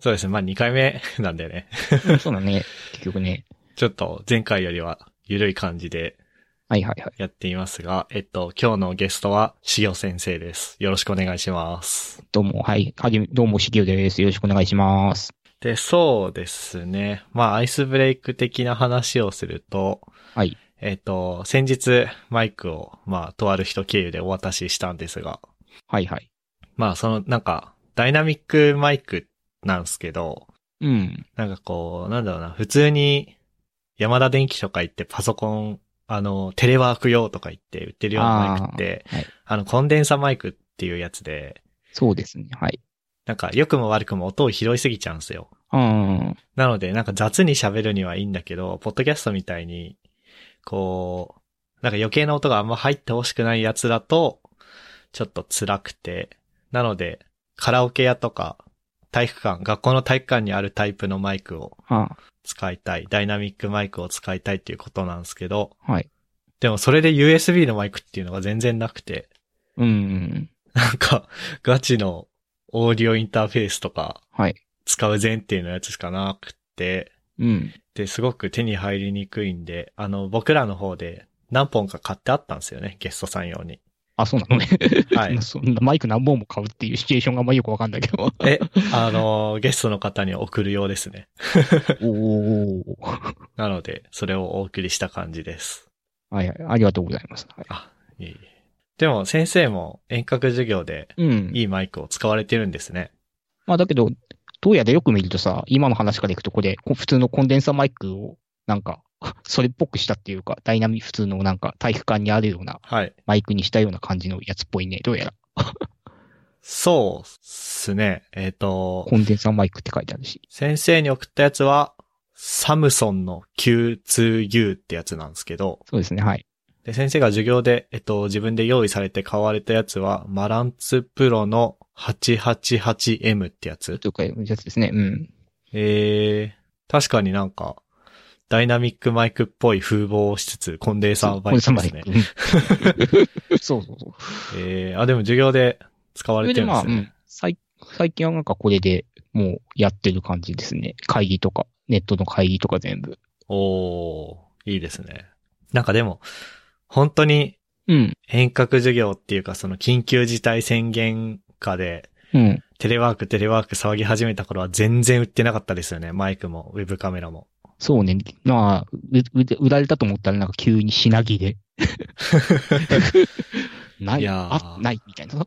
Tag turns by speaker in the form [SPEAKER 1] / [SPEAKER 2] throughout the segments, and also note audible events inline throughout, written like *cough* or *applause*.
[SPEAKER 1] そうですね。まあ2回目 *laughs* なんだよね。
[SPEAKER 2] うんそうだね。結局ね。
[SPEAKER 1] ちょっと前回よりは緩い感じで
[SPEAKER 2] はいはいはい。
[SPEAKER 1] やっていますが、えっと、今日のゲストは、しお先生です。よろしくお願いします。
[SPEAKER 2] どうも、はい。はじめ、どうも、しきゅうです。よろしくお願いします。
[SPEAKER 1] で、そうですね。まあ、アイスブレイク的な話をすると、
[SPEAKER 2] はい。
[SPEAKER 1] えっと、先日、マイクを、まあ、とある人経由でお渡ししたんですが、
[SPEAKER 2] はいはい。
[SPEAKER 1] まあ、その、なんか、ダイナミックマイクなんですけど、
[SPEAKER 2] うん。
[SPEAKER 1] なんかこう、なんだろうな、普通に、山田電機とか行ってパソコン、あの、テレワーク用とか言って売ってるようなマイクって、
[SPEAKER 2] あーはい
[SPEAKER 1] あの、コンデンサマイクっていうやつで、
[SPEAKER 2] そうですね。はい。
[SPEAKER 1] なんか良くも悪くも音を拾いすぎちゃうんですよ。
[SPEAKER 2] うん。
[SPEAKER 1] なので、なんか雑に喋るにはいいんだけど、ポッドキャストみたいに、こう、なんか余計な音があんま入ってほしくないやつだと、ちょっと辛くて。なので、カラオケ屋とか、体育館、学校の体育館にあるタイプのマイクを
[SPEAKER 2] あ
[SPEAKER 1] 使いたい、ダイナミックマイクを使いたいっていうことなんですけど、
[SPEAKER 2] はい。
[SPEAKER 1] でもそれで USB のマイクっていうのが全然なくて、 *laughs*
[SPEAKER 2] うん。
[SPEAKER 1] なんか、ガチのオーディオインターフェースとか
[SPEAKER 2] はい。
[SPEAKER 1] 使う前提のやつしかなくて、
[SPEAKER 2] うん。
[SPEAKER 1] で、すごく手に入りにくいんで、あの、僕らの方で何本か買ってあったんですよね、ゲストさん用に。
[SPEAKER 2] あ、そうなのね。 *laughs*
[SPEAKER 1] はい
[SPEAKER 2] そんなマイク何本も買うっていうシチュエーションがあんまよくわかんないけど。
[SPEAKER 1] え、あの、ゲストの方に送る用ですね。
[SPEAKER 2] おお。
[SPEAKER 1] なので、それをお送りした感じです。
[SPEAKER 2] はいはい。ありがとうございます。はい、
[SPEAKER 1] あ、いえいえ。でも、先生も遠隔授業で
[SPEAKER 2] うん。
[SPEAKER 1] いいマイクを使われてるんですね。
[SPEAKER 2] まあだけど、どうやでよく見るとさ、今の話からいくとこれ、こ普通のコンデンサーマイクを、なんか、それっぽくしたっていうか、ダイナミ、普通のなんか体育館にあるような
[SPEAKER 1] はい。
[SPEAKER 2] マイクにしたような感じのやつっぽいね、どうやら。
[SPEAKER 1] そうっすね。えっ、と、
[SPEAKER 2] コンデンサーマイクって書いてあるし。
[SPEAKER 1] 先生に送ったやつは、サムソンの Q2U ってやつなんですけど、
[SPEAKER 2] そうですね、はい。
[SPEAKER 1] で、先生が授業で、えっと、自分で用意されて買われたやつは、マランツプロの 888M ってやつ
[SPEAKER 2] というか、やつですね。うん。
[SPEAKER 1] えー、確かになんか、ダイナミックマイクっぽい風貌をしつつ、コンデンサーマイクですね
[SPEAKER 2] コ。ンデンサーマイク。うん *laughs* そうそうそう。
[SPEAKER 1] えー、あ、でも授業で使わ
[SPEAKER 2] そ
[SPEAKER 1] れ
[SPEAKER 2] れ
[SPEAKER 1] てる
[SPEAKER 2] で
[SPEAKER 1] んで
[SPEAKER 2] まあ、
[SPEAKER 1] す
[SPEAKER 2] う
[SPEAKER 1] ね。
[SPEAKER 2] ん最最近はなんかこれでもうやってる感じですね。会議とか、ネットの会議とか全部。
[SPEAKER 1] おー、いいですね。なんかでも、本当に
[SPEAKER 2] うん。
[SPEAKER 1] 遠隔授業っていうか、その緊急事態宣言下で、
[SPEAKER 2] うん。
[SPEAKER 1] テレワーク、テレワーク騒ぎ始めた頃は全然売ってなかったですよね。マイクも、ウェブカメラも。
[SPEAKER 2] そうね。まあ、うう売られたと思ったらなんか急に品
[SPEAKER 1] *laughs*
[SPEAKER 2] 切れ。ないい、
[SPEAKER 1] やー
[SPEAKER 2] あ、ないみたいな。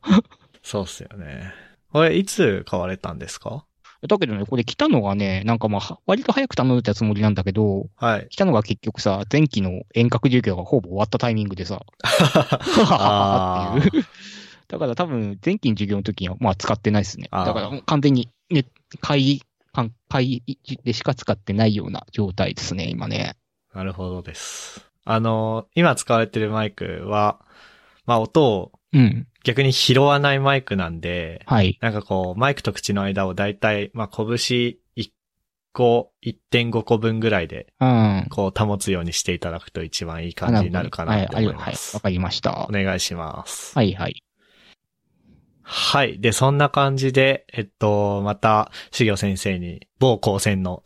[SPEAKER 1] そうっすよね。これ、いつ買われたんですか
[SPEAKER 2] だけどね、これ来たのがね、なんかまあ、割と早く頼んでたつもりなんだけど、
[SPEAKER 1] はい。
[SPEAKER 2] 来たのが結局さ、前期の遠隔授業がほぼ終わったタイミングでさ、
[SPEAKER 1] *laughs* あー
[SPEAKER 2] っていう。 *laughs* だから多分、前期の授業の時には、まあ使ってないですね。
[SPEAKER 1] あー
[SPEAKER 2] だからもう完全に、ね、会議、かん会議でしか使ってないような状態ですね、今ね。
[SPEAKER 1] なるほどです。あの、今使われてるマイクは、まあ音を
[SPEAKER 2] うん。
[SPEAKER 1] 逆に拾わないマイクなんで、
[SPEAKER 2] はい。
[SPEAKER 1] なんかこう、マイクと口の間をだいたい、まあ拳1個、1.5個分ぐらいで、
[SPEAKER 2] うん。
[SPEAKER 1] こう保つようにしていただくと一番いい感じになるかなと思い
[SPEAKER 2] は
[SPEAKER 1] ま
[SPEAKER 2] い、
[SPEAKER 1] す
[SPEAKER 2] わ。かりました
[SPEAKER 1] お。願いします。
[SPEAKER 2] はいはい。
[SPEAKER 1] はい。で、そんな感じで、えっと、また、しぎょ先生に、某高専の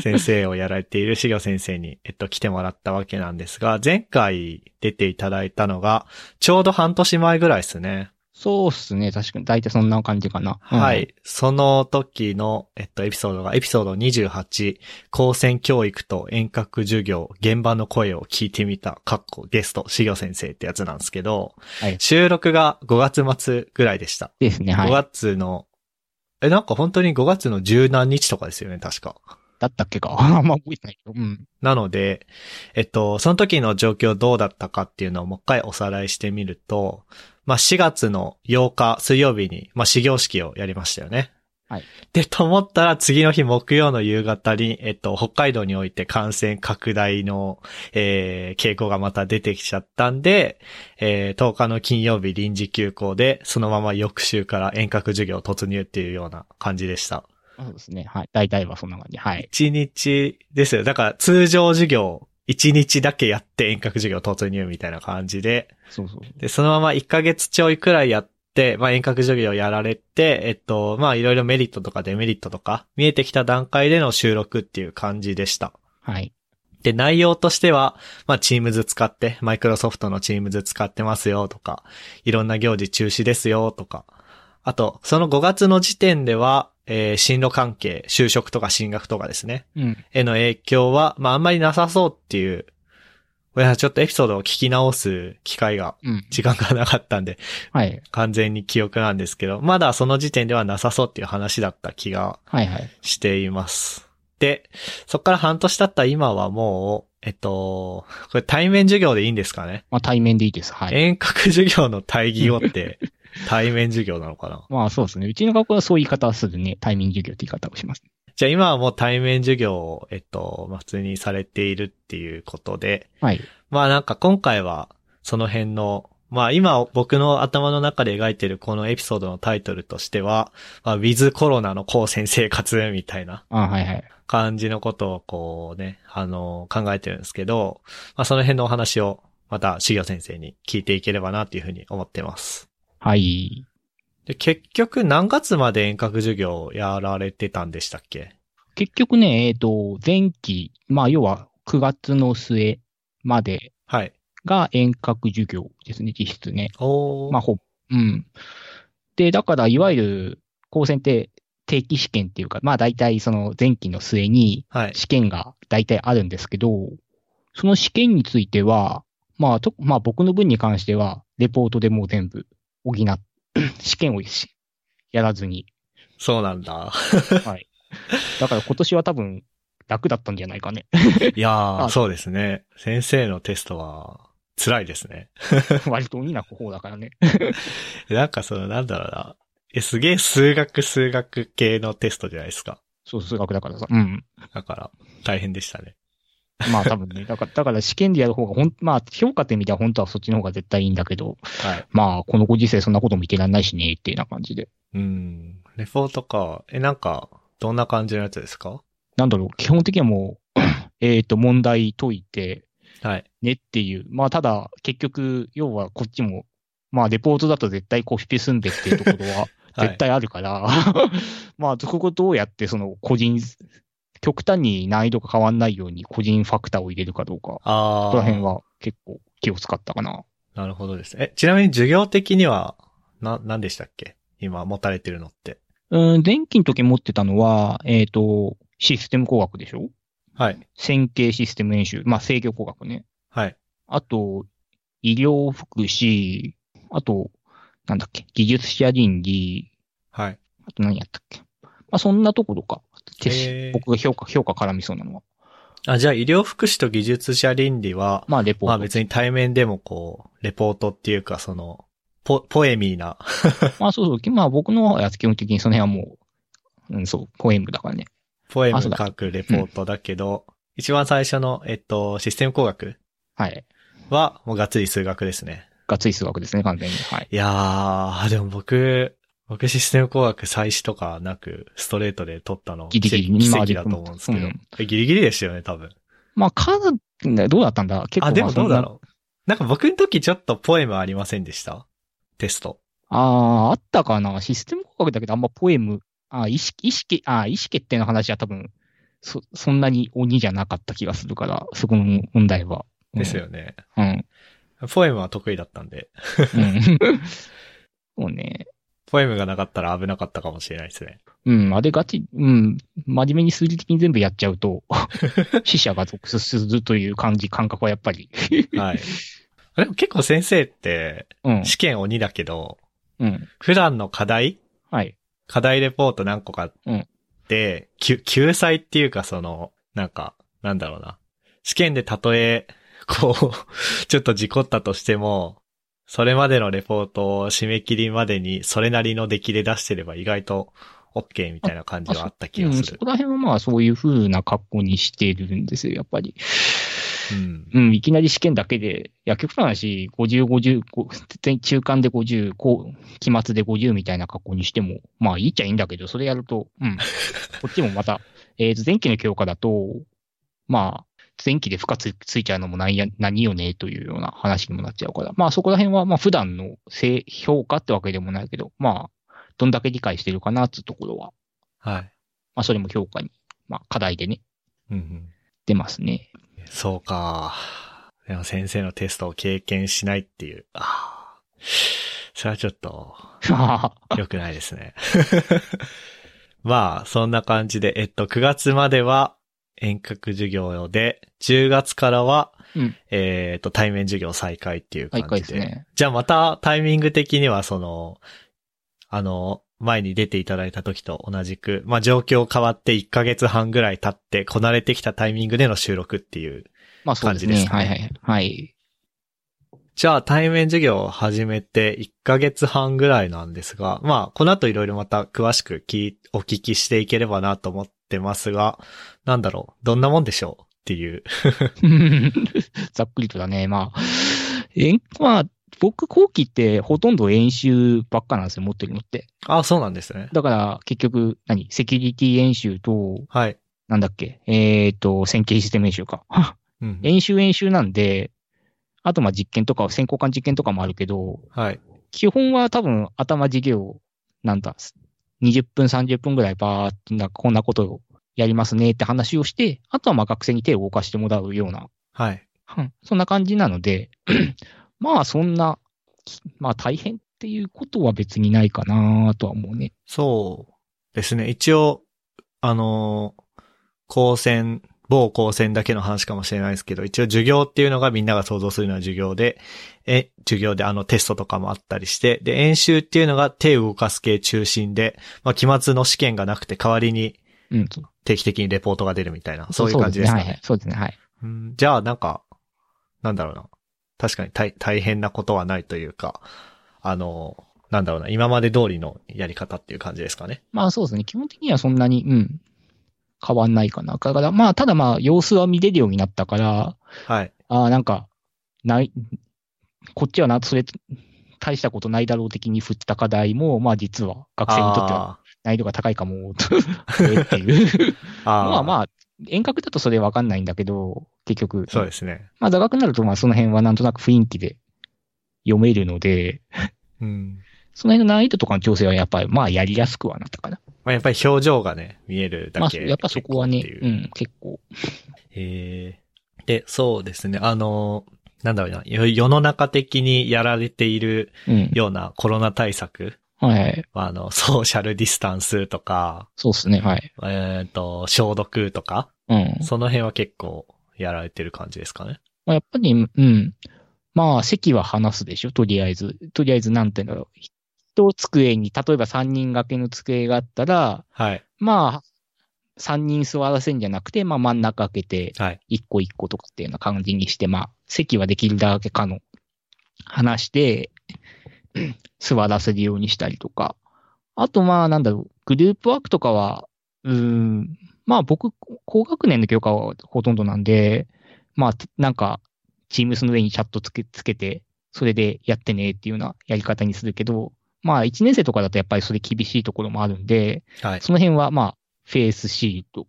[SPEAKER 1] 先生をやられているしぎょ先生に、 *laughs* えっと、来てもらったわけなんですが、前回出ていただいたのが、ちょうど半年前ぐらいですね。
[SPEAKER 2] *laughs* そうっすね、確かに。大体そんな感じかな。うん
[SPEAKER 1] は。い。その時の、えっと、エピソードが、エピソード28、高専教育と遠隔授業、現場の声を聞いてみた、かっこゲスト、しぎょ先生ってやつなんですけど、
[SPEAKER 2] はい
[SPEAKER 1] 収録が5月末ぐらいでした。
[SPEAKER 2] ですね、は
[SPEAKER 1] 5
[SPEAKER 2] い。
[SPEAKER 1] 月の、え、なんか本当に5月の十何日とかですよね、確か。
[SPEAKER 2] だったっけか。 *laughs* あんま覚えてないけど。うん。
[SPEAKER 1] なので、えっと、その時の状況どうだったかっていうのをもう一回おさらいしてみると、まあ、4月の8日水曜日に、まあ、始業式をやりましたよね。
[SPEAKER 2] はい。
[SPEAKER 1] で、と思ったら次の日木曜の夕方に、えっと、北海道において感染拡大の、えー傾向がまた出てきちゃったんで、えー10日の金曜日臨時休校で、そのまま翌週から遠隔授業突入っていうような感じでした。
[SPEAKER 2] そうですね、はい。大体はそんな感じ。はい。
[SPEAKER 1] 一日ですよ。だから通常授業、一日だけやって遠隔授業突入みたいな感じで、
[SPEAKER 2] そうそう。
[SPEAKER 1] で、そのまま1ヶ月ちょいくらいやっって、まあ遠隔授業やられて、えっと、まあいろいろメリットとかデメリットとか見えてきた段階での収録っていう感じでした。
[SPEAKER 2] はい。
[SPEAKER 1] で、内容としては、まあ、チームズ使って、マイクロソフトのチームズ使ってますよとか、いろんな行事中止ですよとか、あと、その5月の時点では、えー進路関係、就職とか進学とかですね、
[SPEAKER 2] うん。
[SPEAKER 1] への影響は、まあ、あんまりなさそうっていう、いや、ちょっとエピソードを聞き直す機会が、
[SPEAKER 2] うん。
[SPEAKER 1] 時間がなかったんで、
[SPEAKER 2] はい。
[SPEAKER 1] 完全に記憶なんですけど、まだその時点ではなさそうっていう話だった気が
[SPEAKER 2] はいはい。
[SPEAKER 1] しています。で、そっから半年経った今はもう、えっと、これ対面授業でいいんですかね、
[SPEAKER 2] まあ対面でいいです。はい。
[SPEAKER 1] 遠隔授業の対義語って、
[SPEAKER 2] *laughs*
[SPEAKER 1] 対面授業なのかな
[SPEAKER 2] まあそうですね。うちの学校はそういう言い方をするね。対面授業って言い方をします。
[SPEAKER 1] じゃあ今はもう対面授業を、えっと、まあ普通にされているっていうことで、
[SPEAKER 2] はい。
[SPEAKER 1] まあなんか今回はその辺の、まあ今僕の頭の中で描いてるこのエピソードのタイトルとしては、まあ、ウィズコロナの高専生活みたいな
[SPEAKER 2] あはいはい。
[SPEAKER 1] 感じのことをこうね、あの、考えてるんですけど、まあその辺のお話をまた修行先生に聞いていければなというふうに思ってます。
[SPEAKER 2] はい。
[SPEAKER 1] で結局何月まで遠隔授業をやられてたんでしたっけ
[SPEAKER 2] 結局ね、えっ、と、前期、まあ要は9月の末まで
[SPEAKER 1] はい。
[SPEAKER 2] が遠隔授業ですね、実質ね。
[SPEAKER 1] おー。
[SPEAKER 2] まあ、ほ、うん。で、だから、いわゆる、高専って定期試験っていうか、まあ、大体その前期の末に
[SPEAKER 1] はい。
[SPEAKER 2] 試験が大体あるんですけど、その試験については、まあ、と、まあ、僕の分に関しては、レポートでもう *clears throat* 全部補っ、試験をしやらずに。
[SPEAKER 1] そうなんだ。
[SPEAKER 2] はい。だから今年は多分、楽だったんじゃないかね。 *laughs*
[SPEAKER 1] いやー、
[SPEAKER 2] あ
[SPEAKER 1] そうですね。先生のテストは辛いですね。
[SPEAKER 2] 割と鬼な方だからね。
[SPEAKER 1] なんかその、なんだろうな。え、すげえ数学数学系のテストじゃないですか。
[SPEAKER 2] そう、数学だからさ。うん。
[SPEAKER 1] だから、大変でしたね。
[SPEAKER 2] まあ多分ね、だから、だから試験でやる方がほん、まあ評価ってみたら本当はそっちの方が絶対いいんだけど、
[SPEAKER 1] はい。
[SPEAKER 2] まあこのご時世そんなこと見てらんないしね、っていうような感じで。
[SPEAKER 1] うん。レポートか。え、なんか、どんな感じのやつですか
[SPEAKER 2] なんだろう、基本的にはもう、 *clears throat* えっと、問題解いて
[SPEAKER 1] はい。
[SPEAKER 2] ねっていう。まあただ、結局、要はこっちも、まあレポートだと絶対コピペすんでっていうところ *laughs* は
[SPEAKER 1] はい、
[SPEAKER 2] 絶対あるから、 *laughs* まあそこをどうやってその個人、極端に難易度が変わんないように個人ファクターを入れるかどうか、
[SPEAKER 1] あー
[SPEAKER 2] ここら辺は結構気を使ったかな。
[SPEAKER 1] なるほどです。え、ちなみに授業的には、な、何でしたっけ今持たれてるのって。
[SPEAKER 2] うん、前期の時持ってたのは、えっ、と、システム工学でしょ
[SPEAKER 1] はい。
[SPEAKER 2] 線形システム演習。まあ、制御工学ね。
[SPEAKER 1] はい。
[SPEAKER 2] あと、医療福祉。あと、なんだっけ、技術者倫理。
[SPEAKER 1] はい。
[SPEAKER 2] あと何やったっけ。まあ、そんなところか。テス
[SPEAKER 1] へー
[SPEAKER 2] 僕が評価、評価絡みそうなのは。
[SPEAKER 1] あ、じゃあ医療福祉と技術者倫理は、
[SPEAKER 2] まあ、レポート。
[SPEAKER 1] まあ別に対面でもこう、レポートっていうかその、ポ、ポエミーな。
[SPEAKER 2] まあ、そうそう。きまあ、僕のは基本的にその辺はもう、うん、そう、ポエムだからね。
[SPEAKER 1] ポエム
[SPEAKER 2] あそうだ
[SPEAKER 1] 書くレポートだけど、一番最初の、えっと、システム工学
[SPEAKER 2] はい。
[SPEAKER 1] は、もうがっつり数学ですね。
[SPEAKER 2] がっつり数学ですね、完全に。はい。
[SPEAKER 1] いやー、でも僕、僕システム工学最初とかなく、ストレートで取ったの、
[SPEAKER 2] ギリギリ
[SPEAKER 1] 奇跡
[SPEAKER 2] まあ
[SPEAKER 1] 奇跡だと思うんですけど、
[SPEAKER 2] うん
[SPEAKER 1] えギリギリでしたよね、多分。
[SPEAKER 2] まあ、かな、どうだったんだ結構、
[SPEAKER 1] あ、でもどう
[SPEAKER 2] まあそ
[SPEAKER 1] だ
[SPEAKER 2] んな
[SPEAKER 1] ろう。なんか僕の時ちょっとポエムありませんでしたテスト。
[SPEAKER 2] ああ、あったかな。システム工学だけど、あんまポエム、あー意識、意識、あー意識決定の話は多分、そ、そんなに鬼じゃなかった気がするから、そこの問題は。うん
[SPEAKER 1] ですよね。 *laughs*
[SPEAKER 2] うん。
[SPEAKER 1] ポエムは得意だったんで、
[SPEAKER 2] うん。そうね。
[SPEAKER 1] ポエムがなかったら危なかったかもしれないですね。
[SPEAKER 2] うん。あれガチ、うん。真面目に数字的に全部やっちゃう
[SPEAKER 1] *laughs*
[SPEAKER 2] と、死者が続出するという感じ、感覚はやっぱり。
[SPEAKER 1] はい。 *laughs* でも結構先生って、
[SPEAKER 2] うん。
[SPEAKER 1] 試験鬼だけど、
[SPEAKER 2] うん。
[SPEAKER 1] 普段の課題
[SPEAKER 2] はい。
[SPEAKER 1] 課題レポート何個か
[SPEAKER 2] うん
[SPEAKER 1] で、きゅ救済っていうかその、なんか、なんだろうな。試験でたとえ、こう、 *laughs* ちょっと事故ったとしても、それまでのレポートを締め切りまでにそれなりの出来で出してれば意外と OK みたいな感じはあった気が
[SPEAKER 2] うん。
[SPEAKER 1] す
[SPEAKER 2] そ
[SPEAKER 1] る。
[SPEAKER 2] こら辺はまあ、そういう風な格好にしてるんですよ、やっぱり。
[SPEAKER 1] うん。
[SPEAKER 2] うん、いきなり試験だけで、いや、極端な話、50、50、こう全中間で50、こう、期末で50みたいな格好にしても、まあ、いいっちゃいいんだけど、それやると、うん。こっちもまた、えーと、前期の教科だと、まあ、前期で負荷つついちゃうのもなんや、何よね、というような話にもなっちゃうから。まあそこら辺は、まあ普段の性評価ってわけでもないけど、まあ、どんだけ理解してるかな、っていうところは、
[SPEAKER 1] はい。
[SPEAKER 2] まあそれも評価に、まあ課題でね、
[SPEAKER 1] うんうん。
[SPEAKER 2] 出ますね。
[SPEAKER 1] そうか。でも先生のテストを経験しないっていう。ああ。それはちょっと、
[SPEAKER 2] *laughs*
[SPEAKER 1] 良くないですね。まあ、そんな感じで、えっと、9月までは遠隔授業で、10月からは、
[SPEAKER 2] うん
[SPEAKER 1] えーっと、対面授業再開っていう感
[SPEAKER 2] 大
[SPEAKER 1] じで。
[SPEAKER 2] 会ですね。
[SPEAKER 1] じゃあまたタイミング的にはその、あの、前に出ていただいた時と同じく、まあ状況変わって1ヶ月半ぐらい経ってこなれてきたタイミングでの収録っていう。
[SPEAKER 2] まあそうです
[SPEAKER 1] 感じで
[SPEAKER 2] ね。
[SPEAKER 1] すね
[SPEAKER 2] はいはい。はい。 *laughs*
[SPEAKER 1] じゃあ対面授業を始めて1ヶ月半ぐらいなんですが、まあこの後いろいろまた詳しく聞いお聞きしていければなと思ってますが、なんだろう、どんなもんでしょうっていう。
[SPEAKER 2] ざっくりとだね。まあ、えんまあ、僕後期ってほとんど演習ばっかなんですよ、持ってるのって。
[SPEAKER 1] ああ、そうなんですね。
[SPEAKER 2] だから、結局、何セキュリティ演習と、
[SPEAKER 1] はい。
[SPEAKER 2] なんだっけえっ、と、線形システム演習か。 *laughs*
[SPEAKER 1] うん。
[SPEAKER 2] 演習演習なんで、あとまあ実験とか、先行間実験とかもあるけど、
[SPEAKER 1] はい。
[SPEAKER 2] 基本は多分頭授業、なんだ、20分、30分ぐらいバーっとなんかこんなことをやりますねって話をして、あとはまあ学生に手を動かしてもらうような
[SPEAKER 1] はい。
[SPEAKER 2] うんそんな感じなので、 *clears throat* まあそんな、きまあ大変っていうことは別にないかなとは思うね。
[SPEAKER 1] そうですね。一応、あのー高専、某高専だけの話かもしれないですけど、一応授業っていうのがみんなが想像するのは授業で、え、授業であのテストとかもあったりして、で、演習っていうのが手を動かす系中心で、まあ、期末の試験がなくて代わりに
[SPEAKER 2] うん。そ
[SPEAKER 1] 定期的にレポートが出るみたいな、そういう感じですかね。
[SPEAKER 2] そうですね。はいはい。
[SPEAKER 1] うんじゃあ、なんか、なんだろうな。確かに大大変なことはないというか、あのー、なんだろうな、今まで通りのやり方っていう感じですかね。
[SPEAKER 2] まあそうですね。基本的にはそんなに、うん。変わんないかな。だからまあ、ただまあ、様子は見れるようになったから、
[SPEAKER 1] はい。
[SPEAKER 2] ああ、なんか、ない、こっちはな、それ、大したことないだろう的に振った課題も、まあ実は学生にとっては難易度が高いかも、と
[SPEAKER 1] *laughs*
[SPEAKER 2] っていう。
[SPEAKER 1] あー
[SPEAKER 2] まあ
[SPEAKER 1] あ
[SPEAKER 2] まあ、遠隔だとそれわかんないんだけど、結局。
[SPEAKER 1] ー。そうですね。
[SPEAKER 2] まあ、座学になると、まあ、その辺はなんとなく雰囲気で読めるので、
[SPEAKER 1] うん。
[SPEAKER 2] その辺の難易度とかの調整はやっぱり、まあ、やりやすくはなったかな。
[SPEAKER 1] まあやっぱり表情がね、見える
[SPEAKER 2] ま
[SPEAKER 1] だ
[SPEAKER 2] あ、
[SPEAKER 1] け。
[SPEAKER 2] やっぱそこはね、
[SPEAKER 1] 結構って
[SPEAKER 2] う、
[SPEAKER 1] いうん
[SPEAKER 2] 結構。
[SPEAKER 1] へーで、そうですね。あのー、なんだろうな、よ世の中的にやられている
[SPEAKER 2] うん。
[SPEAKER 1] ようなコロナ対策、
[SPEAKER 2] はい。
[SPEAKER 1] まああの、ソーシャルディスタンスとか、
[SPEAKER 2] そうですね、はい。
[SPEAKER 1] えっ、と、消毒とか、
[SPEAKER 2] うん。
[SPEAKER 1] その辺は結構やられてる感じですかね。
[SPEAKER 2] まあ、やっぱり、うん。まあ、席は話すでしょ、とりあえず。とりあえず、なんていうんだろう。一机に、例えば3人掛けの机があったら、
[SPEAKER 1] はい。
[SPEAKER 2] まあ、3人座らせんじゃなくて、まあ、真ん中開けて、
[SPEAKER 1] はい。
[SPEAKER 2] 一個一個とかっていうような感じにして、まあ、席はできるだけ可能。話して、 *clears throat* 座らせるようにしたりとか。あと、まあ、なんだろう、グループワークとかは、うーん、まあ僕、高学年の教科はほとんどなんで、まあ、なんか、チームスの上にチャットつけつけて、それでやってねっていうようなやり方にするけど、まあ、1年生とかだとやっぱりそれ厳しいところもあるんで、
[SPEAKER 1] はい。
[SPEAKER 2] その辺は、まあ、フェイスシート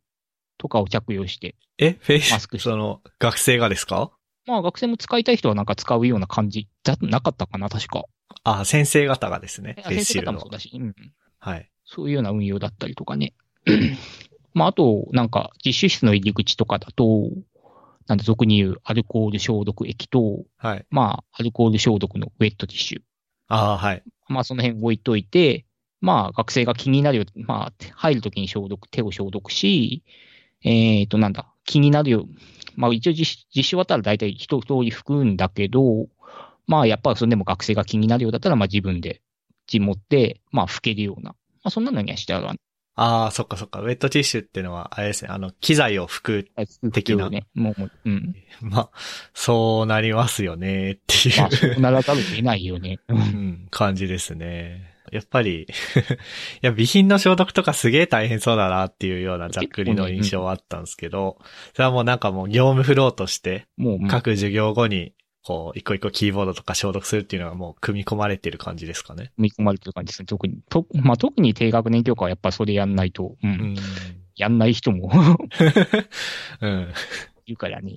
[SPEAKER 2] とかを着用して、
[SPEAKER 1] え、フェイ
[SPEAKER 2] マスク
[SPEAKER 1] ス、
[SPEAKER 2] して
[SPEAKER 1] その、学生がですか
[SPEAKER 2] まあ学生も使いたい人はなんか使うような感じじゃなかったかな、確か。
[SPEAKER 1] あ、先生方がですね。フェイ
[SPEAKER 2] 先
[SPEAKER 1] スシ
[SPEAKER 2] 生
[SPEAKER 1] ー
[SPEAKER 2] 方
[SPEAKER 1] ル
[SPEAKER 2] もそ
[SPEAKER 1] ド
[SPEAKER 2] う。だし、うん、
[SPEAKER 1] はい。
[SPEAKER 2] そういうような運用だったりとかね。 *clears throat* まああと、なんか実習室の入り口とかだと、なんで俗に言うアルコール消毒液と、
[SPEAKER 1] はい。
[SPEAKER 2] まあアルコール消毒のウェットティッシュ。
[SPEAKER 1] ああ、はい。
[SPEAKER 2] まあその辺置いといて、まあ学生が気になるよ、まあ入るときに消毒、手を消毒し、えっ、となんだ、気になるよ、まあ一応実実習終わったら大体一通り拭くんだけど、まあやっぱそれでも学生が気になるようだったら、まあ自分で、地持って、まあ拭けるような、まあそんなのにはしてあら
[SPEAKER 1] ああ、そっかそっか。ウェットティッシュっていうのは、あれですね、あの、機材を拭く。 *laughs*
[SPEAKER 2] ない。
[SPEAKER 1] 的な
[SPEAKER 2] ね。もうもう、うん。
[SPEAKER 1] まあ、そうなりますよね、っていう、
[SPEAKER 2] まあそうならざるを得ないよね。
[SPEAKER 1] *laughs* うん、感じですね。やっぱり *laughs* 、いや、備品の消毒とかすげえ大変そうだなっていうようなざっくりの印象はあったんですけど、それはもうなんかもう業務フローとして、
[SPEAKER 2] もう、もう
[SPEAKER 1] 各授業後に、こう、一個一個キーボードとか消毒するっていうのがもう組み込まれてる感じですかね。
[SPEAKER 2] 見込まれてる感じですね。特に、とまあ特に低学年教科はやっぱそれやんないと、
[SPEAKER 1] う
[SPEAKER 2] う、
[SPEAKER 1] んん。
[SPEAKER 2] *laughs* やんない人も
[SPEAKER 1] うん。
[SPEAKER 2] 言うからね。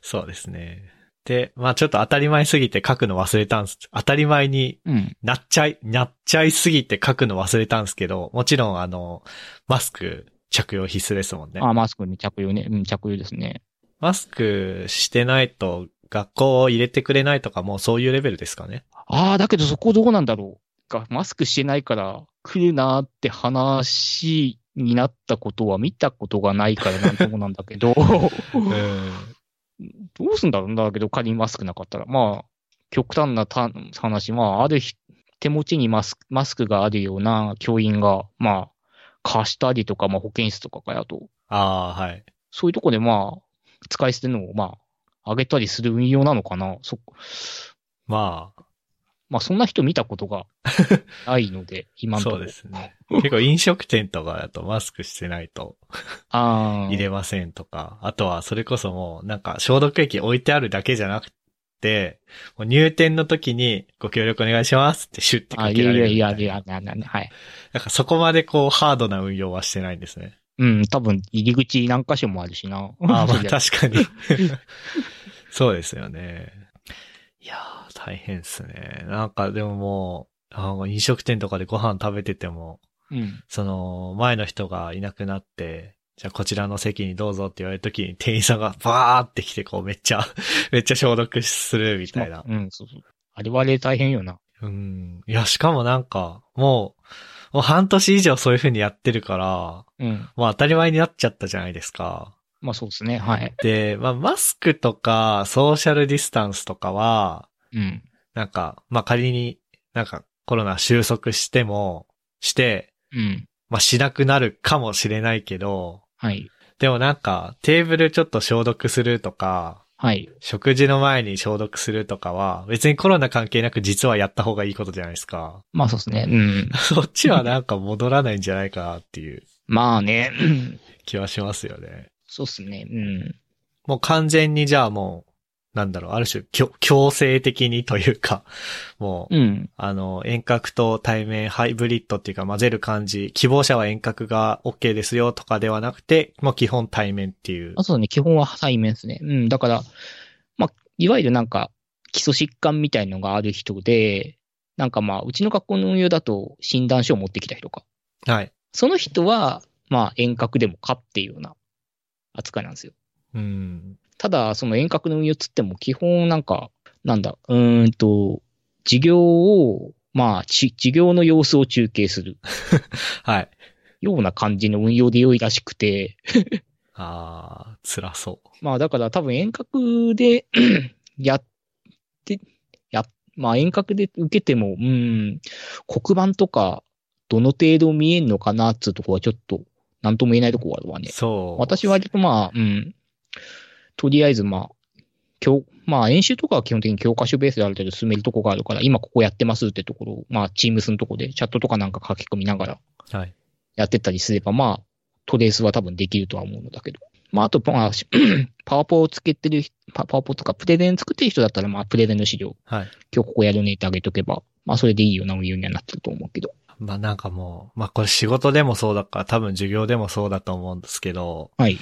[SPEAKER 1] そうですね。で、まあちょっと当たり前すぎて書くの忘れたんです。当たり前に
[SPEAKER 2] うん。
[SPEAKER 1] なっちゃい、なっちゃいすぎて書くの忘れたんですけど、もちろんあの、マスク着用必須ですもんね。
[SPEAKER 2] あ、マスクに着用ね。うん、着用ですね。
[SPEAKER 1] マスクしてないと学校を入れてくれないとかもうそういうレベルですかね。
[SPEAKER 2] ああ、だけどそこどうなんだろう。がマスクしてないから来るなーって話になったことは見たことがないからなんともなんだけど、
[SPEAKER 1] うん。
[SPEAKER 2] どうすんだろうなだけど仮にマスクなかったら。まあ、極端なた話、まあ、ある日、手持ちにマスクマスクがあるような教員が、まあ、貸したりとか、まあ保健室とかからと、
[SPEAKER 1] ああ、はい。
[SPEAKER 2] そういうとこでまあ、使い捨てのをまあ、あげたりする運用なのかな。そ、
[SPEAKER 1] ま
[SPEAKER 2] まあそんな人見たこ
[SPEAKER 1] *laughs*
[SPEAKER 2] とがないので、今
[SPEAKER 1] あ、
[SPEAKER 2] のと
[SPEAKER 1] そ
[SPEAKER 2] こ
[SPEAKER 1] うですね。結構飲食店とかだとマスクしてないと
[SPEAKER 2] ああ。
[SPEAKER 1] 入れませんとか、あとはそれこそもうなんか消毒液置いてあるだけじゃなくて、もう入店の時にご協力お願いしますってシュッて
[SPEAKER 2] あ
[SPEAKER 1] か
[SPEAKER 2] い
[SPEAKER 1] けら
[SPEAKER 2] や
[SPEAKER 1] れるみたいな。
[SPEAKER 2] いやいやいや、ななはい。
[SPEAKER 1] なんかそこまでこうハードな運用はしてないんですね。
[SPEAKER 2] うん、多分入り口何箇所もあるしな。
[SPEAKER 1] ああ、 *laughs* まあ
[SPEAKER 2] *laughs* そりゃ
[SPEAKER 1] 確かに。 *laughs* そうですよね。いやー、大変っすね。なんかでももう、あの飲食店とかでご飯食べてても、
[SPEAKER 2] うん。
[SPEAKER 1] その前の人がいなくなって、じゃあこちらの席にどうぞって言われるときに店員さんがバーって来てこうめっちゃ、 *laughs* めっちゃ消毒するみたいな。
[SPEAKER 2] うん、そうそう。あれはあれ大変よな。
[SPEAKER 1] うん。いや、しかもなんか、もう、もう半年以上そういう風にやってるから、
[SPEAKER 2] うん。
[SPEAKER 1] もう当たり前になっちゃったじゃないですか。
[SPEAKER 2] まあそうですね、はい。
[SPEAKER 1] で、まあ、マスクとか、ソーシャルディスタンスとかは、
[SPEAKER 2] うん。
[SPEAKER 1] なんか、まあ、仮になんかコロナ収束しても、して、
[SPEAKER 2] うん。
[SPEAKER 1] まあ、しなくなるかもしれないけど、
[SPEAKER 2] はい。
[SPEAKER 1] でもなんか、テーブルちょっと消毒するとか、
[SPEAKER 2] はい。
[SPEAKER 1] 食事の前に消毒するとかは、別にコロナ関係なく実はやった方がいいことじゃないですか。
[SPEAKER 2] まあそうですね、うん。
[SPEAKER 1] そっちはなんか戻らないんじゃないかなっていう
[SPEAKER 2] まあね、うん
[SPEAKER 1] 気はしますよね。
[SPEAKER 2] そうですね、うん。
[SPEAKER 1] もう完全にじゃあもう、なんだろう、ある種強強制的にというか、 *laughs* もう、
[SPEAKER 2] うん。
[SPEAKER 1] あの、遠隔と対面ハイブリッドっていうか混ぜる感じ、希望者は遠隔が OK ですよとかではなくて、もう基本対面っていう
[SPEAKER 2] あ。そうだね、基本は対面ですね。うん、だから、まあ、いわゆるなんか、基礎疾患みたいのがある人で、なんかまあ、うちの学校の運用だと診断書を持ってきた人か。
[SPEAKER 1] はい。
[SPEAKER 2] その人は、まあ、遠隔でもかっていうような扱いなんですよ。
[SPEAKER 1] うん。
[SPEAKER 2] ただ、その遠隔の運用つっても、基本なんか、なんだ、うーんと、授業を、まあ、ち授業の様子を中継する
[SPEAKER 1] はい。
[SPEAKER 2] ような感じの運用で良いらしくて、
[SPEAKER 1] あー、辛そう。
[SPEAKER 2] まあ、だから多分遠隔で *clears throat* やって、や、まあ、遠隔で受けても、うーん、黒板とか、どの程度見えんのかなっつうとこはちょっと、なんとも言えないとこあるわね。
[SPEAKER 1] そう。
[SPEAKER 2] 私は割とまあ、うん。とりあえずまあ、教、まあ演習とかは基本的に教科書ベースである程度進めるとこがあるから、今ここやってますってところを、まあ、チームスのとこでチャットとかなんか書き込みながら
[SPEAKER 1] はい。
[SPEAKER 2] やってったりすれば、まあ、トレースは多分できるとは思うのだけど。まあ、あと、まあ、し *clears throat* パワポをつけてる人、パパワポとかプレゼン作ってる人だったら、まあ、プレゼンの資料、
[SPEAKER 1] はい。
[SPEAKER 2] 今日ここやるねってあげとけば、まあ、それでいいような運用にはなってると思うけど。
[SPEAKER 1] まあなんかもう、まあこれ仕事でもそうだから、多分授業でもそうだと思うんですけど、
[SPEAKER 2] はい。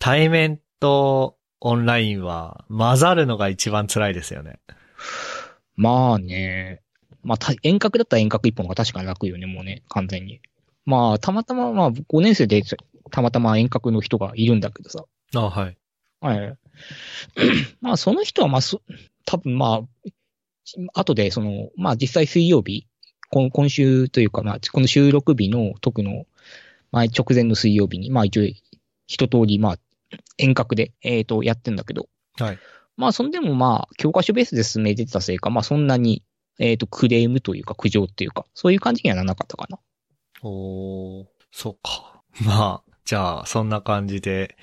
[SPEAKER 1] 対面とオンラインは混ざるのが一番辛いですよね。
[SPEAKER 2] まあね。まあ、た遠隔だったら遠隔一本が確かに楽よね、もうね、完全に。まあ、たまたま、まあ、5年生で、たまたま遠隔の人がいるんだけどさ。
[SPEAKER 1] あはい。
[SPEAKER 2] はい。 *clears throat* まあ、その人は、まあ、そ多分まあ、後で、その、まあ、実際水曜日、今今週というか、まあ、この収録日の特の、まあ、直前の水曜日に、まあ、一応、一通り、まあ、遠隔で、えっ、と、やってんだけど、
[SPEAKER 1] はい。
[SPEAKER 2] まあ、そんでもまあ、教科書ベースで進めてたせいか、まあ、そんなに、えっ、と、クレームというか、苦情っていうか、そういう感じにはならなかったかな。
[SPEAKER 1] おー、そうか。 *laughs* まあ、じゃあ、そんな感じで、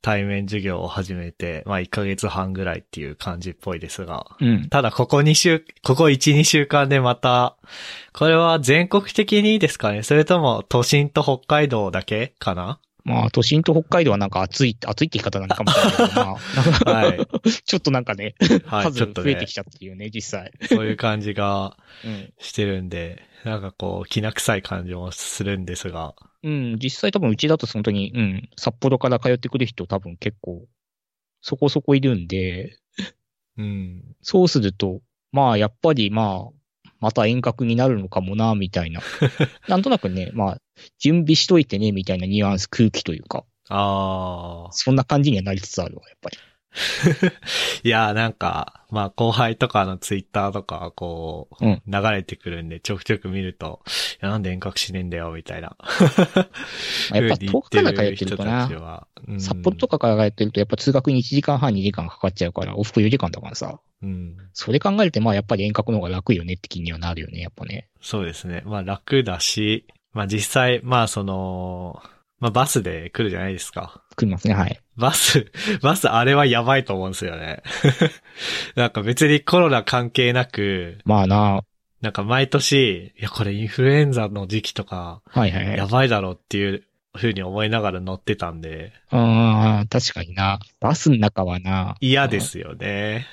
[SPEAKER 1] 対面授業を始めて、まあ、1ヶ月半ぐらいっていう感じっぽいですが。
[SPEAKER 2] うん。
[SPEAKER 1] ただ、ここ2週、ここ1、2週間でまた、これは全国的にですかねそれとも、都心と北海道だけかな
[SPEAKER 2] まあ、都心と北海道はなんか暑い、暑いって言い方なのかもしれないけど、まあ、
[SPEAKER 1] *laughs* はい。
[SPEAKER 2] *laughs* ちょっとなんかね、
[SPEAKER 1] はい、
[SPEAKER 2] 数
[SPEAKER 1] ちょ
[SPEAKER 2] が
[SPEAKER 1] っと
[SPEAKER 2] 増えて
[SPEAKER 1] ね
[SPEAKER 2] き、ちゃってるよね、実際。
[SPEAKER 1] そういう感じが
[SPEAKER 2] うん。
[SPEAKER 1] してるんで、なんかこう、きな臭い感じもするんですが。
[SPEAKER 2] うん、実際多分うちだと本当に、うん、札幌から通ってくる人多分結構そこそこいるんで、
[SPEAKER 1] うん。
[SPEAKER 2] そうすると、まあやっぱりまあ、また遠隔になるのかもな、みたい
[SPEAKER 1] *laughs*
[SPEAKER 2] な。なんとなくね、まあ、準備しといてね、みたいなニュアンス、空気というか、
[SPEAKER 1] ああ。
[SPEAKER 2] そんな感じにはなりつつあるわ、やっぱり。
[SPEAKER 1] いやーなんか、まあ後輩とかのツイッターとか、こう、
[SPEAKER 2] うん
[SPEAKER 1] 流れてくるんで、ちょくちょく見ると、いや、なんで遠隔しねえんだよ、みたいな。
[SPEAKER 2] まあやっぱ遠くから通ってると
[SPEAKER 1] 人
[SPEAKER 2] な
[SPEAKER 1] たち。は。うん
[SPEAKER 2] 札幌とかから通ってると、やっぱ通学に1時間半、2時間かかっちゃうから、往復4時間だからさ。
[SPEAKER 1] うん。
[SPEAKER 2] それ考えると、まあやっぱり遠隔の方が楽よねって気にはなるよね、やっぱね。
[SPEAKER 1] そうですね。まあ楽だし、まあ実際、まあその、まあバスで来るじゃないですか。
[SPEAKER 2] 作りますね、はい。
[SPEAKER 1] バス、 *laughs* バスあれはやばいと思うんですよね。 *laughs* なんか別にコロナ関係なく、
[SPEAKER 2] まあな、
[SPEAKER 1] なんか毎年、いやこれインフルエンザの時期とか、
[SPEAKER 2] はいはいは
[SPEAKER 1] *laughs* や
[SPEAKER 2] い。
[SPEAKER 1] ばいだろうっていう風に思いながら乗ってたんで、
[SPEAKER 2] ああ、確かにな。バスの中はな、
[SPEAKER 1] 嫌ですよね。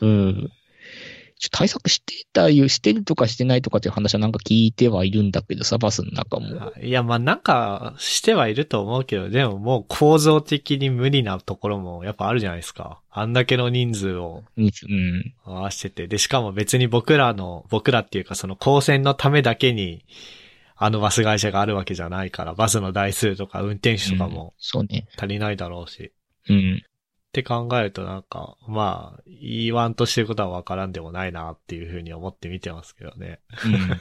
[SPEAKER 2] うん。ちょ対策してたよ、してるとかしてないとかっていう話はなんか聞いてはいるんだけどさ、バスの中も。
[SPEAKER 1] いや、まあなんかしてはいると思うけど、でももう構造的に無理なところもやっぱあるじゃないですか。あんだけの人数を
[SPEAKER 2] うん。
[SPEAKER 1] 合わせてて。で、しかも別に僕らの、僕らっていうかその高専のためだけに、あのバス会社があるわけじゃないから、バスの台数とか運転手とか
[SPEAKER 2] うん
[SPEAKER 1] も
[SPEAKER 2] そうね。
[SPEAKER 1] 足りないだろうし。っ
[SPEAKER 2] うん。
[SPEAKER 1] て考えるとなんか、まあ、言わんとしてることはわからんでもないなっていうふうに思って見てますけどね。
[SPEAKER 2] うん。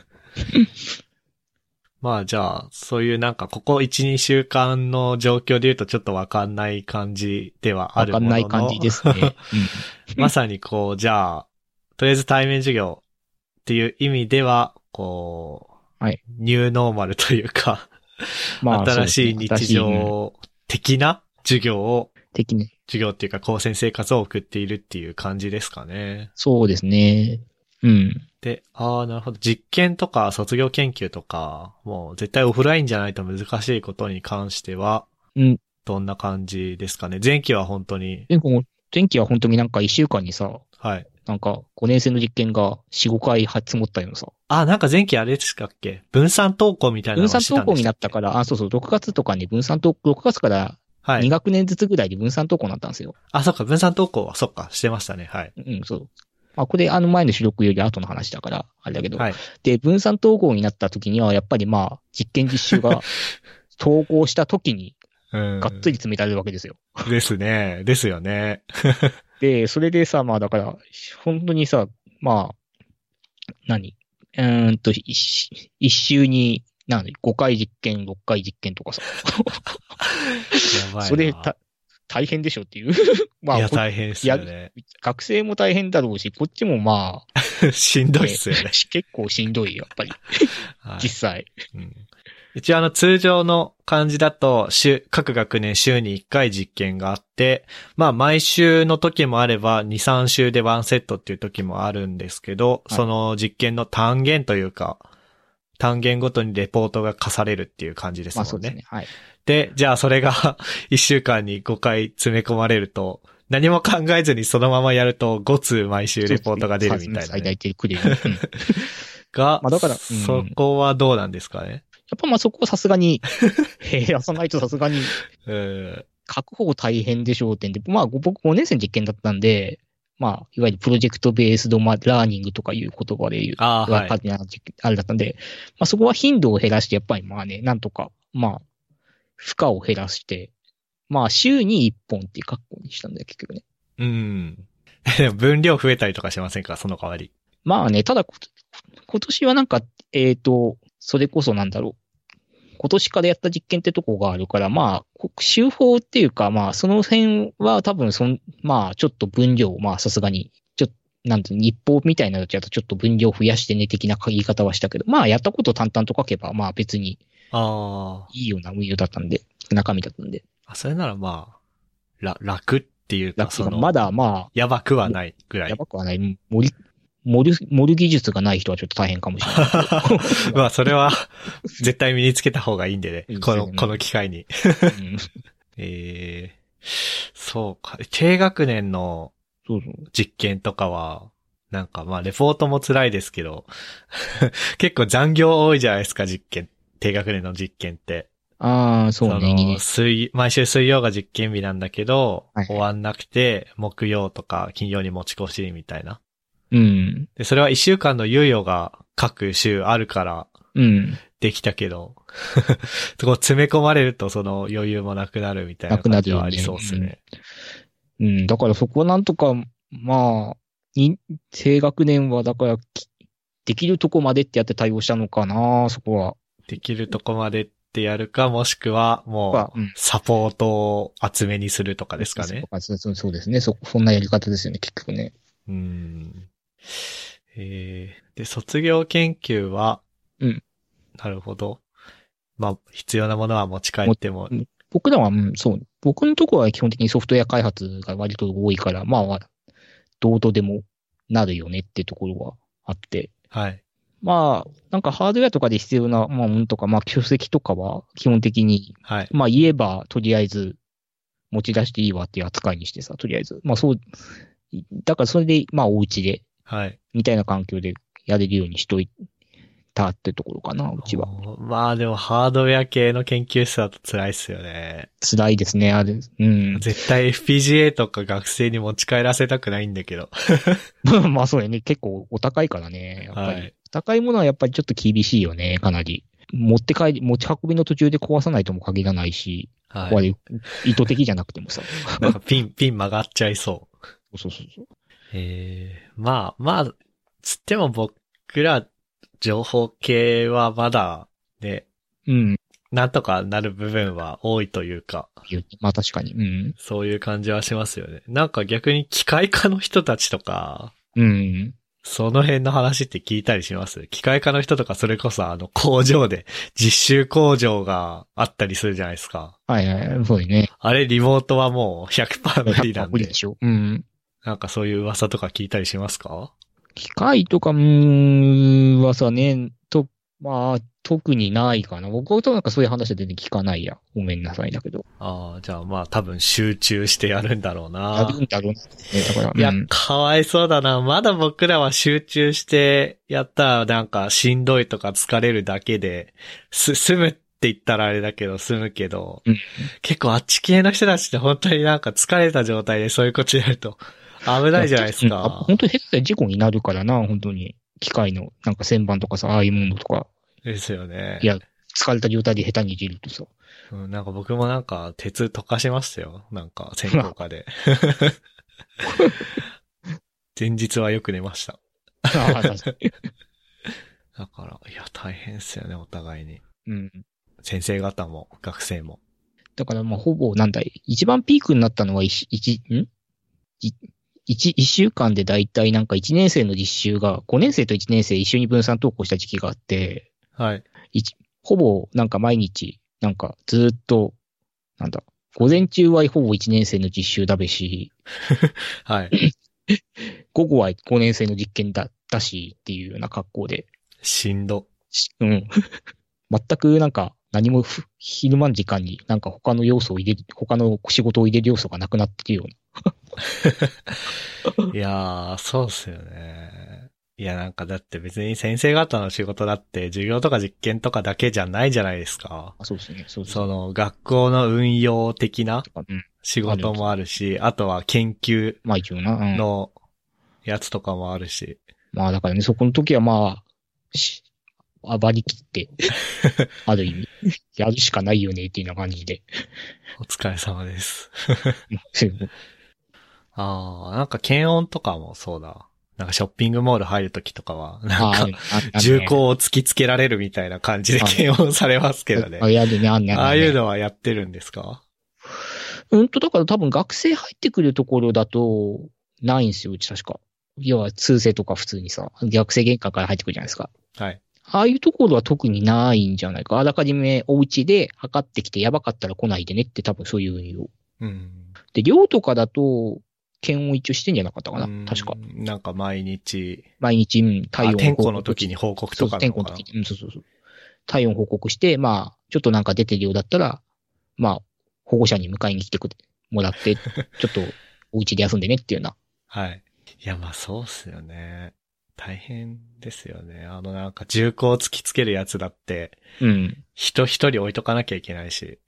[SPEAKER 1] まあじゃあ、そういうなんかここ1、2週間の状況で言うとちょっとわかんない感じでは *laughs* あ
[SPEAKER 2] わ
[SPEAKER 1] る
[SPEAKER 2] か
[SPEAKER 1] もの
[SPEAKER 2] ん
[SPEAKER 1] の
[SPEAKER 2] ない感じですね。
[SPEAKER 1] *laughs*
[SPEAKER 2] うん。
[SPEAKER 1] まさにこう、じゃあ、とりあえず対面授業っていう意味では、こう、
[SPEAKER 2] はい
[SPEAKER 1] ニューノーマルというか、
[SPEAKER 2] *laughs* まあ
[SPEAKER 1] 新しい
[SPEAKER 2] そうです
[SPEAKER 1] 日
[SPEAKER 2] ね新しいうん
[SPEAKER 1] 常的な授業を、
[SPEAKER 2] 的に。
[SPEAKER 1] 授業っていうか高専生活を送っているっていう感じですかね。
[SPEAKER 2] そうですね。うん。
[SPEAKER 1] で、ああ、なるほど。実験とか卒業研究とか、もう絶対オフラインじゃないと難しいことに関しては、
[SPEAKER 2] うん
[SPEAKER 1] どんな感じですかね。前期は本当に、
[SPEAKER 2] で、この天気は本当になんか一週間にさ、
[SPEAKER 1] はい。
[SPEAKER 2] なんか5年生の実験が4、5回は積もったようなさ。
[SPEAKER 1] あ、なんか前期あれでしたっけ分散登校みたいなの
[SPEAKER 2] 分
[SPEAKER 1] をしてたんでし
[SPEAKER 2] 散
[SPEAKER 1] たっ
[SPEAKER 2] 登
[SPEAKER 1] け
[SPEAKER 2] 校になったから、あ、そうそう、6月とかに分散登校、6月から
[SPEAKER 1] はい
[SPEAKER 2] 2。学年ずつぐらいで分散登校になったんですよ。
[SPEAKER 1] あ、そっか、分散投稿は、そっか、してましたね。はい。
[SPEAKER 2] うん、そう。まあ、これ、あの前の収録より後の話だから、あれだけど。
[SPEAKER 1] はい。
[SPEAKER 2] で、分散統合になった時には、やっぱりまあ、実験実
[SPEAKER 1] *laughs*
[SPEAKER 2] 習が統合した時に、
[SPEAKER 1] うん
[SPEAKER 2] がっつり詰められるわけですよ。
[SPEAKER 1] ですね。ですよね。
[SPEAKER 2] で、それでさ、まあ、だから、本当にさ、まあ、何うーんと、一し一週に、なの5回実験、6回実験とかさ、
[SPEAKER 1] やばいな。
[SPEAKER 2] それた、大変でしょっていう。 *laughs* ま
[SPEAKER 1] い
[SPEAKER 2] あ
[SPEAKER 1] や、、大変ですよね。
[SPEAKER 2] 学生も大変だろうし、こっちもま
[SPEAKER 1] *laughs*
[SPEAKER 2] あ、
[SPEAKER 1] しんどいっすよね。
[SPEAKER 2] 結構しんどい、やっぱり、
[SPEAKER 1] はい
[SPEAKER 2] 実際。
[SPEAKER 1] うん一応あの通常の感じだと、週、各学年週に1回実験があって、まあ毎週の時もあれば、2、3週で1セットっていう時もあるんですけど、
[SPEAKER 2] はい
[SPEAKER 1] その実験の単元というか、単元ごとにレポートが課されるっていう感じです
[SPEAKER 2] ま
[SPEAKER 1] も
[SPEAKER 2] あ
[SPEAKER 1] んね。
[SPEAKER 2] そうですね。はい。
[SPEAKER 1] で、じゃあそれが *laughs* 1週間に5回詰め込まれると、何も考えずにそのままやると5通毎週レポートが出るみたいな、
[SPEAKER 2] 最
[SPEAKER 1] ね
[SPEAKER 2] 大。くれる。うんやっ
[SPEAKER 1] が、
[SPEAKER 2] まあだからうん
[SPEAKER 1] そこはどうなんですかね。
[SPEAKER 2] ぱまあそこはさす
[SPEAKER 1] *laughs*
[SPEAKER 2] がに、減らさないとさすがに、
[SPEAKER 1] うん。
[SPEAKER 2] 確保大変でしょう点で、まあ僕5年生の実験だったんで、まあ、いわゆるプロジェクトベースドまラーニングとかいう言葉で言う、
[SPEAKER 1] ああ、は
[SPEAKER 2] わ
[SPEAKER 1] い
[SPEAKER 2] か。るような実験あれだったんで、まあそこは頻度を減らして、やっぱりまあね、なんとか、まあ、負荷を減らして、まあ週に1本っていう格好にしたんだよ、結局ね。
[SPEAKER 1] うん。でも *laughs* 分量増えたりとかしませんかその代わり。
[SPEAKER 2] まあね、ただこ、今年はなんか、えっ、と、それこそなんだろう。今年からやった実験ってとこがあるから、まあ、こ手法っていうか、まあ、その辺は多分そん、まあ、ちょっと分量を、まあ、さすがに、ちょっと、なんていうの日報みたいなのだとちょっと分量増やしてね、的な言い方はしたけど、まあ、やったこと淡々と書けば、まあ、別に
[SPEAKER 1] あ
[SPEAKER 2] いいような運用だったんで、中身だったんで。
[SPEAKER 1] あ。それならまあ、ら、楽っていう
[SPEAKER 2] だ
[SPEAKER 1] か、
[SPEAKER 2] か
[SPEAKER 1] そ
[SPEAKER 2] ら
[SPEAKER 1] の、
[SPEAKER 2] まだ、ま
[SPEAKER 1] やばくはないぐ
[SPEAKER 2] あ、
[SPEAKER 1] ら
[SPEAKER 2] や
[SPEAKER 1] い。
[SPEAKER 2] ばくはない。うん盛り、盛る、盛る技術がない人はちょっと大変かもしれないけ
[SPEAKER 1] *laughs*
[SPEAKER 2] ど。
[SPEAKER 1] まあ、それ *laughs* は、絶対身につけた方がいいんで
[SPEAKER 2] いい
[SPEAKER 1] ね。
[SPEAKER 2] です
[SPEAKER 1] こ
[SPEAKER 2] よね
[SPEAKER 1] の、この機会に。 *laughs*
[SPEAKER 2] うん
[SPEAKER 1] ええそうか。低学年の
[SPEAKER 2] そうそう。
[SPEAKER 1] 実験とかは、なんかまあ、レポートも辛いです *laughs* けど、結構残業多いじゃないですか、実験。低学年の実験って。
[SPEAKER 2] ああ、そうね、いい
[SPEAKER 1] の
[SPEAKER 2] ね。
[SPEAKER 1] 水毎週水曜が実験日なんだけど、
[SPEAKER 2] はい
[SPEAKER 1] 終わんなくて、木曜とか金曜に持ち越しみたいな。
[SPEAKER 2] うん。
[SPEAKER 1] で、それは一週間の猶予が各週あるから
[SPEAKER 2] うん。
[SPEAKER 1] できたけど、 *laughs* そこ詰め込まれるとその余裕もなくなるみたいな感じはありそうです
[SPEAKER 2] なくなるよ
[SPEAKER 1] ね。
[SPEAKER 2] うん。だからそこなんとか、まあ、に、低学年はだからき、できるとこまでってやって対応したのかな、そこは。
[SPEAKER 1] できるとこまでってやるか、もしくはも
[SPEAKER 2] う
[SPEAKER 1] うんサポートを厚めにするとかですかね。
[SPEAKER 2] そうそうそうそうですね。そ、そんなやり方ですよね、結局ね。
[SPEAKER 1] うん。えー、で、卒業研究は、
[SPEAKER 2] うん。
[SPEAKER 1] なるほど。まあ、必要なものは持ち帰っても
[SPEAKER 2] も、僕らは、うん、そう。僕のとこは基本的にソフトウェア開発が割と多いから、まあ、どうとでもなるよねってところはあって。
[SPEAKER 1] はい。
[SPEAKER 2] まあ、なんかハードウェアとかで必要なまあものとか、まあ書籍とかは基本的に、
[SPEAKER 1] はい。
[SPEAKER 2] まあ言えばとりあえず持ち出していいわっていう扱いにしてさ、とりあえず。まあそう、だからそれで、まあお家で、
[SPEAKER 1] はい。
[SPEAKER 2] みたいな環境でやれるようにしといたってところかな、うちは。
[SPEAKER 1] おーまあでも、ハードウェア系の研究室だと辛いっすよね。
[SPEAKER 2] 辛いですね、あれ。うん。
[SPEAKER 1] 絶対 FPGA とか学生に持ち帰らせたくないんだけど。
[SPEAKER 2] *laughs* まあそうやね。結構お高いからね。やっぱり。
[SPEAKER 1] はい
[SPEAKER 2] 高いものはやっぱりちょっと厳しいよね、かなり。持って帰り、持ち運びの途中で壊さないとも限らないし、
[SPEAKER 1] は
[SPEAKER 2] 壊
[SPEAKER 1] い。
[SPEAKER 2] れ意図的じゃなくても
[SPEAKER 1] *laughs*
[SPEAKER 2] さ。
[SPEAKER 1] なんかピン、ピン曲がっちゃいそう。
[SPEAKER 2] そうそうそう。
[SPEAKER 1] ええまあまあ、つっても僕ら情報系はまだね、
[SPEAKER 2] うん。
[SPEAKER 1] なんとかなる部分は多いというか、
[SPEAKER 2] まあ確かに。うん。
[SPEAKER 1] そういう感じはしますよね。なんか逆に機械化の人たちとか、
[SPEAKER 2] うん。
[SPEAKER 1] その辺の話って聞いたりします機械化の人とかそれこそあの工場で実習工場があったりするじゃないですか。
[SPEAKER 2] はいはい。そうだね。
[SPEAKER 1] あれリモートはもう100%無理なん
[SPEAKER 2] 無理
[SPEAKER 1] で
[SPEAKER 2] で、しょ。うん。
[SPEAKER 1] なんかそういう噂とか聞いたりしますか
[SPEAKER 2] 機械とか、うーん、はさね、と、まあ、特にないかな。僕となんかそういう話は全然聞かないや。ごめんなさいだけど。
[SPEAKER 1] ああ、じゃあまあ多分集中してやるんだろうな。
[SPEAKER 2] あるんだろうなね。だから、
[SPEAKER 1] いや
[SPEAKER 2] うん、
[SPEAKER 1] かわいそうだな。まだ僕らは集中してやったらなんかしんどいとか疲れるだけで、す、済むって言ったらあれだけど、済むけど、
[SPEAKER 2] うん
[SPEAKER 1] 結構あっち系の人たちって本当になんか疲れた状態でそういうことやると危ないじゃないです
[SPEAKER 2] うんあ
[SPEAKER 1] か。
[SPEAKER 2] 本当に下手したら事故になるからな、本当に。機械の、なんか旋盤とかさ、ああいうものとか、
[SPEAKER 1] ですよね
[SPEAKER 2] い。や、疲れた状態で下手にいじるとさ。
[SPEAKER 1] うんなんか僕もなんか鉄溶かしましたよ。なんか専攻科
[SPEAKER 2] *laughs*
[SPEAKER 1] で。前日はよく寝ました。
[SPEAKER 2] ああ確
[SPEAKER 1] *laughs*
[SPEAKER 2] かに
[SPEAKER 1] だから、いや、大変っすよね、お互いに。
[SPEAKER 2] うん。
[SPEAKER 1] 先生方も学生も。
[SPEAKER 2] だからまあ、ほぼ、なんだい、一番ピークになったのは一、一、んい一、一週間でだいたいなんか一年生の実習が、五年生と一年生一緒に分散登校した時期があって、
[SPEAKER 1] はい。
[SPEAKER 2] ほぼなんか毎日、なんかずーっと、なんだ、午前中はほぼ一年生の実習だべし、
[SPEAKER 1] はい。
[SPEAKER 2] 午後は五年生の実験だ、だしっていうような格好で、
[SPEAKER 1] しんど。
[SPEAKER 2] しうん。 *laughs* 全くなんか何もふ昼間の時間になんか他の要素を入れる、他の仕事を入れる要素がなくなってるような。
[SPEAKER 1] いやー、そうっすよね。いや、なんかだって別に先生方の仕事だって授業とか実験とかだけじゃないじゃないですか。
[SPEAKER 2] あそうですね。そうです
[SPEAKER 1] そ
[SPEAKER 2] ね。
[SPEAKER 1] の学校の運用的な
[SPEAKER 2] うん。
[SPEAKER 1] 仕事もあるし、あとは研究
[SPEAKER 2] まあ一応な。うん、
[SPEAKER 1] のやつとかもあるし。
[SPEAKER 2] まあだからね、そこの時はまあ、し、あばりき *laughs* って、ある意味、やるしかないよねっていうような感じで。
[SPEAKER 1] お疲れ様です。
[SPEAKER 2] *laughs* うん
[SPEAKER 1] あー、なんか検温とかもそうだ。なんかショッピングモール入るときとかは、なん
[SPEAKER 2] あ
[SPEAKER 1] か
[SPEAKER 2] あ、あ
[SPEAKER 1] 銃口を突きつけられるみたいな感じで
[SPEAKER 2] はい
[SPEAKER 1] 検温されますけどね
[SPEAKER 2] あ。やるね、あんねんね
[SPEAKER 1] ああいうのはやってるんですか
[SPEAKER 2] うんと、だから多分学生入ってくるところだと、ないんですよ、うち確か。要は通生とか普通にさ、学生玄関から入ってくるじゃないですか。
[SPEAKER 1] はい。
[SPEAKER 2] ああいうところは特にないんじゃないか。あらかじめお家で測ってきてやばかったら来ないでねって多分そういう運用。
[SPEAKER 1] うん。
[SPEAKER 2] で、寮とかだと、検温一応してんじゃなかったかな
[SPEAKER 1] うん
[SPEAKER 2] 確か。。
[SPEAKER 1] なんか毎日、
[SPEAKER 2] 毎日、うん体温
[SPEAKER 1] あ
[SPEAKER 2] を
[SPEAKER 1] 天候の時に報告
[SPEAKER 2] そ
[SPEAKER 1] と
[SPEAKER 2] う
[SPEAKER 1] か
[SPEAKER 2] そう、
[SPEAKER 1] な
[SPEAKER 2] 天
[SPEAKER 1] の
[SPEAKER 2] 候
[SPEAKER 1] か
[SPEAKER 2] の
[SPEAKER 1] な
[SPEAKER 2] 時に。うん、そうそうそう。体温報告して、まあ、ちょっとなんか出てるようだったら、まあ、保護者に迎えに来てくれもらって、ちょっとお家で休んでねっていうような。
[SPEAKER 1] はい。いや、まあそうっすよね。大変ですよね。あのなんか銃口を突きつけるやつだって、
[SPEAKER 2] うん。
[SPEAKER 1] 人一人置いとかなきゃいけないし。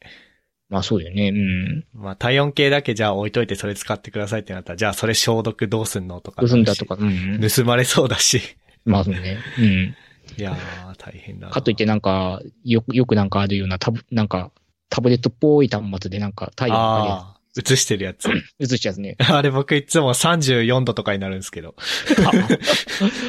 [SPEAKER 2] まあそうだよね。うん。
[SPEAKER 1] まあ体温計だけじゃあ置いといてそれ使ってくださいってなったら、じゃあそれ消毒どうすんのとか。
[SPEAKER 2] 盗んだと。か。うん。
[SPEAKER 1] 盗まれそうだ
[SPEAKER 2] *laughs*
[SPEAKER 1] し。
[SPEAKER 2] まあそうね。うん。
[SPEAKER 1] いやー、大変だな。
[SPEAKER 2] かといってなんか、よく、よくなんかあるようなタブ、なんか、タブレットっぽい端末でなんか体温が
[SPEAKER 1] ああ、映してるやつ。。
[SPEAKER 2] 映しちゃうやつね
[SPEAKER 1] あれ僕いつも34度とかになるんですけど、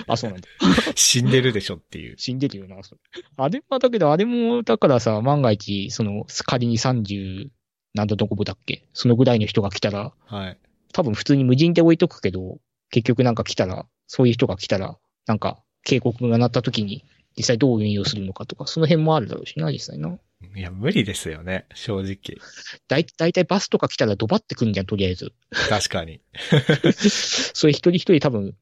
[SPEAKER 2] あ、 *laughs* そうなんだ。
[SPEAKER 1] *laughs* 死んでるでしょっていう。
[SPEAKER 2] 死んでるよな、それ。あれはだけど、あれも、だからさ、万が一、その、仮に30、何度どこぼだっけそのぐらいの人が来たら、
[SPEAKER 1] はい。
[SPEAKER 2] 多分普通に無人で置いとくけど、結局なんか来たら、そういう人が来たら、なんか警告が鳴った時に、実際どう運用するのかとか、その辺もあるだろうしな、実際な。
[SPEAKER 1] いや、無理ですよね、正直。
[SPEAKER 2] だいだいたいバスとか来たらドバってくんじゃん、とりあえず。
[SPEAKER 1] 確かに。 *laughs*
[SPEAKER 2] *laughs* それ一人一人多分、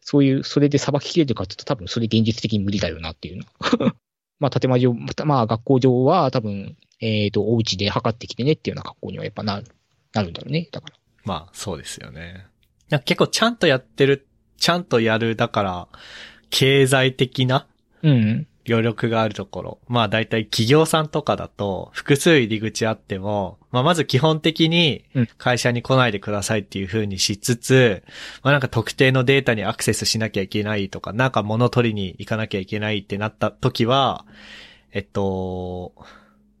[SPEAKER 2] そういう、それで裁ききれるかって言うと多分それ現実的に無理だよなっていうの。 *laughs* まあ、建前上、またまあ、学校上は多分、えっ、と、お家で測ってきてねっていうような格好にはやっぱなる、なるんだろうね。だから。
[SPEAKER 1] まあ、そうですよね。なんか結構ちゃんとやってる、ちゃんとやる、だから、経済的な
[SPEAKER 2] うん。
[SPEAKER 1] 余力があるところ。まあ大体企業さんとかだと、複数入り口あっても、まあまず基本的に
[SPEAKER 2] うん
[SPEAKER 1] 会社に来ないでくださいっていう風にしつつ、まあなんか特定のデータにアクセスしなきゃいけないとか、なんか物取りに行かなきゃいけないってなった時は、えっと、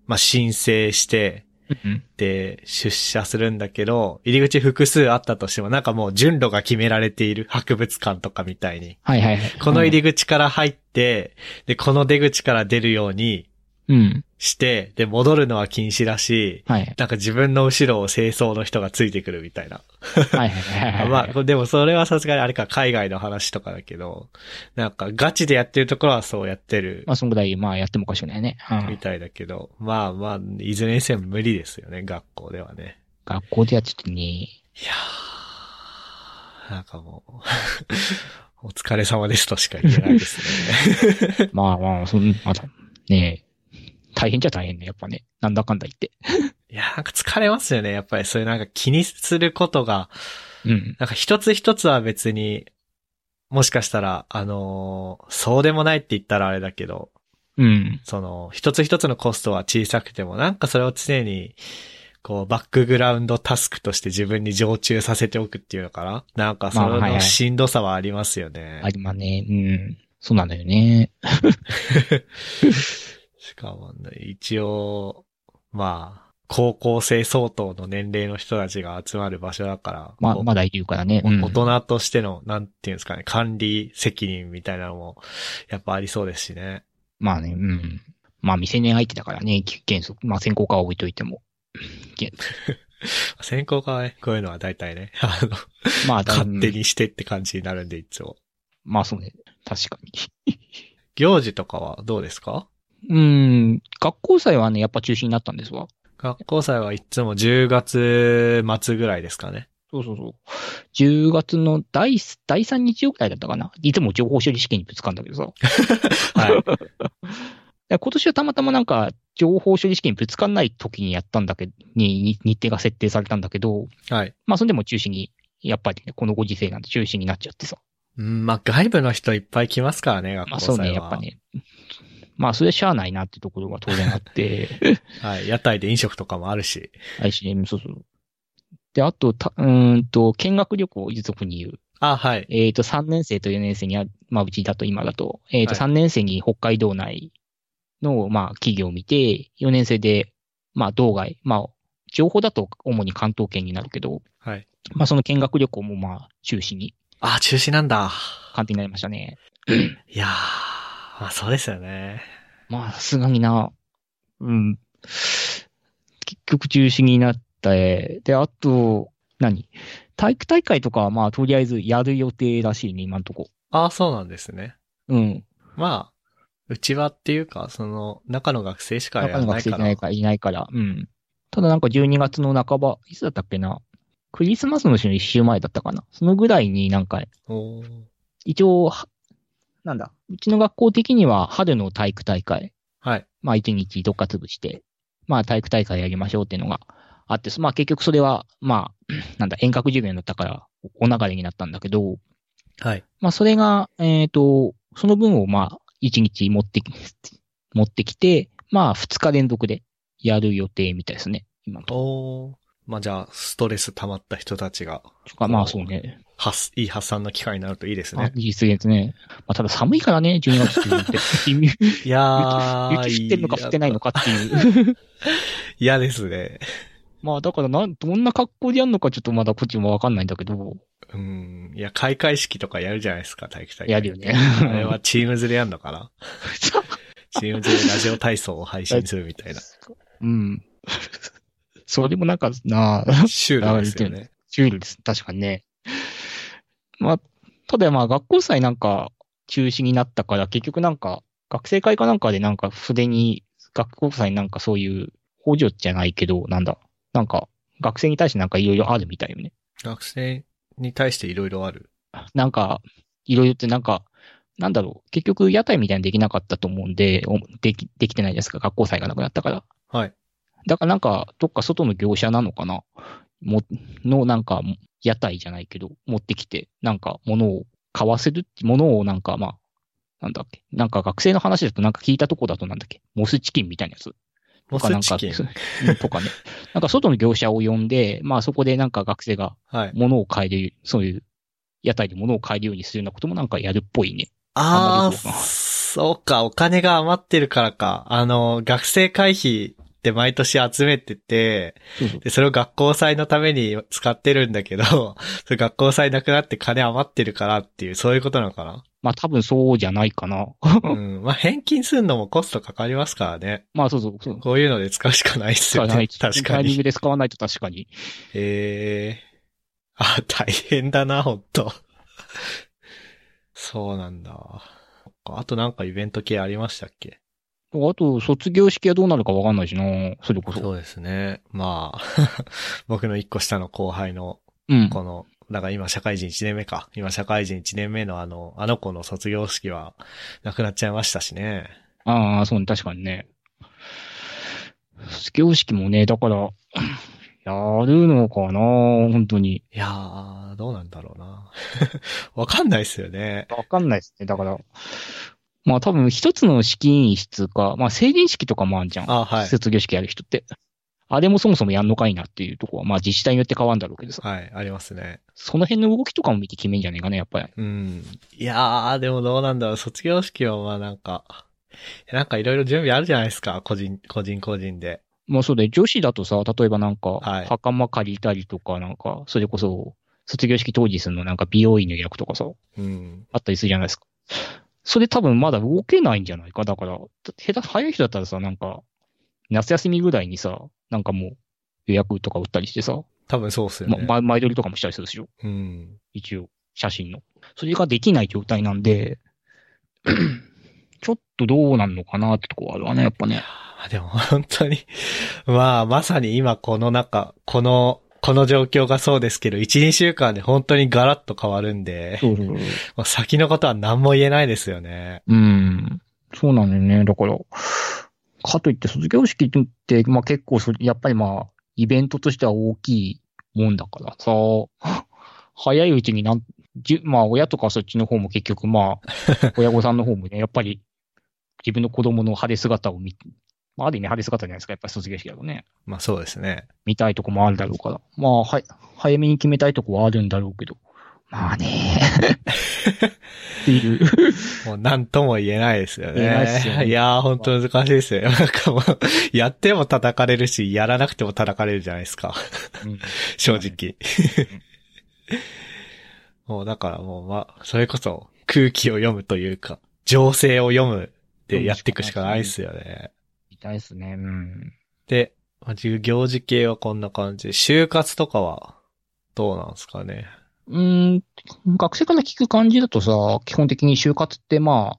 [SPEAKER 1] まあ申請して、
[SPEAKER 2] うん。
[SPEAKER 1] で出社するんだけど、入り口複数あったとしても、なんかもう順路が決められている博物館とかみたいに。
[SPEAKER 2] はいはいはい。
[SPEAKER 1] この入り口から入って、で、この出口から出るように
[SPEAKER 2] うん。
[SPEAKER 1] して、で、戻るのは禁止だし、
[SPEAKER 2] はい。
[SPEAKER 1] なんか自分の後ろを清掃の人がついてくるみたいな。
[SPEAKER 2] はいはいはいはい。
[SPEAKER 1] *laughs* まあ、でもそれはさすがにあれか海外の話とかだけど、なんかガチでやってるところはそうやってる
[SPEAKER 2] まあ、そのぐらい、まあ、やってもおかしくないね。う
[SPEAKER 1] み
[SPEAKER 2] ん。
[SPEAKER 1] たいだけど、まあまあ、いずれにせよ無理ですよね、学校ではね。
[SPEAKER 2] 学校でやっててね、
[SPEAKER 1] いやー、なんかも *laughs* う、お疲れ様ですとしか言えないですね。
[SPEAKER 2] まあまあ、そんまだ、ねえ、大変じゃ大変ね、やっぱね。なんだかんだ言って。
[SPEAKER 1] いや、なんか疲れますよね。やっぱりそういうなんか気にすることが、
[SPEAKER 2] うん。
[SPEAKER 1] なんか一つ一つは別に、もしかしたら、あのーそうでもないって言ったらあれだけど、
[SPEAKER 2] うん。
[SPEAKER 1] その、一つ一つのコストは小さくても、なんかそれを常に、こう、バックグラウンドタスクとして自分に常駐させておくっていうのかななんかそ
[SPEAKER 2] まあはいは
[SPEAKER 1] の
[SPEAKER 2] い
[SPEAKER 1] しんどさはありますよね。
[SPEAKER 2] ありまね。うん。そうなんだよね。
[SPEAKER 1] しかも、ね、一応、まあ、高校生相当の年齢の人たちが集まる場所だから、
[SPEAKER 2] ま
[SPEAKER 1] こ
[SPEAKER 2] あ、
[SPEAKER 1] う
[SPEAKER 2] まだいるからね。うん
[SPEAKER 1] 大人としての、なんていうんですかね、管理責任みたいなのも、やっぱありそうですしね。
[SPEAKER 2] まあね、うん。まあ、未成年相手だからね、原則。まあ、先行化は置いといても。げ
[SPEAKER 1] 先行がね、こういうのは大体ね、 *laughs* あの、
[SPEAKER 2] まあ、だ
[SPEAKER 1] 勝手
[SPEAKER 2] うん
[SPEAKER 1] にしてって感じになるんで、いつも。
[SPEAKER 2] まあ、そうね。確かに。
[SPEAKER 1] 行事とかはどうですか
[SPEAKER 2] うん。学校祭はね、やっぱ中止になったんですわ。
[SPEAKER 1] 学校祭はいつも10月末ぐらいですか
[SPEAKER 2] *laughs*
[SPEAKER 1] ね。
[SPEAKER 2] そうそうそう。10月の第す第3日曜くらいだったかな。いつも情報処理試験にぶつかんだけどさ。
[SPEAKER 1] はい。
[SPEAKER 2] *laughs* で今年はたまたまなんか、情報処理試験にぶつかんない時にやったんだけど、にに日程が設定されたんだけど、
[SPEAKER 1] はい。
[SPEAKER 2] まあ、それでも中止に、やっぱりね、このご時世なんで中止になっちゃってさ。
[SPEAKER 1] うん、まあ、外部の人いっぱい来ますからね、学
[SPEAKER 2] まあ、
[SPEAKER 1] 校
[SPEAKER 2] そう
[SPEAKER 1] 祭は。
[SPEAKER 2] ね、やっぱね。まあ、それはしゃあないなってところが当然あ
[SPEAKER 1] *laughs*
[SPEAKER 2] って、
[SPEAKER 1] はい。屋台で飲食とかもあるし。
[SPEAKER 2] ICM、そうそう。で、あと、たうーんと、見学旅行、遺族に言う。
[SPEAKER 1] あ、はい。
[SPEAKER 2] えっ、と、3年生と4年生にあ、まあ、うちだと今だと、えっ、と、
[SPEAKER 1] はい
[SPEAKER 2] 3年生に北海道内の、まあ、企業を見て、4年生で、まあ、道外、まあ、情報だと主に関東圏になるけど、
[SPEAKER 1] はい。
[SPEAKER 2] まあ、その見学旅行も、まあ、中止に、
[SPEAKER 1] あ、中止なんだ。
[SPEAKER 2] 完定になりましたね。
[SPEAKER 1] いやー、まあそうですよね。
[SPEAKER 2] まあ、さすがにな、うん、結局中止になったえで、あと、何体育大会とかは、まあ、とりあえずやる予定らしいね、今んとこ。
[SPEAKER 1] ああ、そうなんですね。
[SPEAKER 2] うん。
[SPEAKER 1] まあ、うちはっていうか、その、中の学生しかや
[SPEAKER 2] 中
[SPEAKER 1] ら
[SPEAKER 2] の
[SPEAKER 1] な
[SPEAKER 2] 学
[SPEAKER 1] い
[SPEAKER 2] 生
[SPEAKER 1] か
[SPEAKER 2] いな
[SPEAKER 1] ら
[SPEAKER 2] い。から、いないから。うん。ただなんか12月の半ば、いつだったっけな。クリスマスの週の一週前だったかな。そのぐらいになんか、
[SPEAKER 1] おー
[SPEAKER 2] 一応、はなんだ、うちの学校的には春の体育大会、
[SPEAKER 1] はい。
[SPEAKER 2] まあ1日どっか潰して、まあ体育大会やりましょうっていうのがあって、 *clears throat* まあ結局それは、まあ、なんだ、遠隔授業になったから、お流れになったんだけど、
[SPEAKER 1] はい。
[SPEAKER 2] まあ、それが、えっ、と、その分を、まあ、1日持ってき、 *laughs* 持ってきて、まあ、2日連続でやる予定みたいですね。今のと
[SPEAKER 1] おー。まあ、じゃあ、ストレス溜まった人たちが、
[SPEAKER 2] か。まあ、そうね。
[SPEAKER 1] 発、いい発散の機会になるといいです
[SPEAKER 2] あ
[SPEAKER 1] ね。
[SPEAKER 2] 実現ですね。まあ、ただ寒いからね、12月中旬 *laughs* って。雪
[SPEAKER 1] いやー、
[SPEAKER 2] 雪降ってるのか降ってないの
[SPEAKER 1] か。
[SPEAKER 2] かっていう。
[SPEAKER 1] 嫌ですね。
[SPEAKER 2] *laughs* まあ、だからなん、どんな格好でやるのかちょっとまだこっちもわかんないんだけ *laughs* ど、
[SPEAKER 1] うん。いや、開会式とかやるじゃないですか、体育大会。
[SPEAKER 2] やるよね。
[SPEAKER 1] あれはチームズでやんのかなチームズでラジオ体操を配信するみたい
[SPEAKER 2] *laughs*
[SPEAKER 1] な。
[SPEAKER 2] うん。それもなんか、な *laughs* あ、
[SPEAKER 1] シュールですよね。
[SPEAKER 2] シュールです。確かにね。まあ、ただまあ学校祭なんか中止になったから、結局なんか学生会かなんかでなんか筆に、学校祭なんかそういう補助じゃないけど、なんだ、なんか学生に対してなんかいろいろあるみたいよね。
[SPEAKER 1] 学生に対していろいろある。
[SPEAKER 2] なんか、いろいろってなんか、なんだろう、結局屋台みたいにできなかったと思うんで、おでき、できてないじゃないですか、学校祭がなくなったから。
[SPEAKER 1] はい。
[SPEAKER 2] だからなんか、どっか外の業者なのかなも、のなんか、屋台じゃないけど、持ってきて、なんか、物を買わせるって、物をなんか、まあ、なんだっけ、なんか学生の話だとなんか聞いたとこだとなんだっけ、モスチキンみたいなやつ。
[SPEAKER 1] モ
[SPEAKER 2] とかな
[SPEAKER 1] ス
[SPEAKER 2] ん
[SPEAKER 1] チ
[SPEAKER 2] か
[SPEAKER 1] キン。*laughs*
[SPEAKER 2] とかね。なんか外の業者を呼んで、まあそこでなんか学生が
[SPEAKER 1] はい。
[SPEAKER 2] 物を買える、そういう、屋台で物を買えるようにするようなこともなんかやるっぽいね。
[SPEAKER 1] あ
[SPEAKER 2] あんまりこう
[SPEAKER 1] ー、そうか、お金が余ってるからか。あの、学生会費って毎年集めてて、
[SPEAKER 2] そうそう
[SPEAKER 1] で、それを学校祭のために使ってるんだけど、 *laughs* それ学校祭なくなって金余ってるからっていう、そういうことなのか
[SPEAKER 2] *laughs*
[SPEAKER 1] な
[SPEAKER 2] まあ多分そうじゃないかな。 *laughs*
[SPEAKER 1] うん。まあ、返金するのもコストかかりますからね。
[SPEAKER 2] まあそうそう、そう。
[SPEAKER 1] こういうので使うしかないですよ
[SPEAKER 2] 使わな
[SPEAKER 1] ね。
[SPEAKER 2] い
[SPEAKER 1] 確
[SPEAKER 2] タ
[SPEAKER 1] か
[SPEAKER 2] イミン
[SPEAKER 1] に。
[SPEAKER 2] グで使わないと確かに。
[SPEAKER 1] ええあ、大変だな、ほんと。そうなんだ。そっかあとなんかイベント系ありましたっけ
[SPEAKER 2] あと、卒業式はどうなるかわかんないしな、それこそ。
[SPEAKER 1] そうですね。まあ、 *laughs* 僕の一個下の後輩の、
[SPEAKER 2] うん。
[SPEAKER 1] この、だから今社会人1年目か。今社会人1年目のあの、あの子の卒業式はなくなっちゃいましたしね。
[SPEAKER 2] ああ、そうね、確かにね。卒業式もね、だから、 *clears throat* やるのかな、本当に。
[SPEAKER 1] いやー、どうなんだろうな。 *laughs* わかんないっすよね。
[SPEAKER 2] わかんないですね、だから。まあ多分一つの式員室か、まあ成人式とかもあるじゃん。
[SPEAKER 1] あはい。
[SPEAKER 2] 卒業式やる人って。あれもそもそもやんのかいなっていうとこは、まあ自治体によって変わるんだろうけどさ。
[SPEAKER 1] はい、ありますね。
[SPEAKER 2] その辺の動きとかも見て決めんじゃねえかね、やっぱり。
[SPEAKER 1] うん。いやー、でもどうなんだろう。卒業式はまあなんか、なんかいろいろ準備あるじゃないですか。個人、個人個人で。
[SPEAKER 2] まあそうで、女子だとさ、例えばなんか
[SPEAKER 1] はい、
[SPEAKER 2] 袴借りたりとか、なんか、それこそ、卒業式当日のなんか美容院の予約とかさ、
[SPEAKER 1] うん。
[SPEAKER 2] あったりするじゃないですか。それ多分まだ動けないんじゃないか。だから、下手、早い人だったらさ、なんか、夏休みぐらいにさ、なんかもう予約とか売ったりしてさ、
[SPEAKER 1] 多分そうっすよ
[SPEAKER 2] ま
[SPEAKER 1] ね。
[SPEAKER 2] ま前撮りとかもしたりするでしょ。
[SPEAKER 1] うん。
[SPEAKER 2] 一応、写真の。それができない状態なんで、 *clears throat* ちょっとどうなんのかなってとこはあるわね、やっぱね。
[SPEAKER 1] あでも本当に、 *laughs* まあまさに今この中、この、この状況がそうですけど、1、2週間で本当にガラッと変わるんで、
[SPEAKER 2] そうそうそう。
[SPEAKER 1] もう先のことは何も言えないですよね。
[SPEAKER 2] うん。そうなのよね。だから、かといって卒業式って、まあ結構そ、やっぱりまあ、イベントとしては大きいもんだからさ、 *laughs* 早いうちになん、じゅまあ親とかそっちの方も結局まあ、親御さんの方もね、やっぱり自分の子供の派手姿を見、まあある意味派手姿じゃないですか、やっぱり卒業式だとね。
[SPEAKER 1] まあそうですね。
[SPEAKER 2] 見たいとこもあるだろうから。まあ、はい、早めに決めたいとこはあるんだろうけど。まあね。っていう。
[SPEAKER 1] もう何とも言えないですよね。
[SPEAKER 2] 言えないっすよね
[SPEAKER 1] やー本当難しいですよ。 *laughs* なんかもう、やっても叩かれるし、やらなくても叩かれるじゃないですか。正直。 *laughs* もうだからもうまあ、それこそ空気を読むというか、情勢を読むでやっていくしかないですよね。
[SPEAKER 2] 見たいですね。うん。
[SPEAKER 1] で、まあ授業時系はこんな感じ。就活とかはどうなんですかね。
[SPEAKER 2] うん、学生から聞く感じだとさ、基本的に就活ってまあ、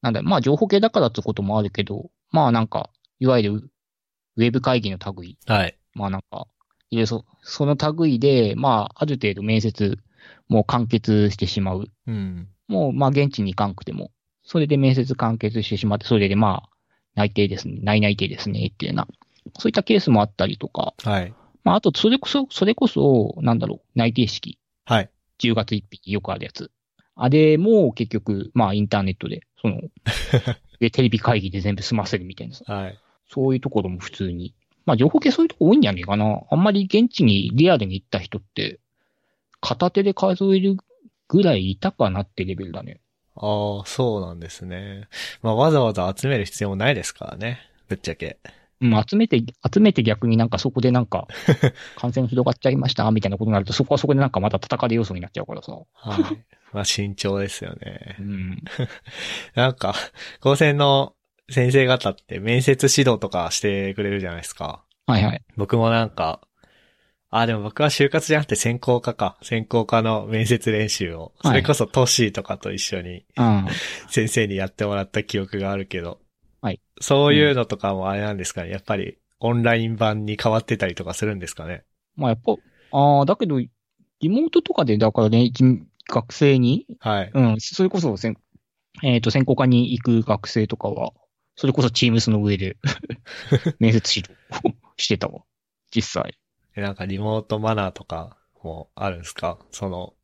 [SPEAKER 2] なんだ、まあ情報系だからってこともあるけど、まあなんか、いわゆるウェブ会議の類、
[SPEAKER 1] はい。
[SPEAKER 2] まあなんか、いろいろそその類で、まあある程度面接もう完結してしまう。
[SPEAKER 1] うん。
[SPEAKER 2] もうまあ現地に行かんくても、それで面接完結してしまって、それでまあ、内定ですね、内内定ですね、っていうような、そういったケースもあったりとか、
[SPEAKER 1] はい。
[SPEAKER 2] まあ、あと、それこそ、それこそ、なんだろう、内定式。
[SPEAKER 1] はい。
[SPEAKER 2] 10月1日によくあるやつ。あれも結局、まあインターネットで、その、でテレビ会議で全部済ませるみたいなさ、
[SPEAKER 1] はい。
[SPEAKER 2] そういうところも普通に。まあ情報系そういうとこ多いんじゃねえかな。あんまり現地にリアルに行った人って、片手で数えるぐらいいたかなってレベルだね。
[SPEAKER 1] ああ、そうなんですね。まあ、わざわざ集める必要もないですからね。ぶっちゃけ。
[SPEAKER 2] うん、集めて、集めて逆になんかそこでなんか、感染広がっちゃいました、みたいなことになると、そこはそこでなんかまた叩かれ要素になっちゃうからさ。
[SPEAKER 1] *laughs* はい。まあ、慎重ですよね
[SPEAKER 2] う。ん。
[SPEAKER 1] なんか、高専の先生方って面接指導とかしてくれるじゃないですか。
[SPEAKER 2] はいはい。
[SPEAKER 1] 僕もなんか、あ、でも僕は就活じゃなくて専攻科か。専攻科の面接練習を、
[SPEAKER 2] はい
[SPEAKER 1] それこそトッシーとかと一緒に
[SPEAKER 2] うん。
[SPEAKER 1] 先生にやってもらった記憶があるけど。
[SPEAKER 2] はい。
[SPEAKER 1] そういうのとかもあれなんですかね。やっぱりオンライン版に変わってたりとかするんですかね。
[SPEAKER 2] まあやっぱ、ああ、だけど、リモートとかで、だからね、じ学生に、
[SPEAKER 1] はい。
[SPEAKER 2] うん、それこそせん、えっ、と、専攻科に行く学生とかは、それこそチームスの
[SPEAKER 1] *laughs*
[SPEAKER 2] 上で、面接指導をしてたわ。実際。
[SPEAKER 1] えなんかリモートマナーとかもあるんですかその、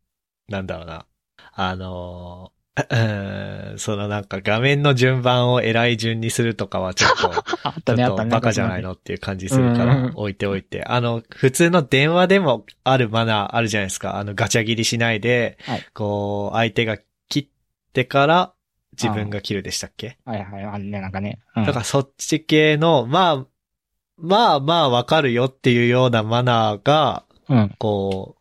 [SPEAKER 1] なんだろうな。あのー、 *laughs* うんそのなんか画面の順番を偉い順にするとかはちょっと、
[SPEAKER 2] *laughs* あ
[SPEAKER 1] *laughs*
[SPEAKER 2] っ
[SPEAKER 1] ちょ
[SPEAKER 2] た
[SPEAKER 1] っ
[SPEAKER 2] ね、あっ
[SPEAKER 1] と
[SPEAKER 2] たね。
[SPEAKER 1] バカじゃないのっていう感じするから置いておいて。あの、普通の電話でもあるマナーあるじゃないですか。あの、ガチャ切りしないで、
[SPEAKER 2] はい
[SPEAKER 1] こう、相手が切ってから自分が切るでしたっけ
[SPEAKER 2] はいはい、あれね、なんかね。うん
[SPEAKER 1] だからそっち系の、まあ、まあまあわかるよっていうようなマナーが、
[SPEAKER 2] うん。
[SPEAKER 1] こう、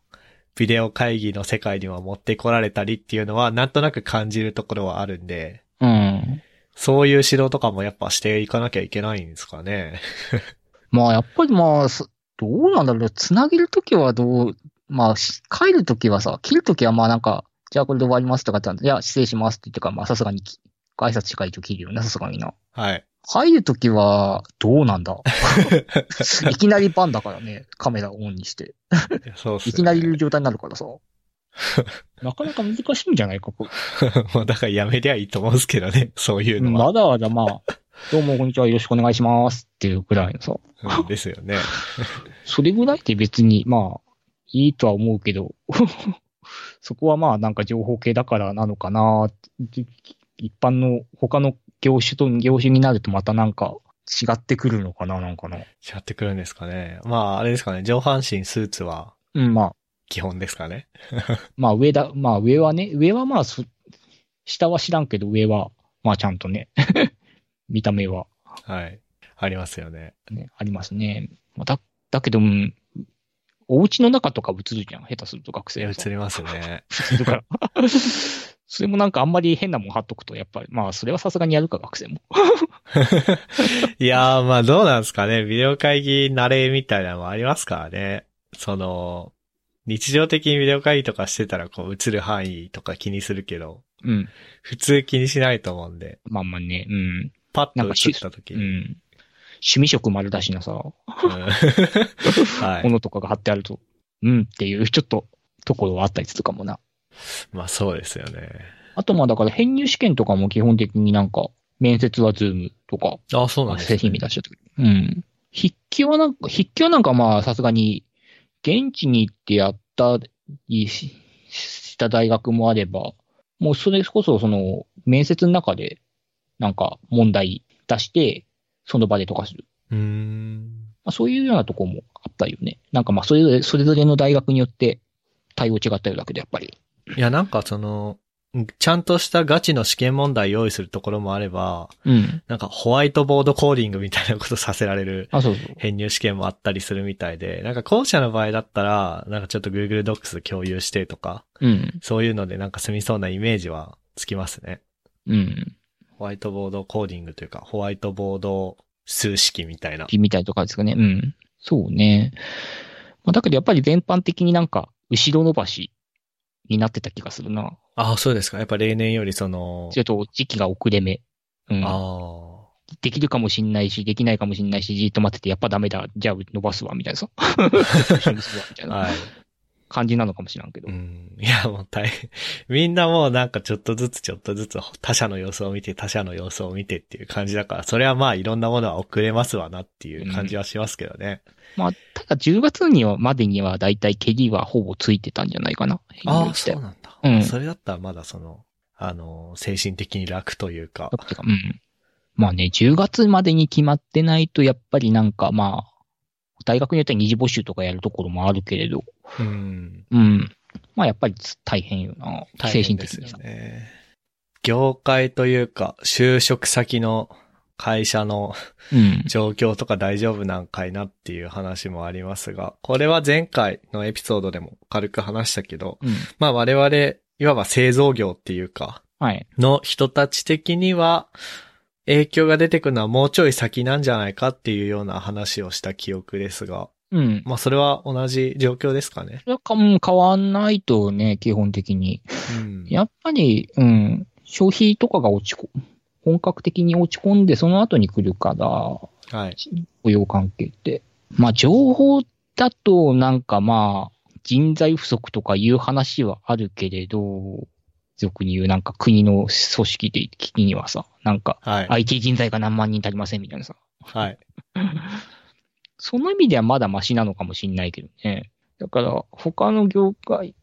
[SPEAKER 1] ビデオ会議の世界には持ってこられたりっていうのは、なんとなく感じるところはあるんで、
[SPEAKER 2] うん。
[SPEAKER 1] そういう指導とかもやっぱしていかなきゃいけないんですかね。 *laughs*
[SPEAKER 2] まあ、やっぱりまあ、そどうなんだろう。つなげるときはどう、まあ、し帰るときはさ、切るときはまあなんか、じゃあこれで終わりますとかって言ったらいや、失礼しますって言ってから、まあさすがにき、挨拶しか一応切るよね、さすがにな。
[SPEAKER 1] はい。
[SPEAKER 2] 入るときは、ど
[SPEAKER 1] *laughs*
[SPEAKER 2] うなんだいきなりバンだからね、カメラオンにして。
[SPEAKER 1] そうっす、ね。
[SPEAKER 2] いきなりいる状態になるからさ。なかなか難しいんじゃないか、これ
[SPEAKER 1] *laughs* もうだからやめりゃいいと思うんですけどね。 *laughs* そういうのは。
[SPEAKER 2] わざわざまあ、どうもこんにちは、よろしくお願いしますっていうくらいのさ。
[SPEAKER 1] うんですよね。
[SPEAKER 2] それぐらいって別に、まあ、いいとは思うけど、 *laughs* そこはまあ、なんか情報系だからなのかなって、一般の他の業種と業種になるとまたなんか違ってくるのかな、なんかな。
[SPEAKER 1] 違ってくるんですかね。まあ、あれですかね。上半身スーツは
[SPEAKER 2] うん、ま
[SPEAKER 1] 基本ですかね。
[SPEAKER 2] あ、まあ上だ、まあ上はね、上はまあそ、下は知らんけど上は、まあちゃんとね、 *laughs* 見た目は、
[SPEAKER 1] はい。ありますよね。
[SPEAKER 2] ね、ありますね。まあだ、だけど、うんお家の中とか映るじゃん、下手すると学
[SPEAKER 1] い
[SPEAKER 2] 生
[SPEAKER 1] や
[SPEAKER 2] は
[SPEAKER 1] 映りますね。
[SPEAKER 2] するから。 *laughs* それもなんかあんまり変なもん貼っとくと、やっぱり、まあ、それはさすがにやるか、学生も。
[SPEAKER 1] いやー、まあどうなんですかね。ビデオ会議慣れみたいなのもありますからね。その、日常的にビデオ会議とかしてたらこう映る範囲とか気にするけど、
[SPEAKER 2] うん。
[SPEAKER 1] 普通気にしないと思うんで、
[SPEAKER 2] まあまあね、うん。
[SPEAKER 1] パッ
[SPEAKER 2] な
[SPEAKER 1] と
[SPEAKER 2] んか
[SPEAKER 1] 映った時
[SPEAKER 2] う
[SPEAKER 1] に。
[SPEAKER 2] ん。趣味色丸出しなさ、も
[SPEAKER 1] うん
[SPEAKER 2] *laughs*
[SPEAKER 1] はい。
[SPEAKER 2] のとかが貼ってあると、うんっていう、ちょっと、ところはあったりするかもな。
[SPEAKER 1] まあそうですよね。
[SPEAKER 2] あとまあ、だから編入試験とかも基本的になんか、面接はズームとか、
[SPEAKER 1] あ、そうなんです
[SPEAKER 2] 製品見出しちゃってくる。うん。筆記はなんか、筆記はなんかまあ、さすがに、現地に行ってやったりしした大学もあれば、もうそれこそ、その、面接の中で、なんか問題出して、その場でとかする。
[SPEAKER 1] うーん。
[SPEAKER 2] まあ、そういうようなとこもあったよね。なんかまあ、それぞれ、それぞれの大学によって対応違ったようだけど、やっぱり。
[SPEAKER 1] いや、なんかその、ちゃんとしたガチの試験問題用意するところもあれば、
[SPEAKER 2] うん。
[SPEAKER 1] なんかホワイトボードコーディングみたいなことさせられる
[SPEAKER 2] あ、そうそう。
[SPEAKER 1] 編入試験もあったりするみたいで、なんか後者の場合だったら、なんかちょっと Google Docs 共有してとか、
[SPEAKER 2] うん。
[SPEAKER 1] そういうのでなんか済みそうなイメージはつきますね。
[SPEAKER 2] うん。
[SPEAKER 1] ホワイトボードコーディングというか、ホワイトボード数式みたいな。
[SPEAKER 2] みたいとかですかね。うん。そうね。まあ、だけどやっぱり全般的になんか、後ろ伸ばしになってた気がするな。
[SPEAKER 1] ああ、そうですか。やっぱ例年よりその
[SPEAKER 2] ちょっと時期が遅れ目。うん。
[SPEAKER 1] ああ。
[SPEAKER 2] できるかもしんないし、できないかもしんないし、じーっと待ってて、やっぱダメだ。じゃあ伸ばすわ、みたいなさ。後ろにするわみたいな
[SPEAKER 1] はい。
[SPEAKER 2] 感じなのかもしらんけど。
[SPEAKER 1] うん。いや、もう大変。みんなもうなんかちょっとずつちょっとずつ他者の様子を見て、他者の様子を見てっていう感じだから、それはまあいろんなものは遅れますわなっていう感じはしますけどね。
[SPEAKER 2] まあ、ただ10月にはまでにはだいたい蹴りはほぼついてたんじゃないかな。
[SPEAKER 1] ああ、
[SPEAKER 2] 変異して
[SPEAKER 1] そうなんだ。
[SPEAKER 2] うん
[SPEAKER 1] それだったらまだその、あの、精神的に楽というか。
[SPEAKER 2] てかうん。まあね、10月までに決まってないと、やっぱりなんかまあ、大学によっては二次募集とかやるところもあるけれど、
[SPEAKER 1] うん。
[SPEAKER 2] うん。まあやっぱり大変よな。
[SPEAKER 1] 大
[SPEAKER 2] 精
[SPEAKER 1] 変
[SPEAKER 2] 神
[SPEAKER 1] で
[SPEAKER 2] 的
[SPEAKER 1] すよ
[SPEAKER 2] にさ。
[SPEAKER 1] ね。業界というか、就職先の会社の
[SPEAKER 2] *laughs* うん。
[SPEAKER 1] 状況とか大丈夫なんかいなっていう話もありますが、これは前回のエピソードでも軽く話したけど、
[SPEAKER 2] うん。
[SPEAKER 1] まあ我々、いわば製造業っていうか、
[SPEAKER 2] はい。
[SPEAKER 1] の人たち的には、影響が出てくるのはもうちょい先なんじゃないかっていうような話をした記憶ですが、
[SPEAKER 2] うん。
[SPEAKER 1] まあそれは同じ状況ですかね。
[SPEAKER 2] それはかもう変わんないとね、基本的に。
[SPEAKER 1] うん。
[SPEAKER 2] やっぱり、うん、消費とかが落ちこ、本格的に落ち込んで、その後に来るから、
[SPEAKER 1] はい。
[SPEAKER 2] 雇用関係って。まあ、情報だと、なんかまあ、人材不足とかいう話はあるけれど、俗に言うなんか国の組織で的にはさ、なんか
[SPEAKER 1] はい。
[SPEAKER 2] IT 人材が何万人足りませんみたいなさ。
[SPEAKER 1] はい。
[SPEAKER 2] その意味ではまだマシなのかもしんないけどね。だから、他の業界、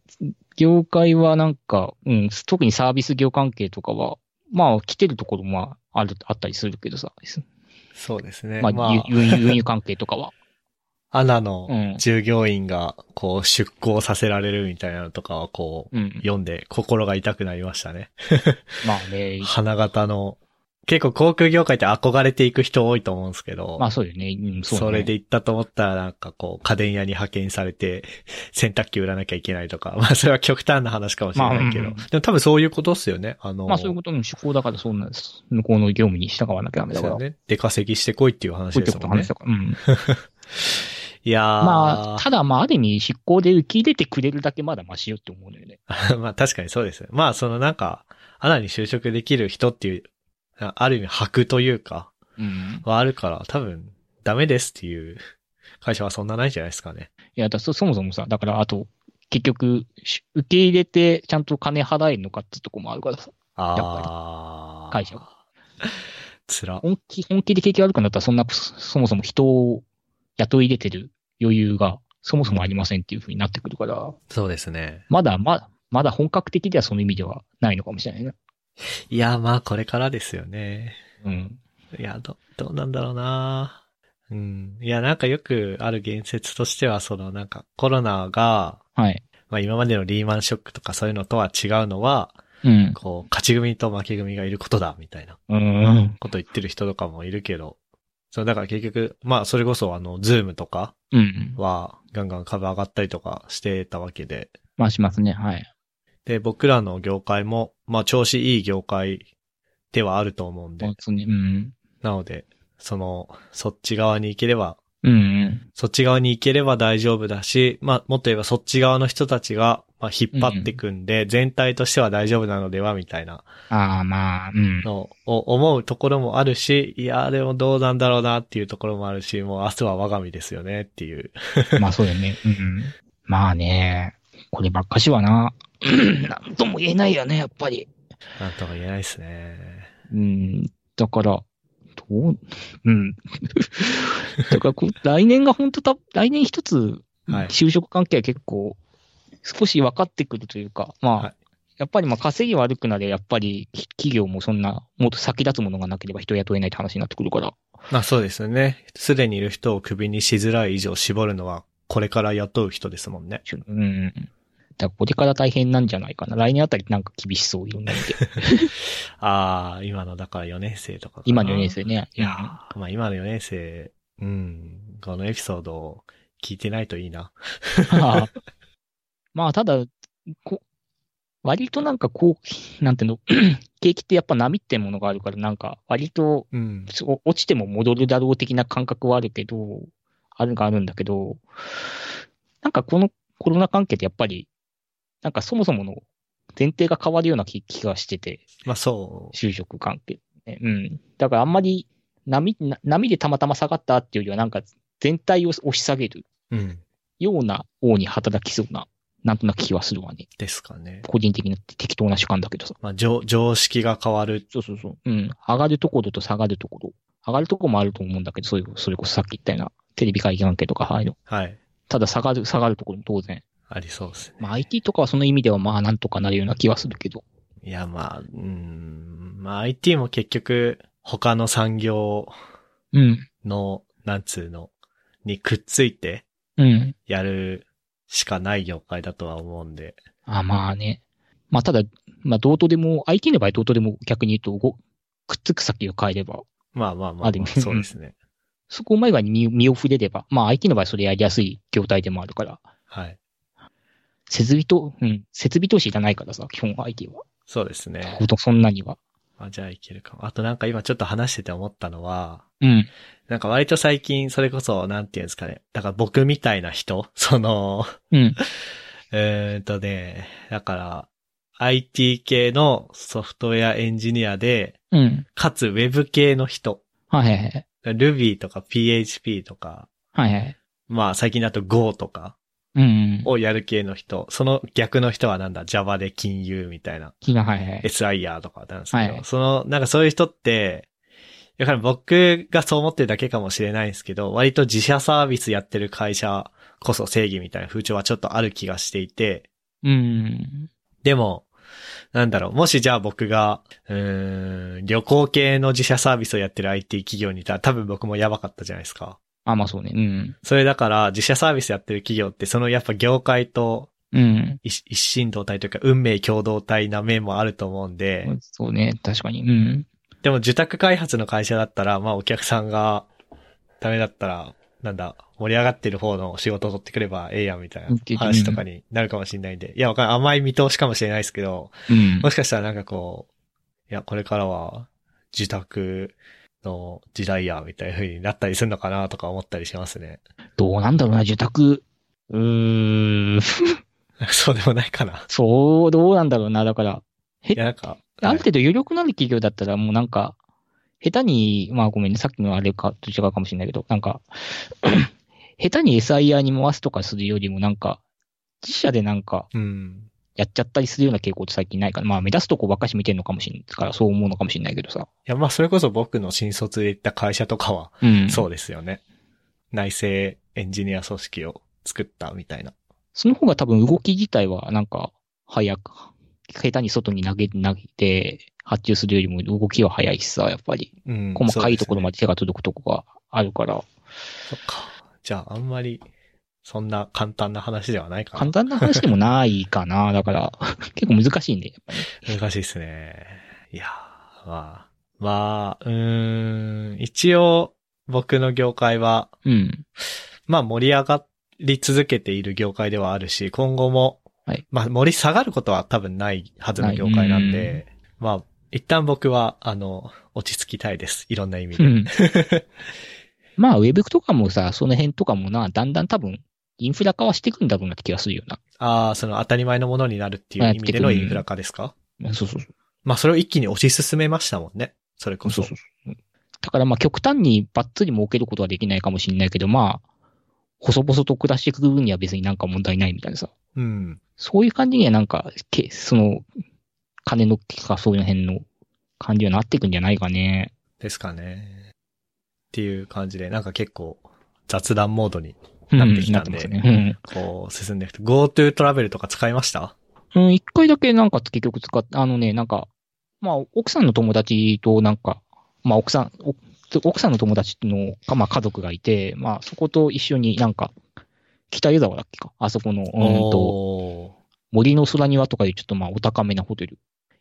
[SPEAKER 2] 業界はなんか、うん、特にサービス業関係とかは、まあ、来てるところもある、あったりするけどさ。
[SPEAKER 1] そうですね。
[SPEAKER 2] ま
[SPEAKER 1] ま
[SPEAKER 2] あ、 *laughs*
[SPEAKER 1] あ、
[SPEAKER 2] 輸輸輸入関係とかは。
[SPEAKER 1] アナの
[SPEAKER 2] うん。
[SPEAKER 1] 従業員がこう出向させられるみたいなのとかはこう、
[SPEAKER 2] うん。
[SPEAKER 1] 読んで心が痛くなりましたね。
[SPEAKER 2] まあね、
[SPEAKER 1] 花形の、結構航空業界って憧れていく人多いと思うんですけど、
[SPEAKER 2] まあそうだよね。うん、
[SPEAKER 1] そ
[SPEAKER 2] そうだね
[SPEAKER 1] れで行ったと思ったらなんかこう家電屋に派遣されて洗濯機売らなきゃいけないとか、 *laughs* まあそれは極端な話かもしれないけど、
[SPEAKER 2] まあうん
[SPEAKER 1] でも多分そういうことっすよね。あの、
[SPEAKER 2] まあそういうことの手法だから、そうなんです。向こうの業務に従わなきゃダメだ
[SPEAKER 1] そ
[SPEAKER 2] か
[SPEAKER 1] う
[SPEAKER 2] ら。
[SPEAKER 1] よね。
[SPEAKER 2] こ
[SPEAKER 1] 出稼ぎしてこいっていう
[SPEAKER 2] う
[SPEAKER 1] 話
[SPEAKER 2] いっ
[SPEAKER 1] で
[SPEAKER 2] た
[SPEAKER 1] す
[SPEAKER 2] こと
[SPEAKER 1] もんね
[SPEAKER 2] 話。だから。うん。
[SPEAKER 1] いやー、
[SPEAKER 2] まあ、ただまあ、ある意味、執行で受け入れてくれるだけまだマシよって思うのよね。
[SPEAKER 1] *laughs* まあ確かにそうです。まあそのなんか、アナに就職できる人っていう、あある意味箔というか、
[SPEAKER 2] うん。
[SPEAKER 1] はあるから、多分ダメですっていう会社はそんなないんじゃないですかね。
[SPEAKER 2] いや、だそ、そもそもさ、だから、あと、結局、し受け入れて、ちゃんと金払えるのかってとこもあるからさ、
[SPEAKER 1] ああ。
[SPEAKER 2] 会社は
[SPEAKER 1] *laughs* つら。
[SPEAKER 2] 本気、本気で景気悪くなったら、そんな、そそもそも人を雇い入れてる余裕が、そもそもありませんっていうふうになってくるから、
[SPEAKER 1] そうですね。
[SPEAKER 2] まだ、まだ、まだ本格的ではその意味ではないのかもしれないね。
[SPEAKER 1] いや、まあこれからですよね。
[SPEAKER 2] うん。
[SPEAKER 1] いや、ど、どうなんだろうなうん。いや、なんかよくある言説としては、そのなんかコロナが、
[SPEAKER 2] はい。
[SPEAKER 1] まあ今までのリーマンショックとかそういうのとは違うのは、
[SPEAKER 2] うん。
[SPEAKER 1] こう、勝ち組と負け組がいることだ、みたいな
[SPEAKER 2] うん。
[SPEAKER 1] こと言ってる人とかもいるけど、そう、だから結局、まあそれこそあの、ズームとか
[SPEAKER 2] うん。
[SPEAKER 1] は、ガンガン株上がったりとかしてたわけで、
[SPEAKER 2] まあ、しますね。はい。
[SPEAKER 1] で、僕らの業界も、まあ、調子いい業界ではあると思うんで、
[SPEAKER 2] 本当に。うん。
[SPEAKER 1] なので、その、そっち側に行ければ、
[SPEAKER 2] うん。
[SPEAKER 1] そっち側に行ければ大丈夫だし、まあ、もっと言えばそっち側の人たちが、まあ、引っ張ってくんで、全体としては大丈夫なのでは、みたいな
[SPEAKER 2] ああ、まあ、うん。
[SPEAKER 1] のを思うところもあるし、いやーでもどうなんだろうなっていうところもあるし、もう明日は我が身ですよねっていう。
[SPEAKER 2] まあそうだよね。うん。まあね、こればっかしはな、 *clears throat* なんとも言えないよね、やっぱり。
[SPEAKER 1] なんとも言えないですね。
[SPEAKER 2] うん。だから、どう、うん。 *laughs* だからこう、来年が本当た、来年一つ、
[SPEAKER 1] はい
[SPEAKER 2] 就職関係は結構、少し分かってくるというか、まあ、
[SPEAKER 1] はい
[SPEAKER 2] やっぱりまあ稼ぎ悪くなりゃ、やっぱりき企業もそんな、もっと先立つものがなければ人雇えないって話になってくるから。
[SPEAKER 1] まあそうですよね。すでにいる人をクビにしづらい以上絞るのは、これから雇う人ですもんね。
[SPEAKER 2] うん。だからこれから大変なんじゃないかな。来年あたりなんか厳しそう、いろんな意味で。
[SPEAKER 1] ああ、今のだから4年生とかかな
[SPEAKER 2] 今の4年。生ね。
[SPEAKER 1] いやーまあ今の4年生、うん、このエピソードを聞いてないといいな。
[SPEAKER 2] まあ *laughs* まあ、ただ、こ割となんかこう、なんていうの、 *clears throat* 景気ってやっぱ波ってものがあるから、なんか割と
[SPEAKER 1] うん。
[SPEAKER 2] そう落ちても戻るだろう的な感覚はあるけど、あるがあるんだけど、なんかこのコロナ関係ってやっぱり、なんかそもそもの前提が変わるような気気がしてて、
[SPEAKER 1] まあそう。
[SPEAKER 2] 就職関係、ね。うん。だからあんまり波、な波でたまたま下がったっていうよりは、なんか全体を押し下げる
[SPEAKER 1] うん。
[SPEAKER 2] ような方に働きそうななんとなく気はするわね。
[SPEAKER 1] ですかね。
[SPEAKER 2] 個人的な適当な主観だけどさ。
[SPEAKER 1] まあ、常、常識が変わる。
[SPEAKER 2] そうそうそう。うん。上がるところと下がるところ。上がるところもあると思うんだけど、そういう、それこそさっき言ったような、テレビ会議関係とか、ああいうの。
[SPEAKER 1] はい。
[SPEAKER 2] ただ下がる、下がるところも当然。
[SPEAKER 1] ありそうですね。
[SPEAKER 2] まあ IT とかはその意味ではまあなんとかなるような気はするけど。
[SPEAKER 1] いや、まあ、うーん、まあ IT も結局、他の産業
[SPEAKER 2] うん。
[SPEAKER 1] の、なんつうの、にくっついて
[SPEAKER 2] うん。
[SPEAKER 1] やるしかない業界だとは思うんで。
[SPEAKER 2] あまあね。まあただ、まあどうとでも、IT の場合どうとでも逆に言うと、ごくっつく先を変えれば、
[SPEAKER 1] まあまあまあ、
[SPEAKER 2] あでも
[SPEAKER 1] そうですね。
[SPEAKER 2] そこをうまい具合に身身を触れれば、まあ IT の場合それやりやすい業態でもあるから、
[SPEAKER 1] はい。
[SPEAKER 2] 設備と、うん、設備投資いらないからさ、基本 IT は。
[SPEAKER 1] そうですね。
[SPEAKER 2] ほとそんなには。
[SPEAKER 1] まあ、じゃあいけるかも。あとなんか今ちょっと話してて思ったのは、
[SPEAKER 2] うん。
[SPEAKER 1] なんか割と最近それこそ、なんていうんですかね。だから僕みたいな人 *laughs* その、
[SPEAKER 2] うん。
[SPEAKER 1] うーんとね、だから、IT 系のソフトウェアエンジニアで、
[SPEAKER 2] うん。
[SPEAKER 1] かつ Web 系の人。
[SPEAKER 2] はいはいはい。
[SPEAKER 1] Ruby とか PHP とか、
[SPEAKER 2] はいはい。
[SPEAKER 1] まあ最近だと Go とか
[SPEAKER 2] うん。
[SPEAKER 1] をやる系の人。その逆の人はなんだ ?Java で金融みたいな。
[SPEAKER 2] 気が、はいはい。
[SPEAKER 1] SIR とかなんですけど、
[SPEAKER 2] はい
[SPEAKER 1] その、なんかそういう人って、やはり僕がそう思ってるだけかもしれないんですけど、割と自社サービスやってる会社こそ正義みたいな風潮はちょっとある気がしていて、
[SPEAKER 2] うん。
[SPEAKER 1] でも、なんだろう、もしじゃあ僕が、うーん、旅行系の自社サービスをやってる IT 企業にいたら多分僕もやばかったじゃないですか。
[SPEAKER 2] あ、まあそうね。うん。
[SPEAKER 1] それだから自社サービスやってる企業ってそのやっぱ業界と
[SPEAKER 2] うん。
[SPEAKER 1] 一一心同体というか運命共同体な面もあると思うんで、
[SPEAKER 2] そうね。確かに。うん。
[SPEAKER 1] でも受託開発の会社だったら、まあお客さんがダメだったら、なんだ、盛り上がってる方の仕事を取ってくればええやんみたい
[SPEAKER 2] うん
[SPEAKER 1] な話とかになるかもしれないんで。いや、わかんない。甘い見通しかもしれないですけど、
[SPEAKER 2] うん
[SPEAKER 1] も。しかしたらなんかこう、いや、これからは受託の時代や、みたいな風になったりするのかなとか思ったりしますね。 *laughs*
[SPEAKER 2] どうなんだろうな、受託。うーん。
[SPEAKER 1] そうでもないかな。
[SPEAKER 2] そう、どうなんだろうな。だから、
[SPEAKER 1] いや、なんか、
[SPEAKER 2] あ
[SPEAKER 1] は
[SPEAKER 2] る
[SPEAKER 1] い
[SPEAKER 2] 程度余力のある企業だったら、もうなんか、下手に、まあごめんね、さっきのあれか、と違うかもしれないけど、なんか、 *clears throat* 下手に SIR に回すとかするよりも、なんか、自社でなんか、
[SPEAKER 1] うん。
[SPEAKER 2] やっちゃったりするような傾向って最近ないから、まあ目指すとこばっかし見てるのかもしれないから、そう思うのかもしれないけどさ。
[SPEAKER 1] いや、まあそれこそ僕の新卒で行った会社とかは、
[SPEAKER 2] うん。
[SPEAKER 1] そうですよね。内製エンジニア組織を作ったみたいな。
[SPEAKER 2] その方が多分動き自体はなんか早く、下手に外に投げ、投げて発注するよりも動きは早いしさ、やっぱり。
[SPEAKER 1] うん
[SPEAKER 2] 細かいところま
[SPEAKER 1] で
[SPEAKER 2] で手が届くとこがあるから、
[SPEAKER 1] すね。そっか。じゃあ、あんまり、そんな簡単な話ではないか
[SPEAKER 2] 簡
[SPEAKER 1] な。
[SPEAKER 2] 単な話でもないかな。 *laughs* だから、結構難しいんで、やっぱり。
[SPEAKER 1] 難しいですね。いやー、まあ、まあ、うーん、一応、僕の業界は、
[SPEAKER 2] うん。
[SPEAKER 1] まあ盛り上がり続けている業界ではあるし、今後も、
[SPEAKER 2] はい
[SPEAKER 1] まあ盛り下がることは多分ないはずの業界なん
[SPEAKER 2] ない
[SPEAKER 1] で、まあ、一旦僕は、あの、落ち着きたいです。いろんな意味
[SPEAKER 2] う
[SPEAKER 1] で。
[SPEAKER 2] *laughs* ん。まあ、ウェブとかもさ、その辺とかもな、だんだん多分、インフラ化はしていくんだろうなって気がするよ
[SPEAKER 1] ああ、その当たり前のものになるっていう意味でのインフラ化ですか
[SPEAKER 2] な。そうそうそう。
[SPEAKER 1] まあそれを一気に推し進めましたもんね。それこそ。
[SPEAKER 2] そうそうそう。だからまあ極端にバッツリ儲けることはできないかもしれないけど、まあ、細々と暮らしていく分には別になんか問題ないみたいなさ。
[SPEAKER 1] うん。
[SPEAKER 2] そういう感じにはなんか、けその、金の利きかそういう辺の感じにはなっていくんじゃないかね。
[SPEAKER 1] ですかね。っていう感じで、なんか結構雑談モードに、
[SPEAKER 2] な
[SPEAKER 1] ってきたんで
[SPEAKER 2] ってますね。
[SPEAKER 1] こう、進んでいくと。GoTo トラベルとか使いました
[SPEAKER 2] うん。うん一回だけなんか結局使っあのね、なんか、まあ、奥さんの友達となんか、まあ、奥さん、お奥さんの友達の、かまあ、家族がいて、まあ、そこと一緒になんか、北湯沢だっけかあそこの、うんと、
[SPEAKER 1] おー
[SPEAKER 2] 森の空庭とかいうちょっとまあお高めなホテル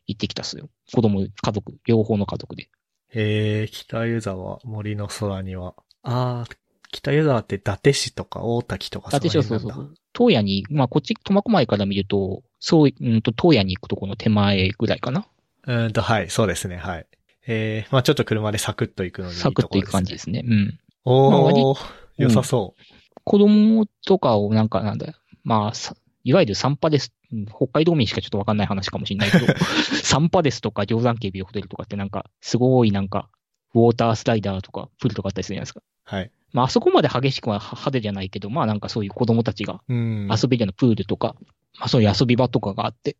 [SPEAKER 2] 行ってきたっすよ。子供、家族、両方の家族で。
[SPEAKER 1] えー、北湯沢、森の空には。あー、北伊沢って伊達市とか大滝とか
[SPEAKER 2] だってそ
[SPEAKER 1] の
[SPEAKER 2] うそう
[SPEAKER 1] 辺
[SPEAKER 2] そ
[SPEAKER 1] なんだ
[SPEAKER 2] う。東野に、まあこっち、苫小牧から見ると、そう、うんと、東野に行くとこの手前ぐらいかな。
[SPEAKER 1] うーんと、はい、そうですね、はい。えー、まあちょっと車でサクッと行くのにいい
[SPEAKER 2] サクッと行く感じ
[SPEAKER 1] ところですね
[SPEAKER 2] ですね。うん。まあ割
[SPEAKER 1] おー、
[SPEAKER 2] うん
[SPEAKER 1] 良さそ
[SPEAKER 2] 子供とかをなんかなんだよ。まあ、さいわゆる散歩です。うん北海道民しかちょっとわかんない話かもしれないけ
[SPEAKER 1] *laughs*
[SPEAKER 2] ど、散歩ですとか、定山渓美容ホテルとかってなんか、すごいなんか、ウォータースライダーとか、プールとかあったりするじゃないですか。
[SPEAKER 1] う。はい。
[SPEAKER 2] まあ、あそこまで激しくはは派手じゃないけど、まあなんかそういう子供たちが
[SPEAKER 1] うん。
[SPEAKER 2] 遊びでのプールとか、まあそういう遊び場とかがあって、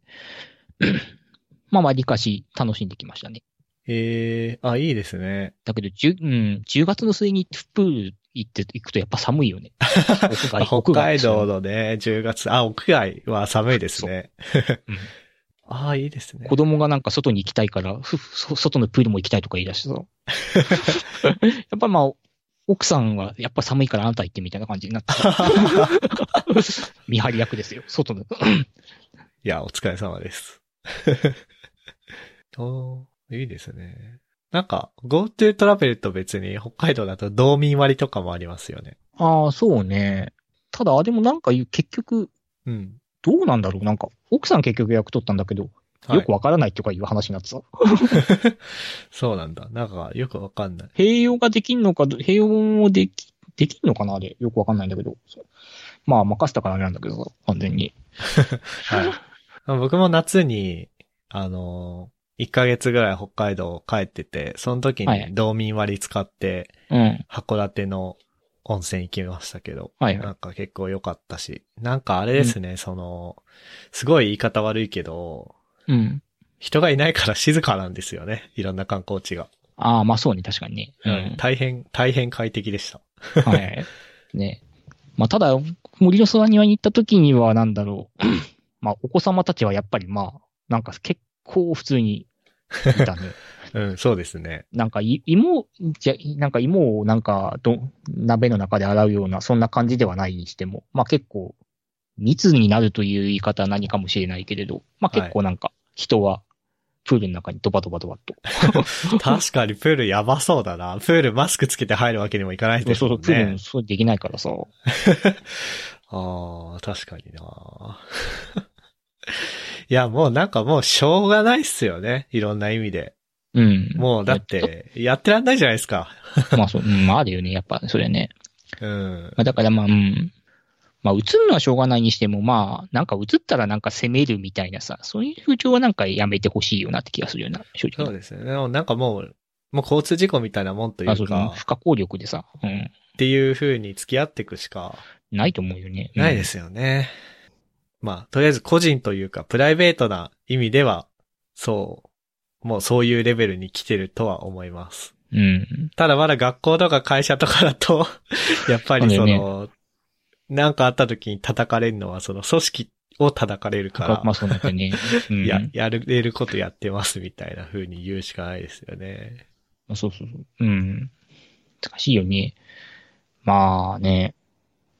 [SPEAKER 2] *clears throat* まあまあ理科し楽しんできましたね。
[SPEAKER 1] ええあ、いいですね。
[SPEAKER 2] だけど、10、うん、10月の末にプール行って、行くとやっぱ寒いよね。屋
[SPEAKER 1] あ *laughs* 北海道のね、10月、あ、屋外は寒いですね。
[SPEAKER 2] うん
[SPEAKER 1] *laughs* ああ、いいですね
[SPEAKER 2] 子。供がなんか外に行きたいから、ふそ外のプールも行きたいとか言い出 *laughs* してさ。やっぱまあ、奥さんはやっぱ寒いからあなた行ってみたいな感じになってさ *laughs* 見張り役ですよ、外の。
[SPEAKER 1] いや、お疲れ様です。 *laughs* おーいいですね。なんか、GoTo トラベルと別に北海道だと道民割とかもありますよね。
[SPEAKER 2] ああ、そうね。ただ、あれもなんか言う結局、
[SPEAKER 1] うん。
[SPEAKER 2] どうなんだろうなんか、奥さん結局役取ったんだけど、
[SPEAKER 1] はい
[SPEAKER 2] よくわからないとかいう話になってさ。
[SPEAKER 1] そうなんだ。なんか、よくわかんない。
[SPEAKER 2] 併用ができんのか、併用もでき、できんのかなあれ。よくわかんないんだけど。そうまあ、任せたからあれなんだけどさ、完全に。
[SPEAKER 1] はい。僕も夏に、あのー、1ヶ月ぐらい北海道帰ってて、その時
[SPEAKER 2] はい
[SPEAKER 1] に道民割使って、
[SPEAKER 2] うん。
[SPEAKER 1] 函館の温泉行きましたけど、
[SPEAKER 2] はいはい
[SPEAKER 1] なんか結構良かったし、なんかあれですね、その、すごい言い方悪いけど、
[SPEAKER 2] うん。
[SPEAKER 1] 人がいないから静かなんですよね。いろんな観光地が。
[SPEAKER 2] ああ、まあそうね、確かにね。うん。
[SPEAKER 1] 大変、大変快適でした。
[SPEAKER 2] はい。ね。まあ、ただ、森の空庭に行った時には、なんだろう。 *clears throat* まあ、お子様たちはやっぱりまあ、なんか結構普通にいたね。 *laughs*
[SPEAKER 1] うん、そうですね。
[SPEAKER 2] なんかい、芋、じゃ、なんか芋をなんか、ど、鍋の中で洗うような、そんな感じではないにしても、まあ結構、密になるという言い方は何かもしれないけれど、まあ結構なんか、人は、プールの中にドバドバドバっと。
[SPEAKER 1] 確かにプールやばそうだな。プールマスクつけて入るわけにもいかない
[SPEAKER 2] そう
[SPEAKER 1] です
[SPEAKER 2] そ
[SPEAKER 1] もん
[SPEAKER 2] う、
[SPEAKER 1] ね。
[SPEAKER 2] プールもそうできないからさ。
[SPEAKER 1] ああ、確かにな。 *laughs* いや、もうなんかもうしょうがないっすよね。いろんな意味で。
[SPEAKER 2] うん。
[SPEAKER 1] もうだっ。て、やってらんないじゃないですか。
[SPEAKER 2] *laughs* まあそう、うん、まああるよね、やっぱ、それね。
[SPEAKER 1] うん。
[SPEAKER 2] まあだからまあ、うん。まあ、映るのはしょうがないにしても、まあ、なんか映ったらなんか攻めるみたいなさ、そういう風潮はなんかやめてほしいよなって気がするよな、正直。
[SPEAKER 1] そうですね。でもなんかもう、もう交通事故みたいなもんとい
[SPEAKER 2] あそううそう
[SPEAKER 1] か、
[SPEAKER 2] 不可抗力でさ、うん。
[SPEAKER 1] っていう風に付き合っていくしか
[SPEAKER 2] ないと思うよね。うん
[SPEAKER 1] ないで。すよね。まあ、とりあえず個人というか、プライベートな意味では、そう、もうそういうレベルに来てるとは思います。
[SPEAKER 2] うん。
[SPEAKER 1] ただまだ学校とか会社とかだと、 *laughs* やっぱりそ
[SPEAKER 2] そうだ
[SPEAKER 1] の、なんかあった時に叩かれるのは、その組織を叩かれるから、
[SPEAKER 2] まあそうなっ
[SPEAKER 1] *laughs*
[SPEAKER 2] てね。うん。
[SPEAKER 1] いや、やれることやってますみたいな風に言うしかないですよね。
[SPEAKER 2] まあそうそうそう。うん。難しいよね。まあね、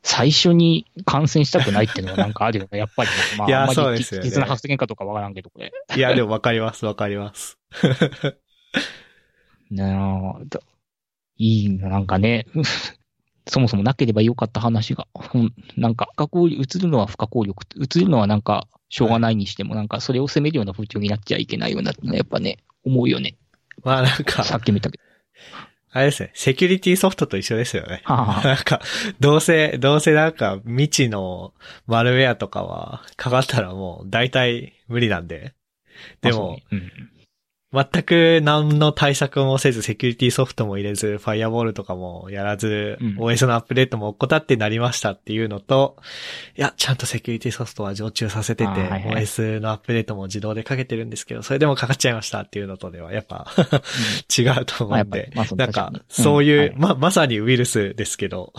[SPEAKER 2] 最初に感染したくないっていうのはなんかあるよね。やっぱりね、まあ、
[SPEAKER 1] いや
[SPEAKER 2] あんまり
[SPEAKER 1] そうですよね
[SPEAKER 2] 実な発言かとかわからんけど、これ。
[SPEAKER 1] いや、でもわかります、わかります。
[SPEAKER 2] なあ、だいいな、なんかね。 *laughs* そもそもなければよかった話が、 *laughs* ほんなんか、不可抗力、映るのは不可抗力、映るのはなんか、しょうがないにしても、なんか、それを責めるような風潮になっちゃいけないようなってのはやっぱね、思うよね。
[SPEAKER 1] まあなんか、
[SPEAKER 2] さっき見たけど。 *laughs*
[SPEAKER 1] あれですね、セキュリティソフトと一緒ですよね。
[SPEAKER 2] はあはあ
[SPEAKER 1] なんか、どうせ、どうせなんか未知のマルウェアとかはかかったらもう大体無理なんで。でも、
[SPEAKER 2] まあそうね
[SPEAKER 1] 全く何の対策もせずセキュリティソフトも入れず、ファイアボールとかもやらず、
[SPEAKER 2] うん
[SPEAKER 1] OS のアップデートも怠ってなりましたっていうのと、いや、ちゃんとセキュリティソフトは常駐させてて、
[SPEAKER 2] あーはいはい
[SPEAKER 1] OS のアップデートも自動でかけてるんですけど、それでもかかっちゃいましたっていうのとではやっぱ *laughs* 違うと
[SPEAKER 2] うんま
[SPEAKER 1] 思
[SPEAKER 2] あや
[SPEAKER 1] う
[SPEAKER 2] っ
[SPEAKER 1] ん
[SPEAKER 2] ぱ
[SPEAKER 1] で、
[SPEAKER 2] まあそう
[SPEAKER 1] なんか
[SPEAKER 2] 確に、
[SPEAKER 1] そういう、
[SPEAKER 2] んは
[SPEAKER 1] ま、まさにウイルスですけど、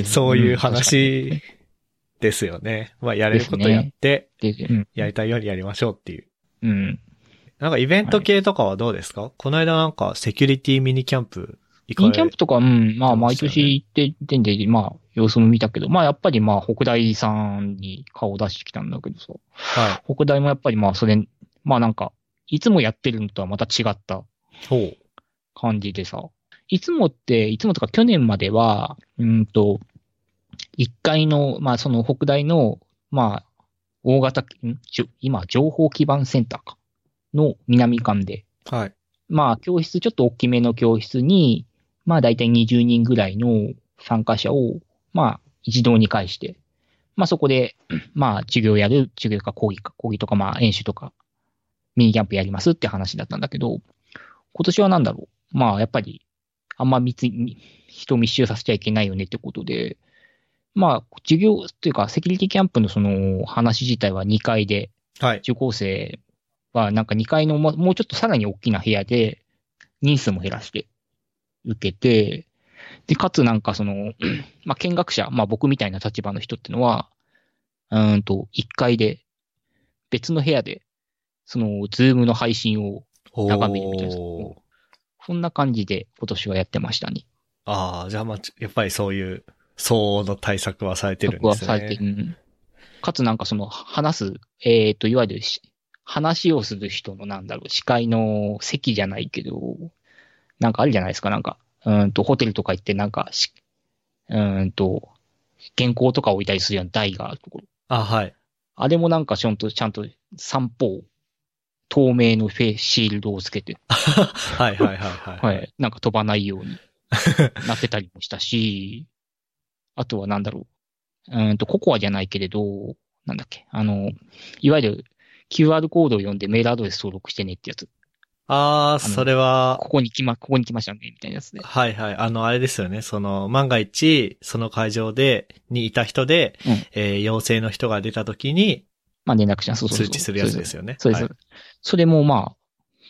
[SPEAKER 2] い
[SPEAKER 1] そういう
[SPEAKER 2] うん
[SPEAKER 1] 話ですよね。まあ、やれることやって、
[SPEAKER 2] 確かにでうん
[SPEAKER 1] やりたいようにやりましょうっていう。
[SPEAKER 2] うん。
[SPEAKER 1] なんかイベント系とかはどうですか、この間なんかセキュリティミニキャンプ行かれ
[SPEAKER 2] ミニキャンプとか、うん、まあ、
[SPEAKER 1] 行っ
[SPEAKER 2] 毎
[SPEAKER 1] てましたよね
[SPEAKER 2] 年行って、行ってんで、まあ、様子も見たけど、まあ、やっぱりまあ、北大さんに顔を出してきたんだけどさ、
[SPEAKER 1] は
[SPEAKER 2] 北大もやっぱりまあ、それ、まあなんか、いつもやってるのとはまた違った
[SPEAKER 1] い。ほう。
[SPEAKER 2] 感じでさ、いつもって、いつもとか去年までは、うんと、1階の、まあその北大の、まあ、大型、んじょ今、情報基盤センターか、の南館で、
[SPEAKER 1] はい。
[SPEAKER 2] まあ教室、ちょっと大きめの教室に、まあ大体20人ぐらいの参加者を、まあ一堂に会して、まあそこで、まあ授業やる、授業か講義か、講義とかまあ演習とか、ミニキャンプやりますって話だったんだけど、今年はなんだろう。まあやっぱり、あんま密に、人を密集させちゃいけないよねってことで、まあ、授業というか、セキュリティキャンプのその話自体は2階で、
[SPEAKER 1] はい。
[SPEAKER 2] 中高生はなんか2階のももうちょっとさらに大きな部屋で人数も減らして受けて、で、かつなんかその、 *clears throat* まあ、見学者、まあ、僕みたいな立場の人ってのは、うーんと、1階で別の部屋で、その、ズームの配信を、
[SPEAKER 1] お
[SPEAKER 2] 中身みたいな
[SPEAKER 1] ー
[SPEAKER 2] こんな感じで今年はやってましたね。
[SPEAKER 1] ああ、じゃあまあ、やっぱりそういう相応の対策はされてるん
[SPEAKER 2] 僕
[SPEAKER 1] で
[SPEAKER 2] は
[SPEAKER 1] すね。
[SPEAKER 2] されてうんかつなんかその話す、えっ、と、いわゆるし話をする人のなんだろう、司会の席じゃないけど、なんかあるじゃないですか、なんか、うーんと、ホテルとか行ってなんかし、うーんと、原稿とか置いたりするような台があるところ。
[SPEAKER 1] あ、はい。
[SPEAKER 2] あれもなんかちゃんと、ちゃんと三方、透明のフェシールドをつけて、
[SPEAKER 1] はいはいはいはい。
[SPEAKER 2] はい。なんか飛ばないよ
[SPEAKER 1] *laughs*
[SPEAKER 2] うになってたりもしたし、あとはなんだろう。うーんと、ココアじゃないけれど、なんだっけ。あの、いわゆる QR コードを読んでメールアドレス登録してねってやつ。
[SPEAKER 1] ああ、それは、
[SPEAKER 2] ここに来ま、ここに来ましたね、みたいなやつで。
[SPEAKER 1] はいはい。あの、あれですよね。その、万が一、その会場で、にいた人で、
[SPEAKER 2] うん
[SPEAKER 1] えー陽性の人が出た時に、
[SPEAKER 2] まあ連絡しなそうそうそう
[SPEAKER 1] 通知するやつですよね。
[SPEAKER 2] そうです。
[SPEAKER 1] は
[SPEAKER 2] そう
[SPEAKER 1] い
[SPEAKER 2] ですそれもまあ、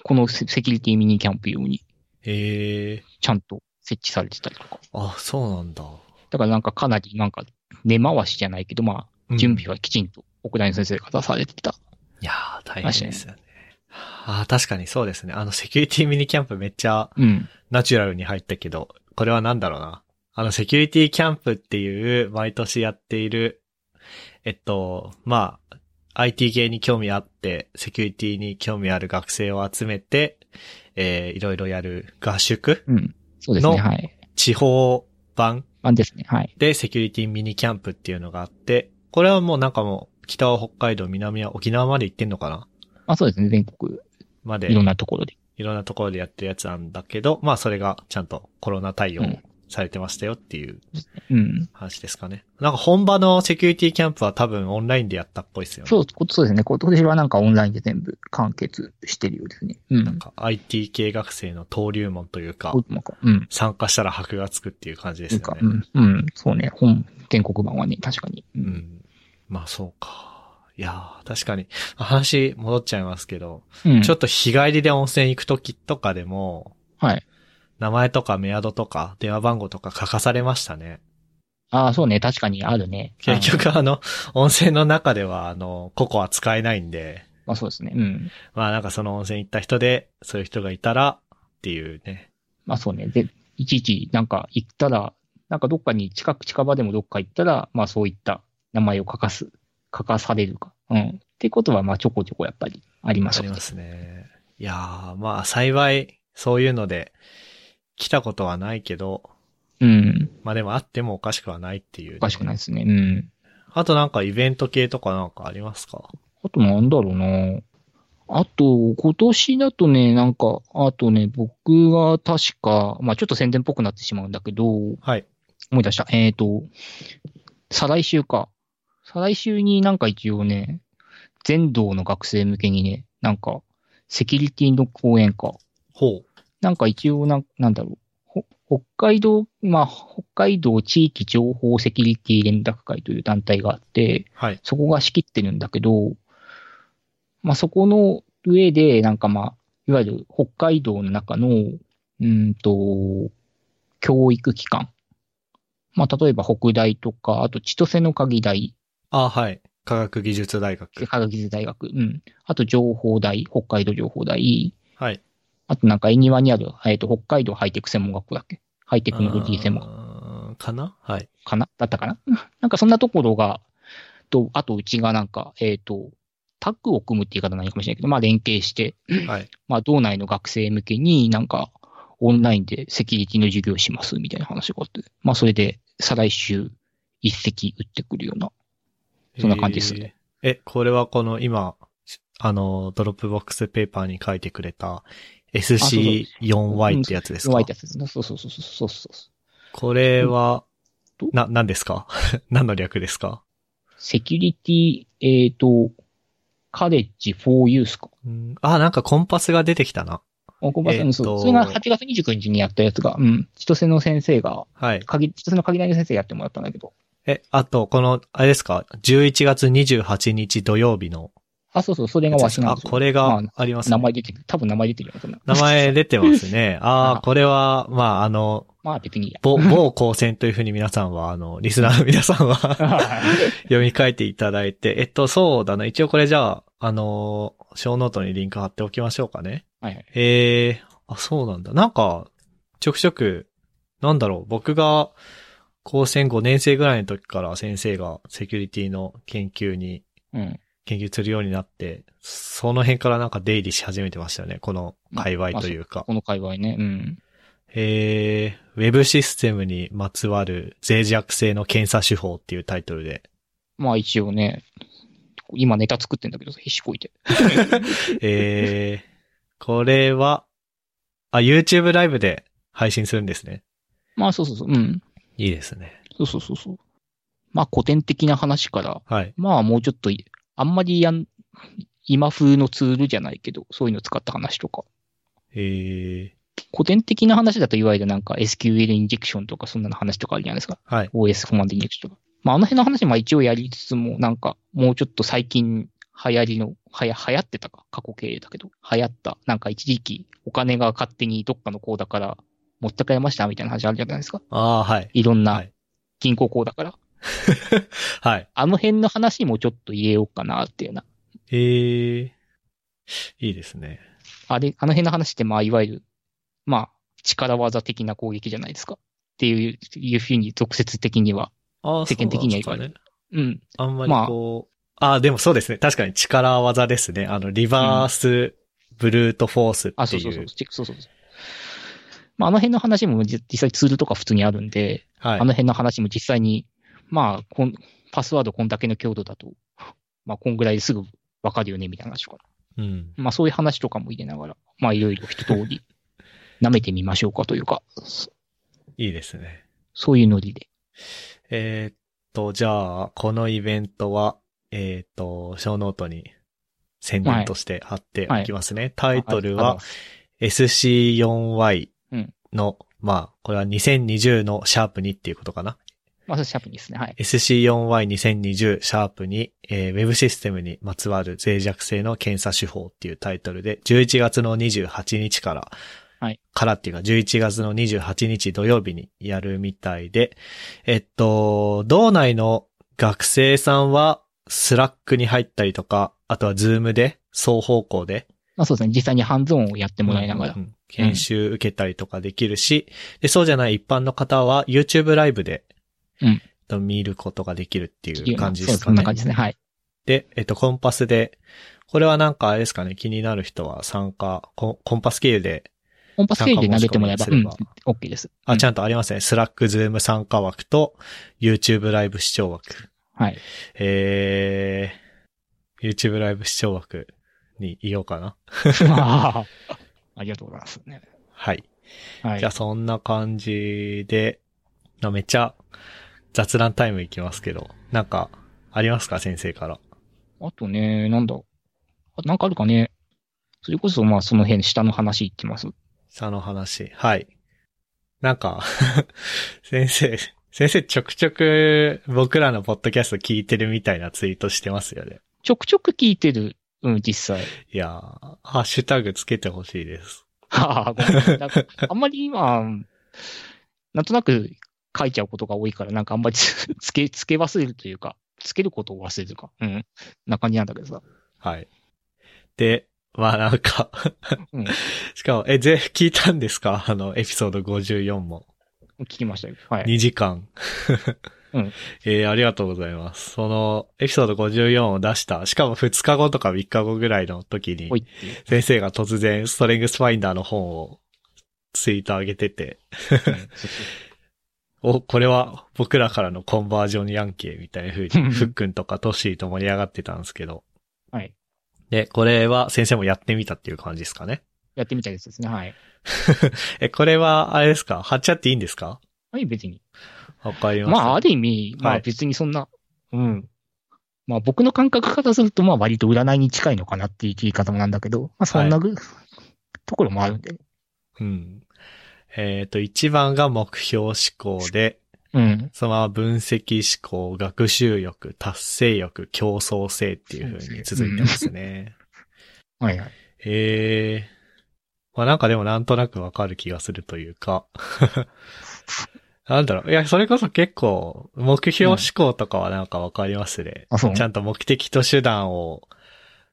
[SPEAKER 2] このセセキュリティミニキャンプ用に
[SPEAKER 1] ええ
[SPEAKER 2] ちゃんと設置されてたりとか。
[SPEAKER 1] あ、そうなんだ。
[SPEAKER 2] だからなんかかなりなんか根回しじゃないけど、ま
[SPEAKER 1] う
[SPEAKER 2] あ
[SPEAKER 1] ん
[SPEAKER 2] 準備はきちんと奥谷先生が出されてた。
[SPEAKER 1] いやー、大変ですよね。ああ、確かにそうですね。あの、セキュリティミニキャンプめっちゃ
[SPEAKER 2] うん。
[SPEAKER 1] ナチュラルに入ったけど、これはなんだろうな。あの、セキュリティキャンプっていう、毎年やっている、えっと、まあ、IT 系に興味あって、セキュリティに興味ある学生を集めて、えー、いろいろやる合宿
[SPEAKER 2] うん。そうですね。
[SPEAKER 1] の
[SPEAKER 2] はい。
[SPEAKER 1] 地方版
[SPEAKER 2] あですね。はい。
[SPEAKER 1] でセキュリティミニキャンプっていうのがあって、これはもうなんかもう、北は北海道、南は沖縄まで行ってんのかな
[SPEAKER 2] まあそうですね。全国、
[SPEAKER 1] まで
[SPEAKER 2] いろんなところで。
[SPEAKER 1] いろんなところでやってるやつなんだけど、まあそれがちゃんとコロナ対応されてましたよっていう
[SPEAKER 2] うん。
[SPEAKER 1] 話ですかね。なんか本場のセキュリティキャンプは多分オンラインでやったっぽいですよね。
[SPEAKER 2] そう、こそうですね。こ今年はなんかオンラインで全部完結してるようですね。う
[SPEAKER 1] なん
[SPEAKER 2] ん。
[SPEAKER 1] か IT 系学生の登竜門というか
[SPEAKER 2] こ、ういうのかうん。
[SPEAKER 1] 参加したら箔がつくっていう感じで
[SPEAKER 2] な
[SPEAKER 1] す
[SPEAKER 2] んか
[SPEAKER 1] よ、
[SPEAKER 2] う
[SPEAKER 1] ね。
[SPEAKER 2] ん。うん。そうね。本、全国版はね、確かに。う
[SPEAKER 1] う。ん。まあそうか。いやー、確かに。話戻っちゃいますけど、
[SPEAKER 2] うん、
[SPEAKER 1] ちょっ
[SPEAKER 2] と。
[SPEAKER 1] と日帰りで温泉行くときとかでも、
[SPEAKER 2] はい。
[SPEAKER 1] 名前とかメアドとか電話番号とか書かされましたね。
[SPEAKER 2] ああ、そうね。確かにあるね。
[SPEAKER 1] 結
[SPEAKER 2] うん。
[SPEAKER 1] 局あの、温泉の中ではあの、ココア使えないんで、
[SPEAKER 2] まあそうですね。うん。
[SPEAKER 1] まあなんかその温泉行った人で、そういう人がいたら、っていうね。
[SPEAKER 2] まあそうね。で、いちいちなんか行ったら、なんかどっかに近く近場でもどっか行ったら、まあそういった名前を書かす、書かされるか。うん。ってことは、まあちょこちょこやっぱりあります
[SPEAKER 1] あ
[SPEAKER 2] よ
[SPEAKER 1] り
[SPEAKER 2] ね
[SPEAKER 1] ますね。いやー、まあ幸い、そういうので、来たことはないけど、
[SPEAKER 2] うん。
[SPEAKER 1] まあでもあってもおかしくはないっていう、
[SPEAKER 2] おかしくないですね。うん。
[SPEAKER 1] あとなんかイベント系とかなんかありますか
[SPEAKER 2] あとなんだろうな。あと、今年だとね、なんか、あとね、僕が確か、まあちょっと宣伝っぽくなってしまうんだけど、思
[SPEAKER 1] はい。
[SPEAKER 2] い出した。えっ、と、再来週か。再来週になんか一応ね、全道の学生向けにね、なんか、セキュリティの講演か。
[SPEAKER 1] ほう。
[SPEAKER 2] なんか一応なん、なんだろう。ほ北海道、まあ、北海道地域情報セキュリティ連絡会という団体があって、
[SPEAKER 1] はい。
[SPEAKER 2] そこが仕切ってるんだけど、まあ、そこの上で、なんかまあ、いわゆる北海道の中の、うーんと、教育機関。まあ、例えば北大とか、あと千歳の鍵大、
[SPEAKER 1] あはい。科学技術大学。
[SPEAKER 2] 科学技術大学、うん。あと情報大、北海道情報大、
[SPEAKER 1] はい。
[SPEAKER 2] あとなんか絵庭にある、えっ、と、北海道ハイテク専門学校だっけハイテクノロジー専門学校
[SPEAKER 1] うーんかなはい。
[SPEAKER 2] かなだったかな *laughs* なんかそんなところが、と、あとうちがなんか、えっ、と、タッグを組むって言い方ないかもしれないけど、まあ連携して、
[SPEAKER 1] はい。
[SPEAKER 2] まあ道内の学生向けになんかオンラインでセキュリティの授業しますみたいな話があって、まあそれで再来週一石打ってくるような。そんな感じですね
[SPEAKER 1] えー。え、これはこの今、あの、ドロップボックスペーパーに書いてくれた
[SPEAKER 2] そう
[SPEAKER 1] SC4Y ってやつですか
[SPEAKER 2] 湧いたやつですね。そうそうそうそうそうそう。
[SPEAKER 1] これは
[SPEAKER 2] うん、
[SPEAKER 1] な、何ですか *laughs* 何の略ですか
[SPEAKER 2] セキュリティ、えっ、と、カレッジフォーユースか。
[SPEAKER 1] うんあ、なんかコンパスが出てきたな。
[SPEAKER 2] 大久保さん、
[SPEAKER 1] えっと
[SPEAKER 2] そう。それが8月29日にやったやつが、うん。千歳の先生が、
[SPEAKER 1] はい。
[SPEAKER 2] かぎ千歳の鍵谷の先生やってもらったんだけど。
[SPEAKER 1] え、あと、この、あれですか、11月28日土曜日の。
[SPEAKER 2] あ、そうそう、それがわしなん
[SPEAKER 1] あ、
[SPEAKER 2] ですよ
[SPEAKER 1] これがありますね
[SPEAKER 2] 名前出てくる。多分名前出てるよ、そんな。
[SPEAKER 1] 名前出てます
[SPEAKER 2] *laughs*
[SPEAKER 1] ね。あ
[SPEAKER 2] あ
[SPEAKER 1] あ、これは、まあ、あの、
[SPEAKER 2] まあ別にいい
[SPEAKER 1] *laughs*
[SPEAKER 2] や。*laughs*
[SPEAKER 1] 某、某高専というふうに皆さんは、あの、リスナーの皆さんは読み替えていただいて、えっと、そうだな。一応これじゃあ、あの、小ノートにリンク貼っておきましょうかね。
[SPEAKER 2] はいはい。
[SPEAKER 1] ええあ、そうなんだ。なんか、ちょくちょく、なんだろう、僕が、高専5年生ぐらいの時から先生がセキュリティの研究に、
[SPEAKER 2] うん。
[SPEAKER 1] 研究するようになって、その辺からなんか出入りし始めてましたよね。この界隈というか。
[SPEAKER 2] この界隈ね。うん。
[SPEAKER 1] えー、ウェブシステムにまつわる脆弱性の検査手法っていうタイトルで。
[SPEAKER 2] まあ一応ね、今ネタ作ってんだけど、必死こいて。
[SPEAKER 1] えー、これは、あ、YouTube ライブで配信するんですね。
[SPEAKER 2] まあそうそうそう、うん。
[SPEAKER 1] いいですね。
[SPEAKER 2] そうそうそうそう。まあ古典的な話から、
[SPEAKER 1] はい。
[SPEAKER 2] まあもうちょっとい、あんまりやん、今風のツールじゃないけど、そういうの使った話とか。
[SPEAKER 1] えー、
[SPEAKER 2] 古典的な話だといわゆるなんか SQL インジェクションとかそんなの話とかあるじゃないですか。
[SPEAKER 1] はい。
[SPEAKER 2] OS コマンドインジェクションとか。まああの辺の話も一応やりつつも、なんかもうちょっと最近流行りの、はや、流行ってたか過去形だけど。流行った。なんか一時期お金が勝手にどっかの口座から持ってかれましたみたいな話あるじゃないですか。
[SPEAKER 1] ああ、はい。
[SPEAKER 2] いろん
[SPEAKER 1] は
[SPEAKER 2] ない銀行口だから。
[SPEAKER 1] はい。
[SPEAKER 2] あの辺の話もちょっと入れようかなっていうな。
[SPEAKER 1] えー、いいですね。
[SPEAKER 2] あれ、あの辺の話って、まあ、いわゆる、まあ、力技的な攻撃じゃないですか。っていう、いうふうに、俗説的には。
[SPEAKER 1] ああ、
[SPEAKER 2] 世間的には
[SPEAKER 1] そうなんですかね
[SPEAKER 2] うん。
[SPEAKER 1] あんまりこう、ああ、でもそうですね。確かに力技ですね。あの、リバース、ブルートフォース
[SPEAKER 2] あ、
[SPEAKER 1] って
[SPEAKER 2] そう
[SPEAKER 1] い。
[SPEAKER 2] そううそう。チェックそうそうそう。まあ、あの辺の話も実実際ツールとか普通にあるんで、
[SPEAKER 1] はい
[SPEAKER 2] あの。辺の話も実際に、まあ、こんパスワードこんだけの強度だと、まあ、こんぐらいすぐわかるよね、みたいな話とか。
[SPEAKER 1] うん。
[SPEAKER 2] まあ、そういう話とかも入れながら、まあ、いろいろ一通
[SPEAKER 1] *laughs*
[SPEAKER 2] り舐めてみましょうかというか、そ
[SPEAKER 1] いいですね。
[SPEAKER 2] そういうノリで。
[SPEAKER 1] えーっと、じゃあ、このイベントは、えーっと、小ノートに宣伝として貼っておきますね。タイトルは、SC4Y
[SPEAKER 2] うん
[SPEAKER 1] の、まあ、これは2020のシャープ2っていうことかな。
[SPEAKER 2] まあ、それシャープにですね。はい。
[SPEAKER 1] SC4Y2020 シャープに、えーウェブシステムにまつわる脆弱性の検査手法っていうタイトルで、11月の28日から、
[SPEAKER 2] はい
[SPEAKER 1] からっていうか、11月の28日土曜日にやるみたいで、えっと、道内の学生さんは、スラックに入ったりとか、あとはズームで、双方向で、
[SPEAKER 2] まあそうですね。実際にハンズオンをやってもらいながら
[SPEAKER 1] うん。うんうん研修受けたりとかできるし、で、そうじゃない一般の方は YouTube ライブで、
[SPEAKER 2] うん
[SPEAKER 1] と見ることができるって
[SPEAKER 2] って
[SPEAKER 1] い
[SPEAKER 2] いううのは
[SPEAKER 1] 感じで
[SPEAKER 2] そう
[SPEAKER 1] す
[SPEAKER 2] そ
[SPEAKER 1] か
[SPEAKER 2] ん
[SPEAKER 1] ね
[SPEAKER 2] な。感じですね。はい。
[SPEAKER 1] で、えっと、コンパスで、これはなんかあれですかね、気になる人は参加、ココンパス経由で、
[SPEAKER 2] コンパス経由で投げてもらえば、
[SPEAKER 1] 参
[SPEAKER 2] う
[SPEAKER 1] 加申し込
[SPEAKER 2] ん
[SPEAKER 1] みすれば、
[SPEAKER 2] OK です。う
[SPEAKER 1] あ、
[SPEAKER 2] ん
[SPEAKER 1] ちゃんとありますね。スラック、ズーム参加枠と、YouTube ライブ視聴枠。
[SPEAKER 2] はい。
[SPEAKER 1] えー、YouTube ライブ視聴枠にいようかな。
[SPEAKER 2] *laughs* ありがとうございますね。
[SPEAKER 1] はい。
[SPEAKER 2] はい
[SPEAKER 1] じゃあ。そんな感じで、なめっちゃ雑談タイムいきますけど、なんかありますか先生から。
[SPEAKER 2] あとね、なんだ。あなんかあるかね。それこそ、まあ、その辺、下の話いってます。
[SPEAKER 1] その話。はい。なんか、 *laughs* 先生、先生ちょくちょく僕らのポッドキャスト聞いてるみたいなツイートしてますよね。
[SPEAKER 2] ちょくちょく聞いてる。うん、実 *laughs* 際。
[SPEAKER 1] いやー、ハッシュタグつけてほしいです。
[SPEAKER 2] はあ、ごめんなんかあんまり今、なんとなく書いちゃうことが多いから、なんかあんまり *laughs* つつけ、つけ忘れるというか、つけることを忘れるか。うん。な感じなんだけどさ。
[SPEAKER 1] はい。で、まあなんか
[SPEAKER 2] うん
[SPEAKER 1] *laughs* しかも、え、ぜ、聞いたんですかあの、エピソード54も。
[SPEAKER 2] 聞きましたよ。はい。
[SPEAKER 1] 2時間。
[SPEAKER 2] うん
[SPEAKER 1] *laughs* えーありがとうございます。その、エピソード54を出した、しかも2日後とか3日後ぐらいの時に
[SPEAKER 2] ほ、いっていう。
[SPEAKER 1] 先生が突然、ストレングスファインダーの本をツイート上げてて、
[SPEAKER 2] うんそうそう
[SPEAKER 1] お、これは僕らからのコンバージョンヤンケーみたいな風
[SPEAKER 2] う *laughs*
[SPEAKER 1] に、
[SPEAKER 2] ん
[SPEAKER 1] ふっくんとかトッシーと盛り上がってたんですけど。
[SPEAKER 2] はい。
[SPEAKER 1] で、これは先生もやってみたっていう感じですかね。
[SPEAKER 2] やってみたいですですね。はい。
[SPEAKER 1] え、これは、あれですか貼っちゃっていいんですか
[SPEAKER 2] はい、別に。
[SPEAKER 1] わかりました。
[SPEAKER 2] まあ、ある意味、ま
[SPEAKER 1] は
[SPEAKER 2] あ
[SPEAKER 1] い
[SPEAKER 2] 別にそんな、うん。まあ僕の感覚からすると、まあ割と占いに近いのかなっていう言い方もなんだけど、まあそんなぐ、ところもあるんでね。
[SPEAKER 1] うん。えっ、と、一番が目標思考で、
[SPEAKER 2] うん。
[SPEAKER 1] そのまま分析思考、学習欲、達成欲、競争性っていう風に続いてますね。
[SPEAKER 2] はいはい。
[SPEAKER 1] へえまあなんかでもなんとなくわかる気がするというか。 *laughs* なんだろう。いや、それこそ結構、目標思考とかはなんかわかりますね。
[SPEAKER 2] あ、そう。
[SPEAKER 1] ちゃんと目的と手段を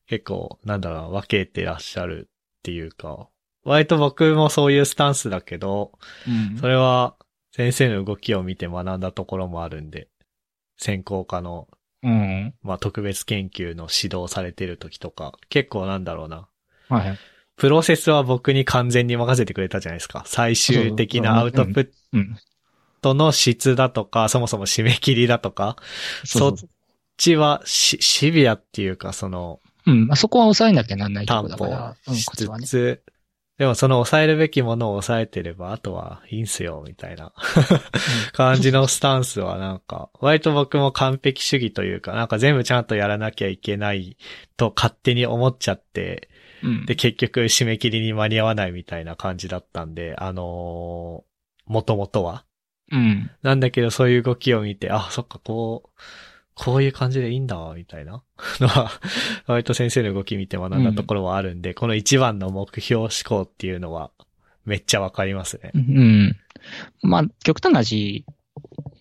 [SPEAKER 1] 結構、なんだろう、分けてらっしゃるっていうか。割と僕もそういうスタンスだけど、
[SPEAKER 2] うん
[SPEAKER 1] それは先生の動きを見て学んだところもあるんで、専攻科の
[SPEAKER 2] うん。
[SPEAKER 1] まあ、特別研究の指導されてる時とか、結構なんだろうな。
[SPEAKER 2] はいはい。
[SPEAKER 1] プロセスは僕に完全に任せてくれたじゃないですか。最終的なアウトプッ
[SPEAKER 2] うん。
[SPEAKER 1] トの質だとか、そもそも締め切りだとか、
[SPEAKER 2] そ
[SPEAKER 1] そうっ
[SPEAKER 2] そう
[SPEAKER 1] ちはシシビアっていうか、その、
[SPEAKER 2] うん。まあ、そこは抑えなきゃなんないとこ
[SPEAKER 1] 担
[SPEAKER 2] ろだか
[SPEAKER 1] 保
[SPEAKER 2] ら、うん、
[SPEAKER 1] し
[SPEAKER 2] こっち
[SPEAKER 1] つ
[SPEAKER 2] はね。
[SPEAKER 1] つ、でもその抑えるべきものを抑えてれば、あとはいいんすよ、みたいな感じのスタンスはなんか、割と僕も完璧主義というか、なんか全部ちゃんとやらなきゃいけないと勝手に思っちゃって、
[SPEAKER 2] うん。
[SPEAKER 1] で、結局締め切りに間に合わないみたいな感じだったんで、あのー、もともとは。
[SPEAKER 2] うん。
[SPEAKER 1] なんだけど、そういう動きを見て、あ、そっか、こう、こういう感じでいいんだ、みたいな *laughs* のは、割と先生の動き見て学んだところはあるんで、この一番の目標思考っていうのは、めっちゃわかりますね。
[SPEAKER 2] うん。まあ、極端な話、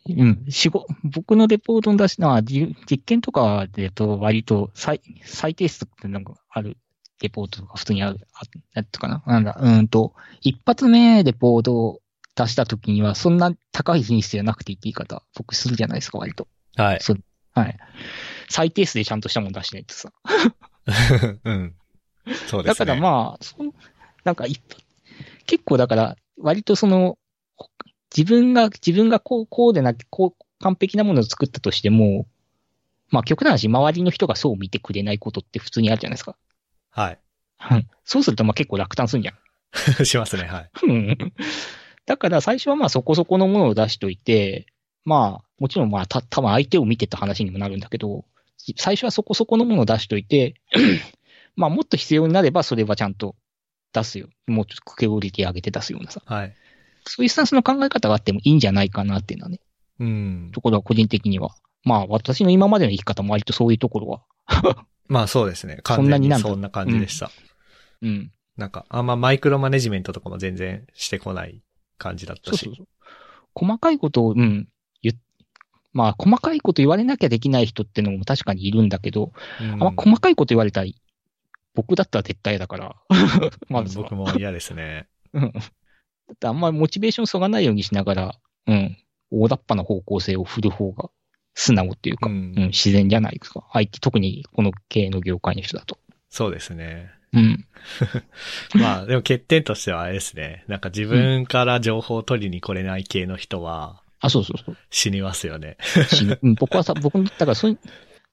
[SPEAKER 2] うん、仕事、僕のレポートの出しのは、じ実験とかで言うと、割と再、再提出ってなんかある、レポートとか普通にある、あやつかななんだ、うんと、一発目レポートを出した時には、そんな高い品質じゃなくていいって言い方、僕するじゃないですか、割と。。
[SPEAKER 1] はい
[SPEAKER 2] はい。再提出でちゃんとしたもの出しないとさ。
[SPEAKER 1] *laughs* うん。そうで
[SPEAKER 2] だ
[SPEAKER 1] すね。
[SPEAKER 2] からまあ、そんなんか一結構だから、割とその、こ自分が、自分がこう、こうでなきこう、完璧なものを作ったとしても、まあ極端な話、周りの人がそう見てくれないことって普通にあるじゃないですか。
[SPEAKER 1] は
[SPEAKER 2] うんそうするとまあ結構落胆するんじゃん。
[SPEAKER 1] い。 *laughs* しますね、はい。
[SPEAKER 2] うんだから最初はまあそこそこのものを出しといて、まあもちろんまあた、多分相手を見てって話にもなるんだけど、最初はそこそこのものを出しといて、まあもっと必要になればそれはちゃんと出すよ。もうちょっとクケをリテ上げて出すようなさ。
[SPEAKER 1] はい。
[SPEAKER 2] そういうスタンスの考え方があってもいいんじゃないかなっていうのはね、
[SPEAKER 1] うん
[SPEAKER 2] と。ころは個人的には。まあ私の今までの生き方も割とそういうところは、
[SPEAKER 1] まあそうですね。
[SPEAKER 2] そ
[SPEAKER 1] 完
[SPEAKER 2] んな
[SPEAKER 1] 全
[SPEAKER 2] に
[SPEAKER 1] に
[SPEAKER 2] なんだ
[SPEAKER 1] そんな感じでした。
[SPEAKER 2] うん。
[SPEAKER 1] なんか、あんまマイクロマネジメントとかも全然してこない感じだった
[SPEAKER 2] そう
[SPEAKER 1] し。
[SPEAKER 2] そうそう。細かいことを、うん、言っまあ細かいこと言われなきゃできない人ってのも確かにいるんだけど、
[SPEAKER 1] うん
[SPEAKER 2] あんま細かいこと言われたい。僕だったら絶対だから。 *laughs* まずは
[SPEAKER 1] 僕も嫌ですね。
[SPEAKER 2] うんだってあんまりモチベーションそがないようにしながら、うん。大雑把な方向性を振る方が素直っていうか、
[SPEAKER 1] う
[SPEAKER 2] うん、
[SPEAKER 1] ん。
[SPEAKER 2] 自然じゃないですか。相手、特にこの経営の業界の人だと。
[SPEAKER 1] そうですね。
[SPEAKER 2] うん。
[SPEAKER 1] *laughs* まあ、でも欠点としてはあれですね。なんか自分から情報を取りに来れない系の人は
[SPEAKER 2] あ、そうそうそう。
[SPEAKER 1] 死にますよね。*laughs*
[SPEAKER 2] しうん僕はさ、僕の、だからそういう、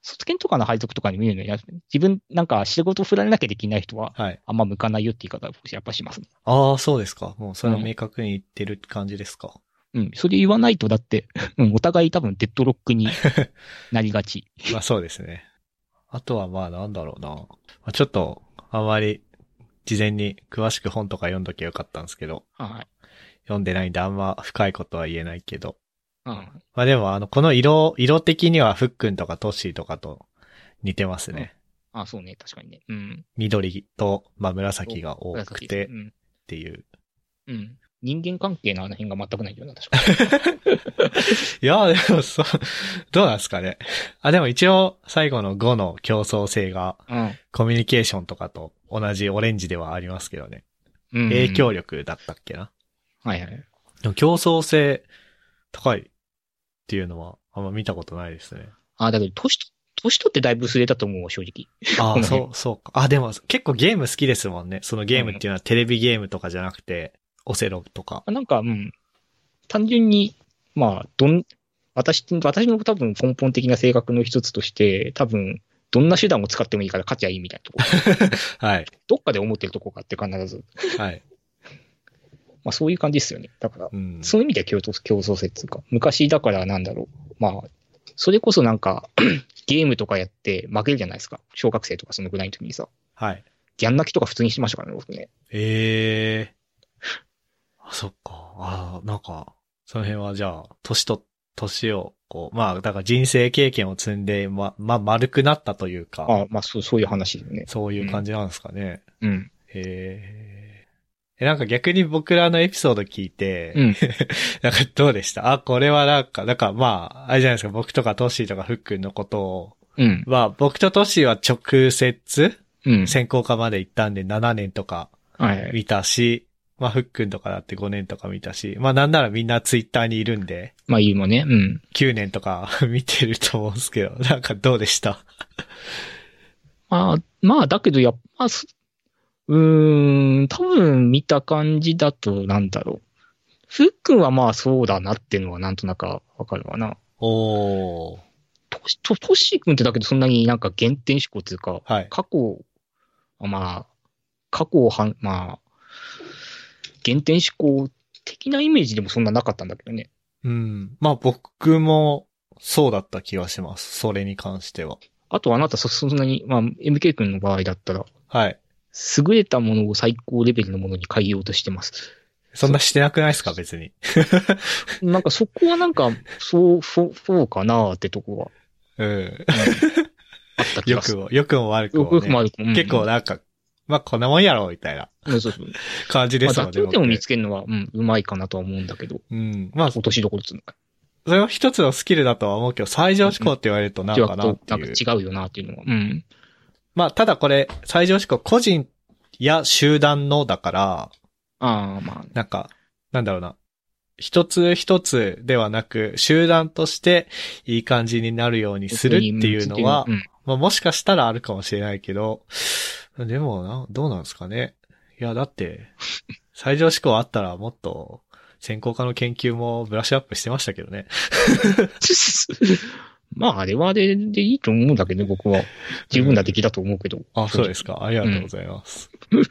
[SPEAKER 2] 卒検とかの配属とかに見るのや、自分なんか仕事振られなきゃできない人は、
[SPEAKER 1] はい。
[SPEAKER 2] あんま向かないよって言い方は僕やっぱしますね。
[SPEAKER 1] ああ、そうですか。もうそれは明確に言ってる感じですか。
[SPEAKER 2] うん。それ言わないと、だって、うん、お互い多分デッドロックになり
[SPEAKER 1] *laughs*
[SPEAKER 2] がち。
[SPEAKER 1] まあそうですね。あとはまあなんだろうな。まあちょっと、あまり事前に詳しく本とか読んどきゃよかったんですけど、
[SPEAKER 2] はい。
[SPEAKER 1] 読んでないんであんま深いことは言えないけど。
[SPEAKER 2] うん。
[SPEAKER 1] まあでも、あの、この色、色的にはふっくんとかトッシーとかと似てますね。
[SPEAKER 2] あ、そうね、確かにね。うん。
[SPEAKER 1] 緑と、まあ紫が多くてっ
[SPEAKER 2] うん。
[SPEAKER 1] ていう。
[SPEAKER 2] うん。人間関係のあの辺が全くないよな、確かに。
[SPEAKER 1] いや、でもそう、どうなんですかね。あ、でも一応最後の5の競争性が *laughs* コミュニケーションとかと同じオレンジではありますけどね。
[SPEAKER 2] うん。うん
[SPEAKER 1] 影響。力だったっけな。
[SPEAKER 2] はいはい。
[SPEAKER 1] でも競争性高いっていうのはあんま見たことないですね。
[SPEAKER 2] あ、だけど、年と、年取ってだいぶ薄れたと思う、正直。
[SPEAKER 1] あ
[SPEAKER 2] この辺
[SPEAKER 1] *laughs* そう、そうか。あ、でも結構ゲーム好きですもんね。そのゲームっていうのはテレビゲームとかじゃなくて、オセロとか。
[SPEAKER 2] なんか、うん。単純に、まあ、どん、私、私の多分根本的な性格の一つとして、多分、どんな手段を使ってもいいから勝ちゃいいみたいなところ。
[SPEAKER 1] はい。
[SPEAKER 2] どっかで思ってるとこがあって必ず。
[SPEAKER 1] はい。
[SPEAKER 2] まあ、そういう感じですよね。だから、
[SPEAKER 1] うん。
[SPEAKER 2] そういう意味では競争競争性っていうか、昔だからなんだろう。まあ、それこ *clears throat* そなんか、ゲームとかやって負けるじゃないですか。小学生とかそのぐらいの時にさ。
[SPEAKER 1] はい。
[SPEAKER 2] ギャン泣きとか普通にしてましたからね、僕ね。
[SPEAKER 1] ええあ、そっか。ああ、なんか、その辺はじゃあ、年と、年を、こう、まあ、だから人生経験を積んで、ま、まあ、丸くなったというか、
[SPEAKER 2] あまあそう、そういう話ですね。
[SPEAKER 1] そういう感じなんですかね。
[SPEAKER 2] うん。
[SPEAKER 1] へえ。え、なんか逆に僕らのエピソード聞いて、
[SPEAKER 2] うん
[SPEAKER 1] なんかどうでしたあ、これはなんか、なんかまあ、あれじゃないですか、僕とかトッシーとかフックンのことを、
[SPEAKER 2] うん。
[SPEAKER 1] まあ僕とトッシーは直接、
[SPEAKER 2] うん。
[SPEAKER 1] 専攻科まで行ったんで7年とか
[SPEAKER 2] はい。
[SPEAKER 1] 見たし、まあフックンとかだって5年とか見たし、まあなんならみんなツイッターにいるんで、
[SPEAKER 2] まあ、言うもね。うん。
[SPEAKER 1] 9年とか *laughs* 見てると思うんですけど、なんかどうでした
[SPEAKER 2] まあ、まあ、だけど、やっぱ、すうーん、多分見た感じだと、なんだろう。ふっくんはまあそうだなっていうのはなんとなくわかるわな。
[SPEAKER 1] おー。
[SPEAKER 2] とし、と、としくんってだけどそんなになんか原点思考っていうか、
[SPEAKER 1] はい。
[SPEAKER 2] 過去、まあ、過去をはん、まあ、原点思考的なイメージでもそんななかったんだけどね。
[SPEAKER 1] うん。まあ僕もそうだった気がします。それに関しては。
[SPEAKER 2] あとあなたそ、そんなに、まあ、MK 君の場合だったら、
[SPEAKER 1] はい。
[SPEAKER 2] 優れたものを最高レベルのものに変えようとしてます。
[SPEAKER 1] そんなしてなくないですか別に。
[SPEAKER 2] なんかそこはなんか、そう、 *laughs* そう、そうかなーってとこは、
[SPEAKER 1] うん。 *laughs*
[SPEAKER 2] うんあった気
[SPEAKER 1] よ
[SPEAKER 2] がす
[SPEAKER 1] く
[SPEAKER 2] る。
[SPEAKER 1] も、よくも悪く
[SPEAKER 2] よ
[SPEAKER 1] も、
[SPEAKER 2] く
[SPEAKER 1] ね。
[SPEAKER 2] もある。うん
[SPEAKER 1] 結構、なんか、まあこんなもんやろ、みたいな
[SPEAKER 2] うんそうそう。
[SPEAKER 1] 感じで
[SPEAKER 2] まあ、
[SPEAKER 1] す
[SPEAKER 2] 妥
[SPEAKER 1] ので。
[SPEAKER 2] 当点を
[SPEAKER 1] 僕
[SPEAKER 2] 見つけるのは、うん、うまいかなとは思うんだけど、
[SPEAKER 1] うん。まあ、そ
[SPEAKER 2] 落としどころっつうのか。
[SPEAKER 1] れは一つのスキルだとは思うけど、最上思考って言われるとなん
[SPEAKER 2] 違う
[SPEAKER 1] かなって
[SPEAKER 2] なん
[SPEAKER 1] いう。
[SPEAKER 2] か違うよなっていうのは。うん。
[SPEAKER 1] まあ、ただこれ、最上思考個人や集団のだから、
[SPEAKER 2] ああ、まあ、
[SPEAKER 1] なんか、なんだろうな。一つ一つではなく、集団としていい感じになるようにするっていうのは、
[SPEAKER 2] うん
[SPEAKER 1] まあもしかしたらあるかもしれないけど、でもな、どうなんですかね。いや、だ *laughs* って、最上思考あったらもっと、専攻科の研究もブラッシュアップしてましたけどね。
[SPEAKER 2] まあ、あれはあれでいいと思うんだけどね、僕は。十分な出来だと思うけど。
[SPEAKER 1] あ、そうですか。ありがとうございます。
[SPEAKER 2] うん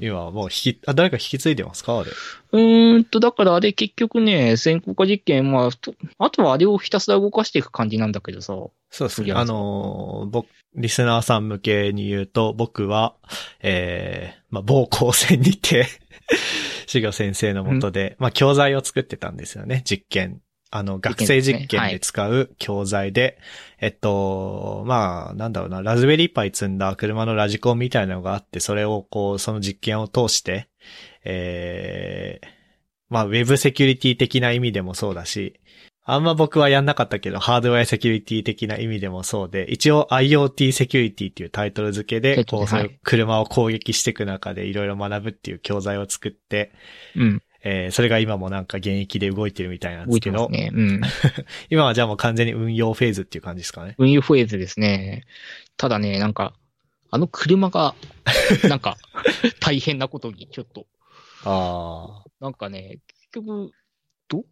[SPEAKER 1] 今はもう引き、あ、誰か引き継いでますかあれ。
[SPEAKER 2] うーんと、だからあれ結局ね、先行化実験、まあ、とあとはあれをひたすら動かしていく感じなんだけどさ。
[SPEAKER 1] そうです
[SPEAKER 2] い
[SPEAKER 1] ね。
[SPEAKER 2] や
[SPEAKER 1] あのー僕、リスナーさん向けに言うと、僕は、えー、まあ、某高専にて、 *laughs* 修行先生のもとで、まあ、教材を作ってたんですよね、実験。あの、学生実
[SPEAKER 2] 実験ですね
[SPEAKER 1] 験
[SPEAKER 2] は
[SPEAKER 1] で
[SPEAKER 2] い
[SPEAKER 1] 使う教材で、えっと、まあ、なんだろうな、ラズベリーパイ積んだ車のラジコンみたいなのがあって、それをこう、その実験を通して、えー、まあ、ウェブセキュリティ的な意味でもそうだし、あんま僕はやんなかったけど、ハードウェアセキュリティ的な意味でもそうで、一応 IoT セキュリティっていうタイトル付け
[SPEAKER 2] タ
[SPEAKER 1] で、
[SPEAKER 2] イト
[SPEAKER 1] こ
[SPEAKER 2] ルで
[SPEAKER 1] う、そう
[SPEAKER 2] はい
[SPEAKER 1] いう車を攻撃していく中でいろいろ学ぶっていう教材を作って、
[SPEAKER 2] うん。
[SPEAKER 1] えーそれが今もなんか現役で動いてるみたいなんで
[SPEAKER 2] 動
[SPEAKER 1] す
[SPEAKER 2] いて
[SPEAKER 1] け
[SPEAKER 2] ま
[SPEAKER 1] ど、
[SPEAKER 2] すね。うん。
[SPEAKER 1] 今はじゃあもう完全に運用フェーズっていう感じですかね。
[SPEAKER 2] 運輸フェーズですね。ただね、なんか、あの車が、なん
[SPEAKER 1] *laughs*
[SPEAKER 2] か、大変なことに、ちょっと、
[SPEAKER 1] ああ。
[SPEAKER 2] なんかね、結局、ど、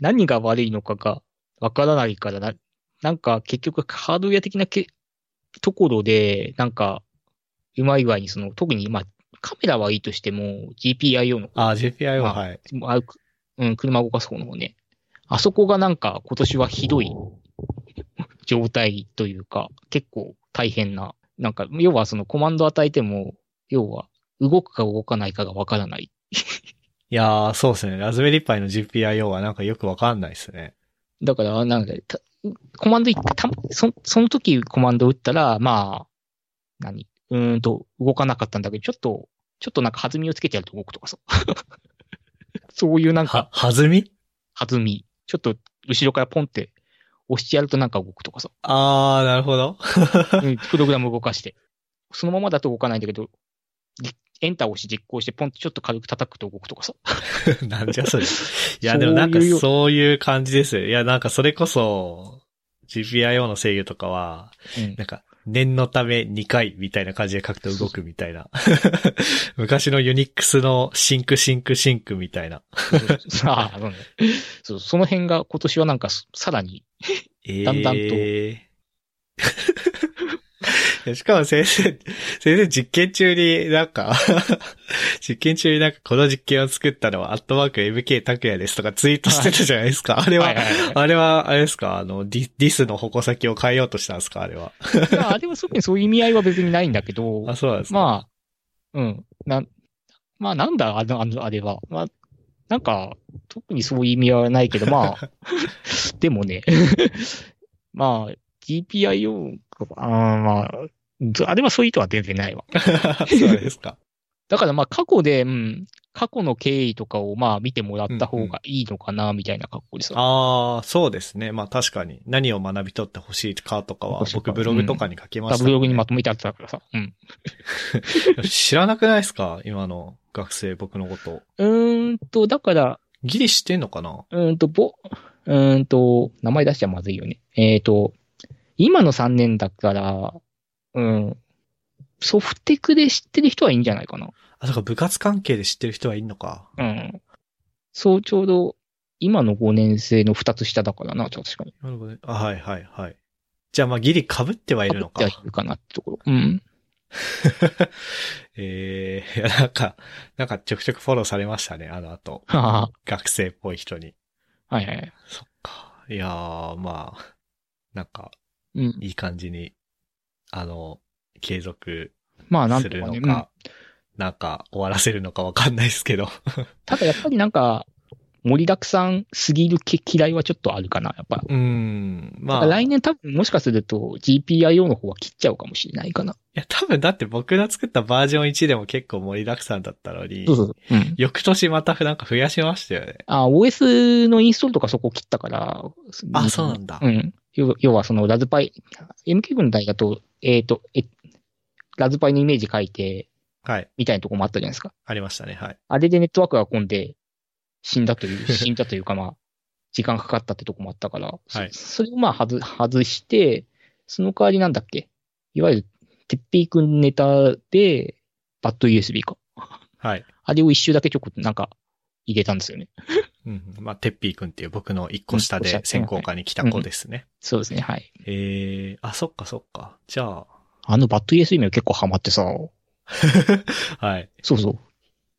[SPEAKER 2] 何が悪いのかがわからないからな、なんか結局ハードウェア的なけところで、なんか、うまい具合にその、特にまあ、カメラはいいとしても、GPIO の、
[SPEAKER 1] ああ、GPI は、
[SPEAKER 2] まあ
[SPEAKER 1] はい。
[SPEAKER 2] あくうん、車を動かす方の方ね。あそこがなんか今年はひどい状態というか、結構大変な、なんか、要はそのコマンド与えても、要は動くか動かないかがわからない。
[SPEAKER 1] いやー、そうですね。ラズベリーパイの GPIO はなんかよくわかんないですね。
[SPEAKER 2] だから、なんか、たコマンドいた、そその時コマンド打ったら、まあ、何うーんと、動かなかったんだけど、ちょっと、ちょっとなんか弾みをつけてやると動くとかさ。 *laughs* そういうなん
[SPEAKER 1] は
[SPEAKER 2] か、、
[SPEAKER 1] 弾み
[SPEAKER 2] 弾み。ちょっと、後ろからポンって押してやるとなんか動くとかさ。
[SPEAKER 1] あー、なるほど。
[SPEAKER 2] うんプログラムを動かして。そのままだと動かないんだけど、じエンターを押して実行して、ポンってちょっと軽く叩くと動くとかさ。
[SPEAKER 1] *laughs* なんじゃそれ。いや、
[SPEAKER 2] そう
[SPEAKER 1] で
[SPEAKER 2] いう
[SPEAKER 1] もなんか
[SPEAKER 2] よ
[SPEAKER 1] そういう感じですよ。いや、なんかそれこそ、GPIO の制御とかは、
[SPEAKER 2] うん
[SPEAKER 1] なんか、念のため2回みたいな感じで書くと動くみたいな。 *laughs* 昔のユニックスのシンクシンクシンクみたいな。
[SPEAKER 2] *laughs* さあ、そうねそうその辺が今年はなんかささらに
[SPEAKER 1] えー。
[SPEAKER 2] だんだんと
[SPEAKER 1] *laughs* しかも先生、先生実験中になんか *laughs* 実験中になんかこの実験を作ったのはアットマーク MK 拓也ですとかツイートしてたじゃないですか。あれは、
[SPEAKER 2] いいい
[SPEAKER 1] あれは、あれですかあの、ディディスの矛先を変えようとしたんですかあれは。
[SPEAKER 2] いや、でもそうそういう意味合いは別にないんだけど、
[SPEAKER 1] あ、そうなんですか
[SPEAKER 2] まあ、うん。な、まあなんだ、あの、あの、あれは。まあ、なんか、特にそういう意味はないけど、ま
[SPEAKER 1] *laughs*
[SPEAKER 2] あ、でもね、 *laughs* まあ、GPIO、あーまあ、ずあれはそういう意図は全然ないわ。
[SPEAKER 1] あ。 *laughs* そうです
[SPEAKER 2] *laughs*
[SPEAKER 1] か。
[SPEAKER 2] だからまあ過去で、うん、過去の経緯とかをまあ見てもらった方がいいのかな、みたいな格好でさ。
[SPEAKER 1] ああ、そうですね。まあ確かに。何を学び取ってほしいかとかは
[SPEAKER 2] 欲し、いか
[SPEAKER 1] 僕ブログとかに書きました、
[SPEAKER 2] ブログにまとめてあったからさ。うん。
[SPEAKER 1] 知らなくないですか今の学生、僕のこと。
[SPEAKER 2] うーんと、だから、
[SPEAKER 1] ギリ知ってんのかな
[SPEAKER 2] うーんと、ぼ、うーんと、名前出しちゃまずいよね。えっ、と、今の3年だから、うん、ソフテクで知ってる人はいいんじゃないかな。
[SPEAKER 1] あ、そうか、部活関係で知ってる人はいんのか。
[SPEAKER 2] うん。そう、ちょうど、今の5年生の2つ下だからな、確かに。
[SPEAKER 1] なるほどね。あ、はいはいはい。じゃあまあギリ被ってはいるのか
[SPEAKER 2] 被っ。てはいるかなってところ。うん。
[SPEAKER 1] *laughs* ええいやなんか、なんかちょくちょくフォローされましたね、あの後。
[SPEAKER 2] ははは
[SPEAKER 1] 学生っぽい人に。
[SPEAKER 2] は。はいはい。
[SPEAKER 1] そっか。いやー、まあ、なんか、
[SPEAKER 2] うん。
[SPEAKER 1] いい感じに、あの、継続
[SPEAKER 2] まあ、なん
[SPEAKER 1] す
[SPEAKER 2] とか
[SPEAKER 1] るの
[SPEAKER 2] ね。うん
[SPEAKER 1] か、なんか終わらせるのかわかんないですけど。 *laughs*
[SPEAKER 2] ただやっぱりなんか、盛りだくさんすぎるけ嫌いはちょっとあるかな、やっぱ。
[SPEAKER 1] うーん、まあ。
[SPEAKER 2] 来年多分もしかすると GPIO の方は切っちゃうかもしれないかな。
[SPEAKER 1] いや、多分だって僕が作ったバージョン1でも結構盛りだくさんだったのに、
[SPEAKER 2] そうそうそう。うん。
[SPEAKER 1] 翌年またなんか増やしましたよね。
[SPEAKER 2] あ、OS のインストールとかそこ切ったから。
[SPEAKER 1] あ、そうなんだ。
[SPEAKER 2] うん。要要はそのラズパイ、MQ の台だと、えっ、と、え、ラズパイのイメージ書いて、
[SPEAKER 1] はい。
[SPEAKER 2] みたいなとこもあったじゃないですか。
[SPEAKER 1] ありましたね。はい。
[SPEAKER 2] あれでネットワークが混んで、死んだ
[SPEAKER 1] *laughs*
[SPEAKER 2] という、死んだというかまあ、時間かかったってとこもあったから、そ
[SPEAKER 1] はい
[SPEAKER 2] それをまあ外、外して、その代わりなんだっけいわゆる、てっぺいくんネタで、バッド USB か。
[SPEAKER 1] はい。
[SPEAKER 2] あれを一周だけちょこっとなんか入れたんですよね。
[SPEAKER 1] うん。まあ、てっぴーくんっていう僕の一個下
[SPEAKER 2] うん一
[SPEAKER 1] で
[SPEAKER 2] 個下
[SPEAKER 1] 専攻科に来た子ですね。
[SPEAKER 2] そうですね、はい。
[SPEAKER 1] えー、あ、そっかそっか。じゃ
[SPEAKER 2] あのバッド USB も結構ハマってさ、
[SPEAKER 1] あ、はい。
[SPEAKER 2] そうそう。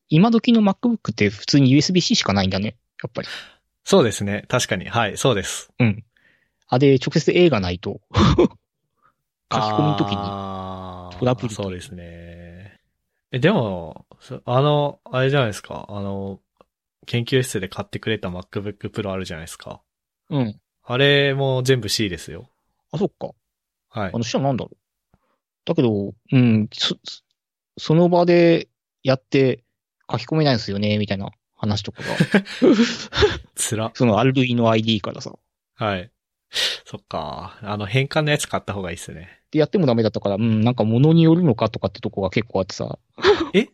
[SPEAKER 2] 今時の MacBook って普通に USB-C しかないんだね。やっぱり。
[SPEAKER 1] そうですね。確かに。はい、そうです。
[SPEAKER 2] あれ、直接 A がな
[SPEAKER 1] *laughs*
[SPEAKER 2] いと。書き込むときに。
[SPEAKER 1] あー
[SPEAKER 2] トラブル
[SPEAKER 1] そうですね。え、でも、そあの、あれじゃないですか。あの、研究室で買ってくれた MacBook Pro あるじゃないですか。
[SPEAKER 2] うん。
[SPEAKER 1] あれも全部 C ですよ。
[SPEAKER 2] あ、そっか。
[SPEAKER 1] はい
[SPEAKER 2] あ。の人はなんだろう。だけど、うん、そ、そその場でやって書き込めないんですよね、みたいな話と
[SPEAKER 1] *laughs*
[SPEAKER 2] かが。
[SPEAKER 1] つら。
[SPEAKER 2] その RE の ID からさ。
[SPEAKER 1] はい。そっか。あの、変換のやつ買った方がいいっすね。
[SPEAKER 2] で、やってもダメだったから、うん、なんか物によるのかとかってとこが結構あってさ。
[SPEAKER 1] え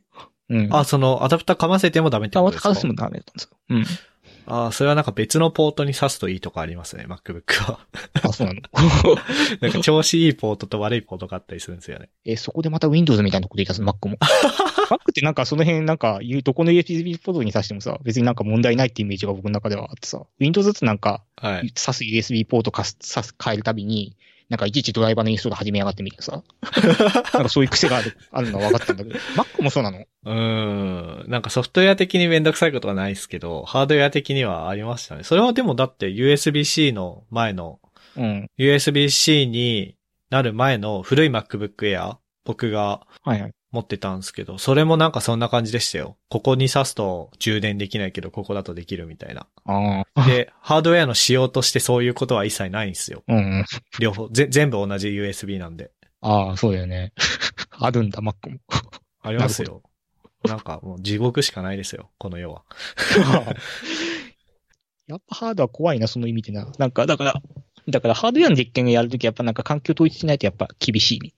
[SPEAKER 2] うん。
[SPEAKER 1] あ、その、アダプターかませてもダメって
[SPEAKER 2] あ、
[SPEAKER 1] こ
[SPEAKER 2] ま
[SPEAKER 1] と
[SPEAKER 2] た
[SPEAKER 1] ですか
[SPEAKER 2] 話してもダメだったんですよ。うん。
[SPEAKER 1] *laughs* あ、それはなんか別のポートに挿すといいとかありますね、MacBook は。
[SPEAKER 2] あ、そうなの。
[SPEAKER 1] なんか調子いいポートと悪いポートがあったりするんですよね。
[SPEAKER 2] え、そこでまた Windows みたいなこと言い出す、
[SPEAKER 1] *laughs*
[SPEAKER 2] Mac も。Mac ってなんかその辺、なんか言う、どこの USB ポートに挿してもさ、別になんか問題ないってイメージが僕の中ではあってさ、Windows ってなんか、
[SPEAKER 1] はい。
[SPEAKER 2] 挿す USB ポートかす挿す変えるたびに、なんかいちいちドライバーのインストール始めやがって
[SPEAKER 1] *laughs*
[SPEAKER 2] みたいなさ。なんかそういう癖がある、あるのは分かったんだけど。Mac もそうなの
[SPEAKER 1] うーん。なんかソフトウェア的にめんどくさいことはないですけど、ハードウェア的にはありましたね。それはでもだって USB-C の前の、
[SPEAKER 2] うん。
[SPEAKER 1] USB-C になる前の古い MacBook Air、僕が
[SPEAKER 2] はいはい。
[SPEAKER 1] 持ってたんですけど、それもなんかそんな感じでしたよ。ここに挿すと充電できないけど、ここだとできるみたいな。
[SPEAKER 2] ああ。
[SPEAKER 1] で、ハードウェアの仕様としてそういうことは一切ないんですよ。
[SPEAKER 2] うんうん。
[SPEAKER 1] 両方、ぜ、全部同じ USB なんで。
[SPEAKER 2] ああ、そうだよね。 *laughs* あるんだ、Mac も。
[SPEAKER 1] ありますよ。なんかもう地獄しかないですよ、この世は。
[SPEAKER 2] やっぱハードは怖いな、その意味でな。なんか、だから、だからハードウェアの実験をやるとき、やっぱなんか環境統一しないとやっぱ厳しいね。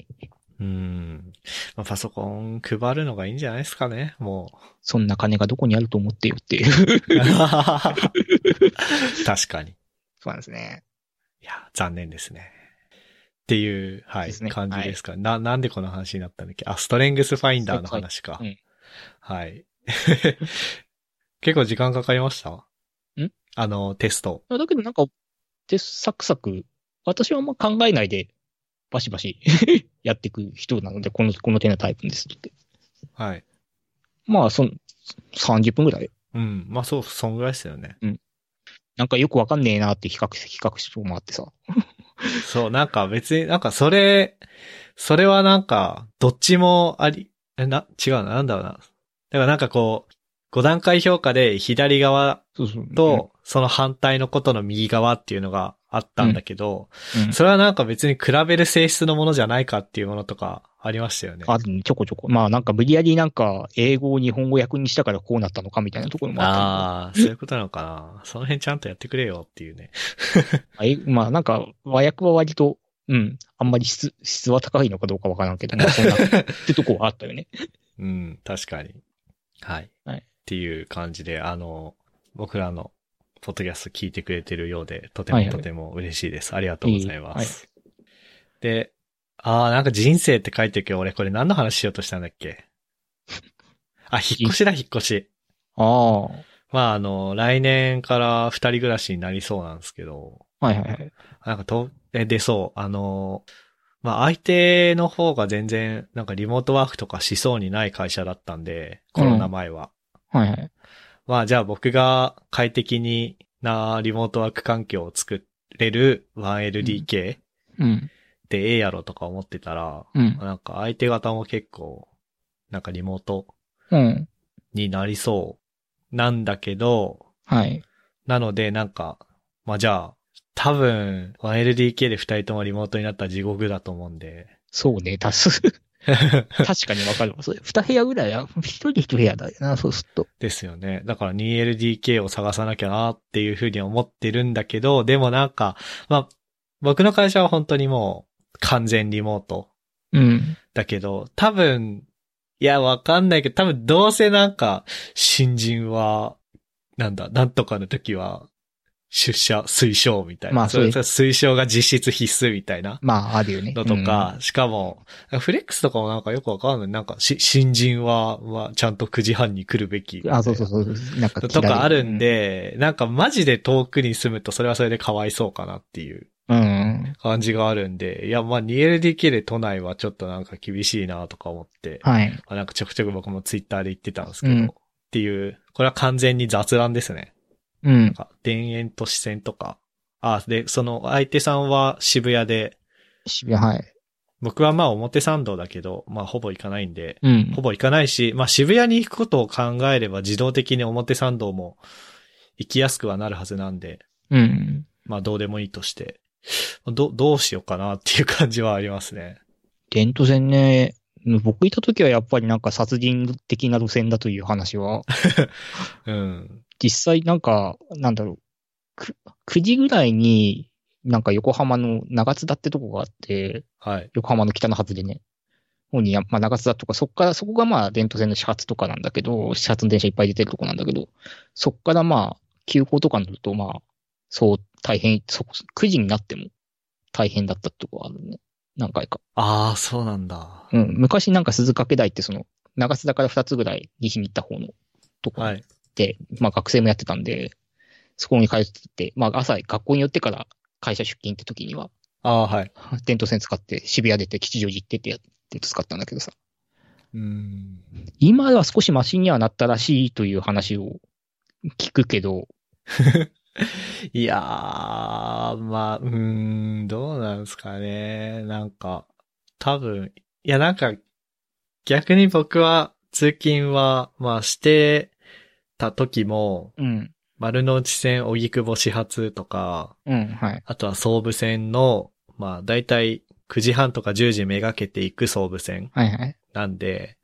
[SPEAKER 1] うーん。まあパソコン配るのがいいんじゃないですかね、も
[SPEAKER 2] そんな金がどこにあると思ってよっていう。
[SPEAKER 1] う。確かに。
[SPEAKER 2] そうなんですね。
[SPEAKER 1] いや、残念ですね。っていう、はい、
[SPEAKER 2] ですね
[SPEAKER 1] 感じですか、な、なんでこの話になったんだっけあ、ストレングスファインダーの話か。
[SPEAKER 2] うん
[SPEAKER 1] はい。 *laughs* 結構時間かかりましたんあの、テスト。
[SPEAKER 2] だけどなんか、で、サクサク、私はあんま考えないでバシバシ *laughs* やっていく人なので、この、この手のタイプですって。
[SPEAKER 1] はい。
[SPEAKER 2] まあ、その、30分ぐらい
[SPEAKER 1] うん。まあそう、そんぐらいですよね。
[SPEAKER 2] なんかよくわかんねえなって比較し、比較してもらってさ。
[SPEAKER 1] そう、なんか別に、なんかそれ、それはなんか、どっちもあり、え、な、違うな、なんだろうな。だからなんかこう、5段階評価で左側
[SPEAKER 2] そうそう。
[SPEAKER 1] と、その反対のことの右側っていうのがあったんだけど、
[SPEAKER 2] うん、うん
[SPEAKER 1] それはなんか別に比べる性質のものじゃないかっていうものとかありましたよね。
[SPEAKER 2] あるねちょこちょこ。まあなんか無理やりなんか英語を日本語訳にしたからこうなったのかみたいなところもあっ
[SPEAKER 1] あーそういうことなのかな。その辺ちゃんとやってくれよっていうね。
[SPEAKER 2] たりとか。あえまあなんか和訳は割と、うん、あんまり質、質は高いのかどうかわからんけど、まあそん *laughs* な、ってとこはあったよね。
[SPEAKER 1] うん、確かに。はい。
[SPEAKER 2] はい
[SPEAKER 1] っていう感じで、あの、僕らの、ポッドキャスト聞いてくれてるようで、とても
[SPEAKER 2] はいはい
[SPEAKER 1] とても嬉しいです。ありがとうございます。
[SPEAKER 2] は
[SPEAKER 1] で、あーなんか人生って書いてるけど、俺これ何の話しようとしたんだっけあ、引っ越しだ、引っ越し。
[SPEAKER 2] あ
[SPEAKER 1] まあ、あの、来年から二人暮らしになりそうなんですけど、
[SPEAKER 2] あ。はいはいはい。
[SPEAKER 1] なんかと、えで、そう、あの、まあ、相手の方が全然、なんかリモートワークとかしそうにない会社だったんで、コロナ前は。
[SPEAKER 2] はいはい。
[SPEAKER 1] まあ、じゃあ僕が快適になリモートワーク環境を作れる 1LDK
[SPEAKER 2] うん。
[SPEAKER 1] でええやろとか思ってたら、
[SPEAKER 2] うん。
[SPEAKER 1] なんか相手方も結構、なんかリモート
[SPEAKER 2] うん。
[SPEAKER 1] になりそうなんだけど、
[SPEAKER 2] はい。
[SPEAKER 1] なのでなんか、まあじゃあ、多分 1LDK で二人ともリモートになったら地獄だと思うんで、
[SPEAKER 2] そうね、た *laughs* す。確かにわかるわ。それ、二部屋ぐらいや、一人で一部屋だよな、そうすると。
[SPEAKER 1] ですよね。だから 2LDK を探さなきゃなっていうふうに思ってるんだけど、でもなんか、まあ、僕の会社は本当にもう完全リモート
[SPEAKER 2] うん。
[SPEAKER 1] だけど、多分、いや、わかんないけど、多分どうせなんか、新人は、なんだ、なんとかの時は、出社推奨みたいな。
[SPEAKER 2] まあそうです
[SPEAKER 1] れ推奨が実質必須みたいな。
[SPEAKER 2] まあ、あるよね。
[SPEAKER 1] のとか、しかも、フレックスとかもなんかよくわかんない。なんかし、新人は、は、ちゃんと9時半に来るべきみ
[SPEAKER 2] う
[SPEAKER 1] た
[SPEAKER 2] ん。
[SPEAKER 1] いな。
[SPEAKER 2] あ、そうそうそう。なんか嫌い、
[SPEAKER 1] とかあるんで、なんかマジで遠くに住むとそれはそれでかわいそうかなっていう
[SPEAKER 2] うん。うん。
[SPEAKER 1] 感じがあるんで、いや、まあ 2LDK で都内はちょっとなんか厳しいなとか思って、
[SPEAKER 2] はい。
[SPEAKER 1] まあなんかちょくちょく僕もツイッターで言ってたんですけど、
[SPEAKER 2] うん
[SPEAKER 1] っていう、これは完全に雑談ですね。
[SPEAKER 2] うん。
[SPEAKER 1] なんか田園都市線とか。あ、で、その相手さんは渋谷で、
[SPEAKER 2] 渋谷、はい。
[SPEAKER 1] 僕はまあ表参道だけど、まあほぼ行かないんで、
[SPEAKER 2] うん
[SPEAKER 1] ほ。ぼ行かないし、まあ渋谷に行くことを考えれば自動的に表参道も行きやすくはなるはずなんで、
[SPEAKER 2] うん。
[SPEAKER 1] まあどうでもいいとして、ど、どうしようかなっていう感じはありますね。
[SPEAKER 2] レント線ね、僕いた時はやっぱりなんか殺人的な路線だという話は、
[SPEAKER 1] うん。
[SPEAKER 2] 実際なんか、なんだろう、く9時ぐらいに、なんか横浜の長津田ってとこがあって、
[SPEAKER 1] はい。
[SPEAKER 2] 横浜の北の外れね。方にや、まあ、長津田とか、そっから、そこがまあ、電都線の始発とかなんだけど、始発の電車いっぱい出てるとこなんだけど、そっからまあ、急行とかに乗ると、まあ、そう、大変、そ、9時になっても大変だったってとこはあるね。何回か。
[SPEAKER 1] ああ、そうなんだ。
[SPEAKER 2] うん。昔なんか鈴掛台ってその、長津田から2つぐらい西に行った方のとこ
[SPEAKER 1] はい。
[SPEAKER 2] で、まあ学生もやってたんで、そこに通ってて、まあ朝学校に寄ってから会社出勤って時には、
[SPEAKER 1] ああ、はい。
[SPEAKER 2] 電灯線使って渋谷出て吉祥寺行ってってやって使ったんだけどさ。
[SPEAKER 1] うん。
[SPEAKER 2] 今は少しマシにはなったらしいという話を聞くけど、
[SPEAKER 1] いやー、まあ、うーん、どうなんですかね。なんか、多分、いや、なんか、逆に僕は、通勤は、まあ、してた時も、
[SPEAKER 2] うん、
[SPEAKER 1] 丸の内線、荻窪始発とか、
[SPEAKER 2] うん、はい。
[SPEAKER 1] あとは総武線の、まあ、だいたい9時半とか10時めがけていく総武線
[SPEAKER 2] はいはい。
[SPEAKER 1] なんで、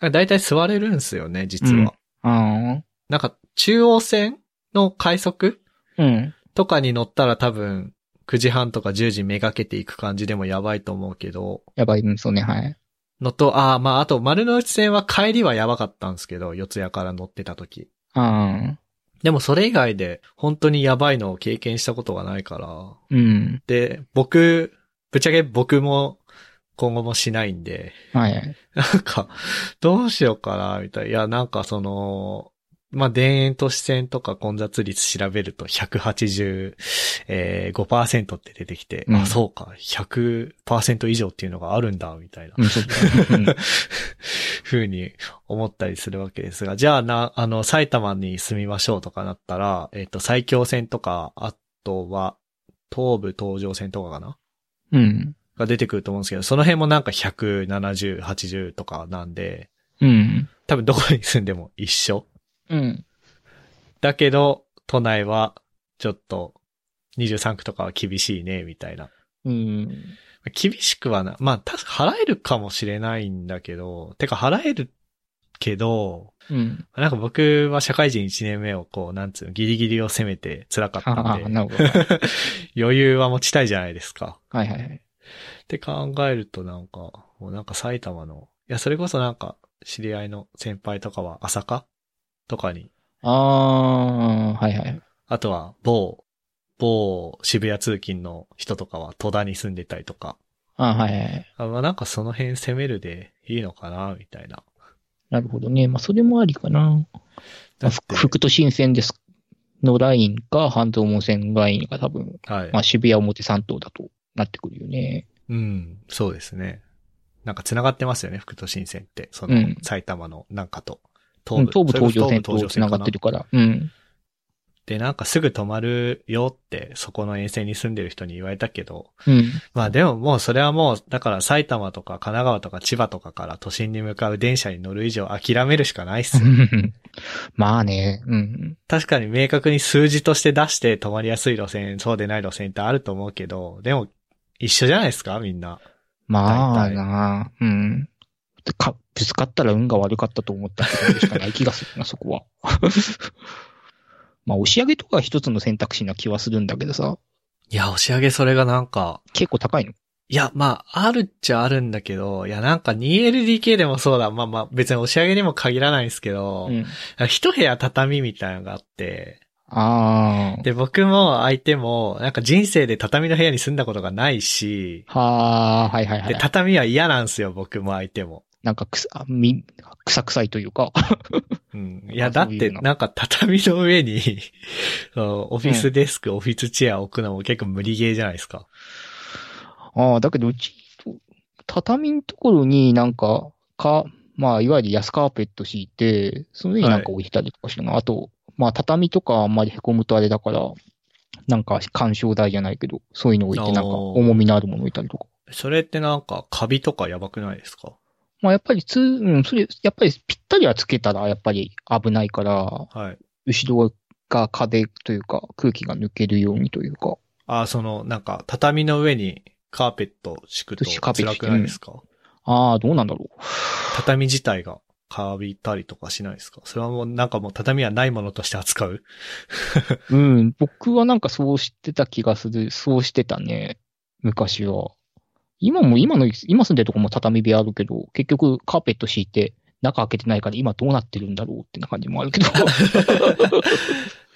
[SPEAKER 1] だいたい座れるんですよね、実は。
[SPEAKER 2] うんあ
[SPEAKER 1] なんか、中央線の快速
[SPEAKER 2] あ、うん、
[SPEAKER 1] とかに乗ったら多分、9時半とか10時めがけていく感じでもやばいと思うけど、
[SPEAKER 2] やばい、うん、そうね、はい。
[SPEAKER 1] のと、ああ、まあ、あと丸の内線は帰りはやばかったんですけど、四谷から乗ってた時。
[SPEAKER 2] ああ、
[SPEAKER 1] でもそれ以外で本当にやばいのを経験したことがないから、
[SPEAKER 2] うん、
[SPEAKER 1] で、僕、ぶっちゃけ僕も今後もしないんで、 *laughs*
[SPEAKER 2] はいはい。
[SPEAKER 1] なんか、どうしようかな、みたいな。いや、なんかその、まあ、田園都市線とか混雑率調べると185%えーって出てきて、
[SPEAKER 2] うん
[SPEAKER 1] あ、そうか、100%以上っていうのがあるんだ、みたいな
[SPEAKER 2] うん、そうだね。
[SPEAKER 1] *laughs* ふうに思ったりするわけですが、じゃあな、あの、埼玉に住みましょうとかなったら、えっ、と、埼京線とか、あとは、東武東上線とかかな
[SPEAKER 2] うん。 *laughs* うん
[SPEAKER 1] が出てくると思うんですけど、その辺もなんか170、80とかなんで、
[SPEAKER 2] うん。
[SPEAKER 1] 多分どこに住んでも一緒。
[SPEAKER 2] うん。
[SPEAKER 1] だけど、都内は、ちょっと、23区とかは厳しいね、みたいな。
[SPEAKER 2] うん。
[SPEAKER 1] 厳しくはな、まあ、確か払えるかもしれないんだけど、てか払えるけど、
[SPEAKER 2] うん。
[SPEAKER 1] なんか僕は社会人1年目をこう、なんつうの、ギリギリを攻めて辛かった
[SPEAKER 2] ああ、
[SPEAKER 1] んで、
[SPEAKER 2] なるほど。はい
[SPEAKER 1] 余裕は持ちたいじゃないですか。
[SPEAKER 2] はいはい。
[SPEAKER 1] って考えるとなんか、もうなんか埼玉の、いや、それこそなんか、知り合いの先輩とかは朝霞とかに、
[SPEAKER 2] ああ、はいはい。
[SPEAKER 1] あとは某、某渋谷通勤の人とかは戸田に住んでたりとか、
[SPEAKER 2] ああ、はいはい。
[SPEAKER 1] あまあなんかその辺攻めるでいいのかな、みたいな。
[SPEAKER 2] なるほどね。まあ、それもありかな。
[SPEAKER 1] だっ
[SPEAKER 2] 福
[SPEAKER 1] て
[SPEAKER 2] 福都新線です。のラインか、半蔵門線ラインが多分、
[SPEAKER 1] はい
[SPEAKER 2] まあ、。渋谷表参道だとなってくるよね。
[SPEAKER 1] うん、そうですね。なんか繋がってますよね、福都新線って。その
[SPEAKER 2] うん
[SPEAKER 1] 埼玉のなんかと。
[SPEAKER 2] うん東武
[SPEAKER 1] それこ
[SPEAKER 2] 東
[SPEAKER 1] そ
[SPEAKER 2] 上線
[SPEAKER 1] 東
[SPEAKER 2] と
[SPEAKER 1] 上
[SPEAKER 2] 繋がって
[SPEAKER 1] か
[SPEAKER 2] るから。うん。
[SPEAKER 1] なで、なんかすぐ止まるよって、そこの沿線に住んでる人に言われたけど、
[SPEAKER 2] うん。
[SPEAKER 1] まあでももうそれはもう、だから埼玉とか神奈川とか千葉とかから都心に向かう電車に乗る以上諦めるしかないっすよ。
[SPEAKER 2] *laughs* まあね、うん。
[SPEAKER 1] 確かに明確に数字として出して止まりやすい路線、そうでない路線ってあると思うけど、でも一緒じゃないですかみんな。
[SPEAKER 2] まあ
[SPEAKER 1] 大体
[SPEAKER 2] な、うん。か、ぶつかったら運が悪かったと思ったことしかない気がするな、そ *laughs* こは。まあ、押し上げとかは一つの選択肢な気はするんだけどさ、
[SPEAKER 1] いや、押し上げそれがなんか、
[SPEAKER 2] 結構高いの。
[SPEAKER 1] いや、まあ、あるっちゃあるんだけど、いや、なんか 2LDK でもそうだ。まあまあ、別に押し上げにも限らないんですけど、
[SPEAKER 2] うん。
[SPEAKER 1] 一部屋畳みたいなのがあって、
[SPEAKER 2] ああ。
[SPEAKER 1] で、僕も相手も、なんか人生で畳の部屋に住んだことがないし、
[SPEAKER 2] はあ、はいはいは
[SPEAKER 1] で、
[SPEAKER 2] い。
[SPEAKER 1] 畳は嫌なんですよ、僕も相手も。
[SPEAKER 2] なんか草、あみ、草臭いというか。 *laughs*
[SPEAKER 1] うん。いや、
[SPEAKER 2] あ
[SPEAKER 1] だ
[SPEAKER 2] そ
[SPEAKER 1] っ
[SPEAKER 2] ういうの
[SPEAKER 1] て、なんか畳の上に、 *laughs* そのオフィスデスク、オフィスチェア置くのも結構無理ゲーじゃないですか。
[SPEAKER 2] ああ、だけどうち、畳のところになんか、か、まあ、いわゆる安カーペット敷いて、その上になんか置いてたりとかしてるの。あと、まあ、畳とかあんまり凹むとあれだから、なんか干渉台じゃないけど、そういうの置いて、なんか
[SPEAKER 1] おー
[SPEAKER 2] 重みのあるもの置いたりとか。
[SPEAKER 1] それってなんか、カビとかやばくないですか
[SPEAKER 2] まあ、やっぱりつ、うん、それ、やっぱりぴったりはつけたら、やっぱり危ないから、
[SPEAKER 1] はい。
[SPEAKER 2] 後ろが風というか、空気が抜けるようにというか、
[SPEAKER 1] あ、その、なんか、畳の上にカーペット敷くと
[SPEAKER 2] カーペット
[SPEAKER 1] 辛
[SPEAKER 2] 敷く
[SPEAKER 1] くないですか、
[SPEAKER 2] ああ、どうなんだろう。
[SPEAKER 1] 畳自体がカビたりとかしないですかそれはもうなんかもう畳はないものとして扱う
[SPEAKER 2] うん、僕はなんかそうしてた気がする。そうしてたね。昔は。今も、今の、今住んでるとこも畳部屋あるけど、結局カーペット敷いて、中開けてないから今どうなってるんだろうってな感じもあ
[SPEAKER 1] *laughs*
[SPEAKER 2] るけど。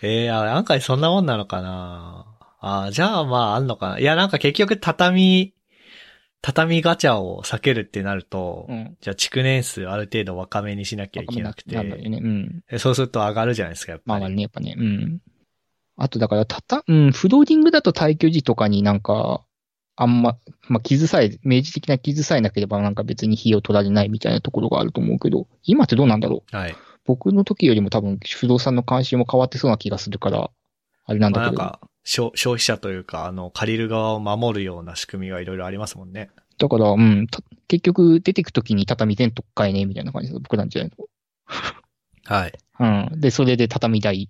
[SPEAKER 1] ええあ、案外そんなもんなのかなあじゃあまああんのかないやなんか結局畳、畳ガチャを避けるってなると、
[SPEAKER 2] うん。
[SPEAKER 1] じゃあ築年数ある程度若めにしなきゃいけなくて、
[SPEAKER 2] んだよね。うん。
[SPEAKER 1] えそうすると上がるじゃないですか、やっ
[SPEAKER 2] ま
[SPEAKER 1] ぱ
[SPEAKER 2] あ
[SPEAKER 1] り。
[SPEAKER 2] まあね、やっぱね。うん。あとだから、たた、うん、フローリングだと耐久時とかになんか、あんま、まあ、傷さえ、明示的な傷さえなければなんか別に費用取られないみたいなところがあると思うけど、今ってどうなんだろう
[SPEAKER 1] はい。
[SPEAKER 2] 僕の時よりも多分不動産の監修も変わってそうな気がするから、あれなん
[SPEAKER 1] まあ
[SPEAKER 2] だ
[SPEAKER 1] な
[SPEAKER 2] け
[SPEAKER 1] ん
[SPEAKER 2] ど。
[SPEAKER 1] か、消消費者というか、あの、借りる側を守るような仕組みがいろいろありますもんね。
[SPEAKER 2] だから、うん、た結局出てく時に畳全特会ね、みたいな感じだ僕なんじゃない
[SPEAKER 1] はい。
[SPEAKER 2] のうん。で、それで畳代、